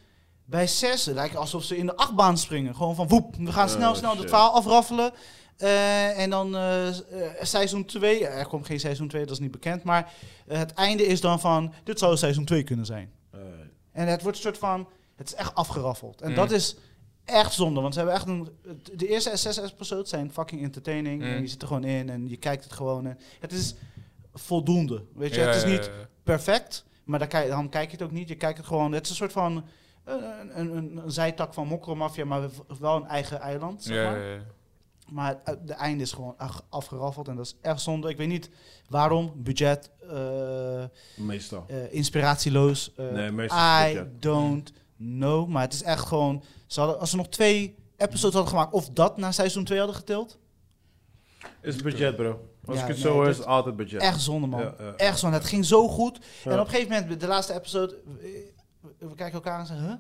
Bij zes het lijkt alsof ze in de achtbaan springen. Gewoon van woep, we gaan Oh, snel, snel het shit. verhaal afraffelen. Eh, en dan eh, s- eh, seizoen 2, er komt geen seizoen 2, dat is niet bekend. Maar eh, het einde is dan van, dit zou seizoen 2 kunnen zijn. Alright. En het wordt een soort van, het is echt afgeraffeld. En Mm. dat is echt zonde, want ze hebben echt een... De eerste zes episodes zijn fucking entertaining. Mm. En je zit er gewoon in en je kijkt het gewoon. En het is voldoende, weet je. Ja, het is ja, niet ja, ja. perfect, maar dan, kijk- dan kijk je het ook niet. Je kijkt het gewoon, het is een soort van een, een, een, een zijtak van Mokromafia, maar wel een eigen eiland. Zeg maar. Maar het, het- de einde is gewoon ach- afgeraffeld en dat is echt zonde. Ik weet niet waarom. Budget, eh, eh, Meestal. inspiratieloos. eh, Nee, meestal is het I budget. don't know. Maar het is echt gewoon... Ze hadden, als ze nog twee episodes hadden gemaakt of dat naar seizoen 2 hadden getild. Is budget, bro. Als Ja, ik het nee, zo hoor, dit- is het altijd budget. Echt zonde, man. Ja, ja. Echt zonde. Het ging zo goed. Ja. En op een gegeven moment, de laatste episode... We, we kijken elkaar aan en zeggen... Huh?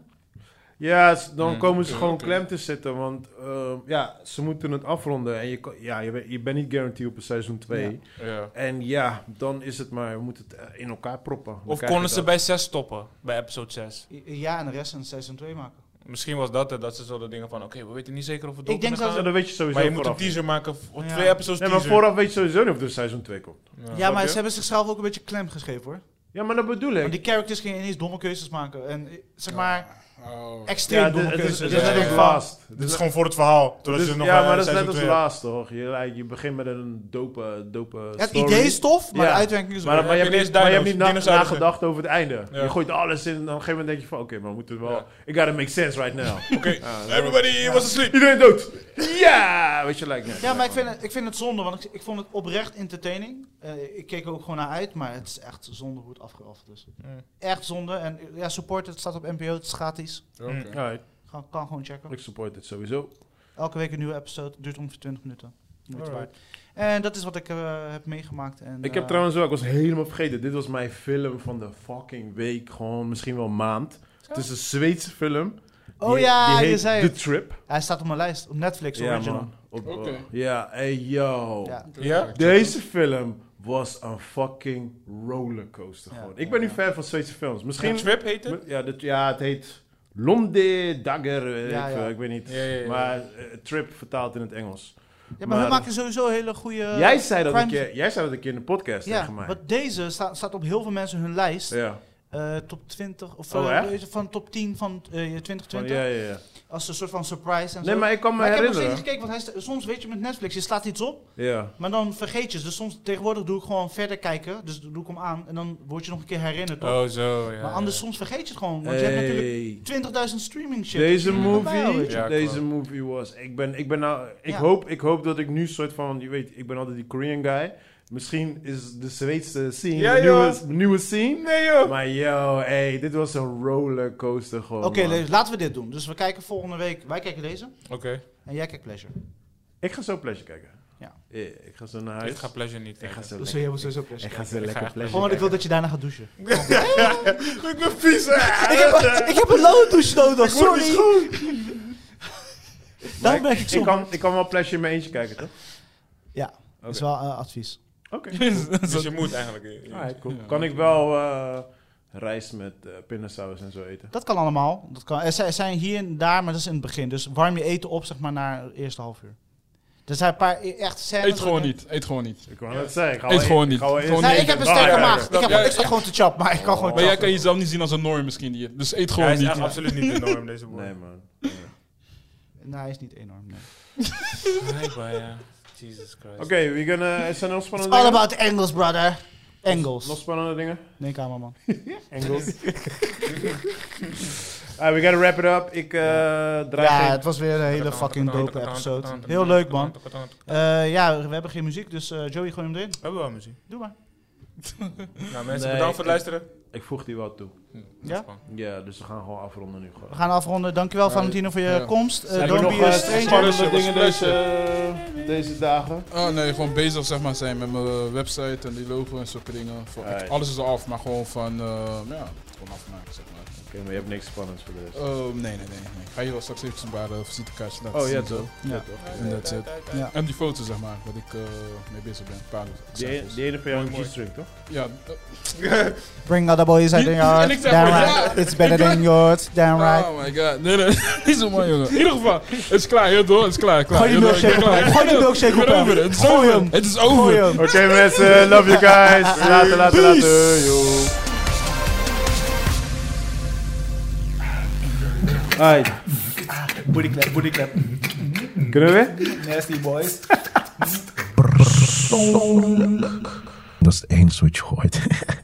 Ja, s- dan Mm, komen ze oké, gewoon oké. klem te zitten. Want ehm, ja, ze moeten het afronden. En je, kan- ja, je, bent- je bent niet guaranteed op een seizoen 2. Ja. Ja. En ja, dan is het maar, we moeten het eh, in elkaar proppen. Dan Of krijg je konden ze dat. bij 6 stoppen, bij episode 6? Ja, en de rest van seizoen 2 maken. Misschien was dat het, dat ze zo de dingen van, oké, we weten niet zeker of we door Ik denk kunnen dat Ja, gaan. dan weet je sowieso Maar je moet vooraf. een teaser maken, voor Ja. twee episodes Nee, maar teaser. vooraf weet je sowieso niet of er seizoen 2 komt. Ja, snap maar je? ze hebben zichzelf ook een beetje klem gegeven, hoor. Ja, maar dat bedoel Want ik. die characters gingen ineens domme keuzes maken. En eh, zeg maar, Oh. extreem Ja, dit- domme het is keuzes. het Dus is dan denk net ik als van, laatst. Dit is gewoon voor het verhaal. Dus- Totdat je nog ja, eh, maar dat is net seizoen als twee hebt. laatst, toch? Je, like, je begint met een dope, dope Het story. idee is tof, maar Ja. de uitwerking is Maar, maar, heb je, je hebt ineens niet, maar je hebt dino's, niet na- dinosaurussen. nagedacht over het einde. Ja. Je gooit alles in en op een gegeven moment denk je van... Oké, maar we moeten wel... It gotta make sense right now. Oké, Everybody was asleep. Iedereen dood! Ja! Weet je, like... nee, Ja, maar ik man. vind, het, ik vind het zonde, want ik, ik vond het oprecht entertaining. Eh, ik keek er ook gewoon naar uit, maar het is echt zonde hoe het afgeraffeld is. Mm. Echt zonde. En eh, ja, support, het staat op NPO, het is gratis. Oké. Alright, Kan, kan gewoon checken. ik support dit sowieso. Elke week een nieuwe episode, duurt ongeveer 20 minuten. Moeite Alright. waard. En dat is wat ik eh, heb meegemaakt. En, Ik eh, heb trouwens wel, ik was helemaal vergeten. Dit was mijn film van de fucking week. Gewoon misschien wel maand. Het is een Zweedse film. Oh Die- ja, die je heet zei The het. Trip. Hij staat op mijn lijst, op Netflix Ja, original. man. Oh, Op, Oké. eh, ja, hey yo. Ja. Ja? Deze film was een fucking rollercoaster Ja. gewoon. Ik ben nu fan van Zweedse films. Misschien... Trip heette? het? Ja, dit- ja, het heet Londe Dagger, eh, Ja, ik, ja. eh, ik weet niet. Ja, ja, ja. Maar eh, Trip vertaald in het Engels. Ja, maar, Maar- we maken sowieso hele goede... jij, zei dat een Eh, crime- keer, jij zei dat een keer in de podcast Ja, tegen mij. want deze staat, staat op heel veel mensen hun lijst. Ja, Eh, top 20, of Oh, eh, echt? deze van top 10 van eh, 2020. van, ja, ja, ja. Als een soort van surprise en Nee, zo. maar ik kan me Maar ik heb nog steeds herinneren. gekeken, want hij sta- soms weet je met Netflix, je slaat iets op, Ja. maar dan vergeet je het. Dus soms tegenwoordig doe ik gewoon verder kijken, dus doe ik hem aan en dan word je nog een keer herinnerd. toch? Oh, zo, ja. maar anders soms vergeet je het gewoon, want je hebt natuurlijk Hey. 20.000 streaming shit. Eh, Deze Die moet erbij houden, movie, weet je. Ja, deze klopt. movie was. Ik ben, ik ben nou, ik Ja. hoop, ik hoop dat ik nu soort van, je weet, ik ben altijd die Korean guy. Misschien is de Zweedse scene Ja, de nieuwe, joh. nieuwe scene. Nee, joh. Maar yo, hey, dit was een rollercoaster gewoon. Oké, Oh, man. le- laten we dit doen. Dus we kijken volgende week, wij kijken deze Oké, en jij kijkt Pleasure. Ik ga zo Pleasure kijken. Ja. Eh, ik ga zo naar huis. ik ga Pleasure niet ik ga kijken. zo Dus lekker, jij moet sowieso Pleasure ik ga zo lekker echt Pleasure Gewoon, ik wil kijken. dat je daarna gaat douchen. Ik ben vies, *laughs* hè? ik, eh, heb, ik heb een lange douche nodig, word niet sorry. *laughs* Daarom ben ik zo. Ik kan, ik kan wel Pleasure in mijn eentje kijken, toch? Ja, dat is wel eh, advies. Oké. Dus Dus je eh, je moet eigenlijk. Alright, cool. Kan ik wel eh rijst met eh, pindasaus en zo eten? Dat kan allemaal. Dat kan. Er zi- er zijn hier en daar, maar dat is in het begin. Dus warm je eten op, zeg maar, na het eerste half uur. Er zijn een paar e- echt scènes... *laughs* Eet gewoon niet. Eet gewoon niet. Ik wou net zeggen. ik ga Eet wel gewoon eten, ik niet. ga wel eten. Gewoon Nee, Nee, ik heb een ja, sterke ja, ja. maag. Ik, heb, Ja, ja, ik sta gewoon te chap, maar ik kan gewoon Maar jij kan chappen. jezelf niet zien als een norm misschien hier. Dus eet gewoon Hij is niet. echt absoluut niet de norm, deze boy. Nee, man. Nee, hij is niet enorm, nee. Blijkbaar, ja. Jesus Christ. Oké, we gonna... Zijn er nog It's spannende all dingen? about Engels, brother. Nog Engels. spannende dingen? Nee, cameraman. Engels. Alright, Ah, we gotta wrap it up. Ik eh draai Ja, geen... het was weer een hele fucking dope episode. Heel leuk, man. Eh, ja, we hebben geen muziek, dus eh, Joey, gooi hem erin. We hebben wel muziek. Doe maar. Nou, mensen, Nee, bedankt voor het ik- luisteren. Ik voeg die wel toe. Ja? Ja, dus we gaan gewoon afronden nu. We Gewoon. gaan afronden. Dankjewel, Ja, Valentino, voor je ja. komst. Eh, Zijn er don't nog be eh, a spannende stranger. Pleasure, dingen was deze, deze dagen? Oh nee, gewoon bezig zeg maar zijn met mijn website en die logo en zulke dingen. Voor- Alright. Alles is af, maar gewoon van, eh, ja, gewoon afmaken zeg maar. Oké, maar je hebt niks spannends voor deze. Oh, nee, nee, nee, nee. Ga je wel straks even een paar eh, visitekaartjes laten Oh, ja, zien, toch? zo. Ja. En that's it. Ja. En die foto zeg maar, wat ik eh, mee bezig ben. Een paar Die, examples. die ene van jou een Mooi, G-string, toch? Ja, Bring other boys out Die- in your en ik heart. zeg Damn maar, right. ja. It's better than yours. Damn eh, right. oh my god. Nee, nee, *laughs* niet zo mooi jongen. In ieder geval, het is klaar, heel door, het is klaar. klaar Gooi die heel door, ik ben milkshake op klaar. hem. Gooi die Ik ben milkshake op hem. over, Het is Gooi hem. over, het is over. Gooi hem. Oké mensen, love you guys. Later, later, later. Yo. Alright. Booty clap, booty clap. Kunnen we weer? Nasty boys. Dat is het enige wat je hoort.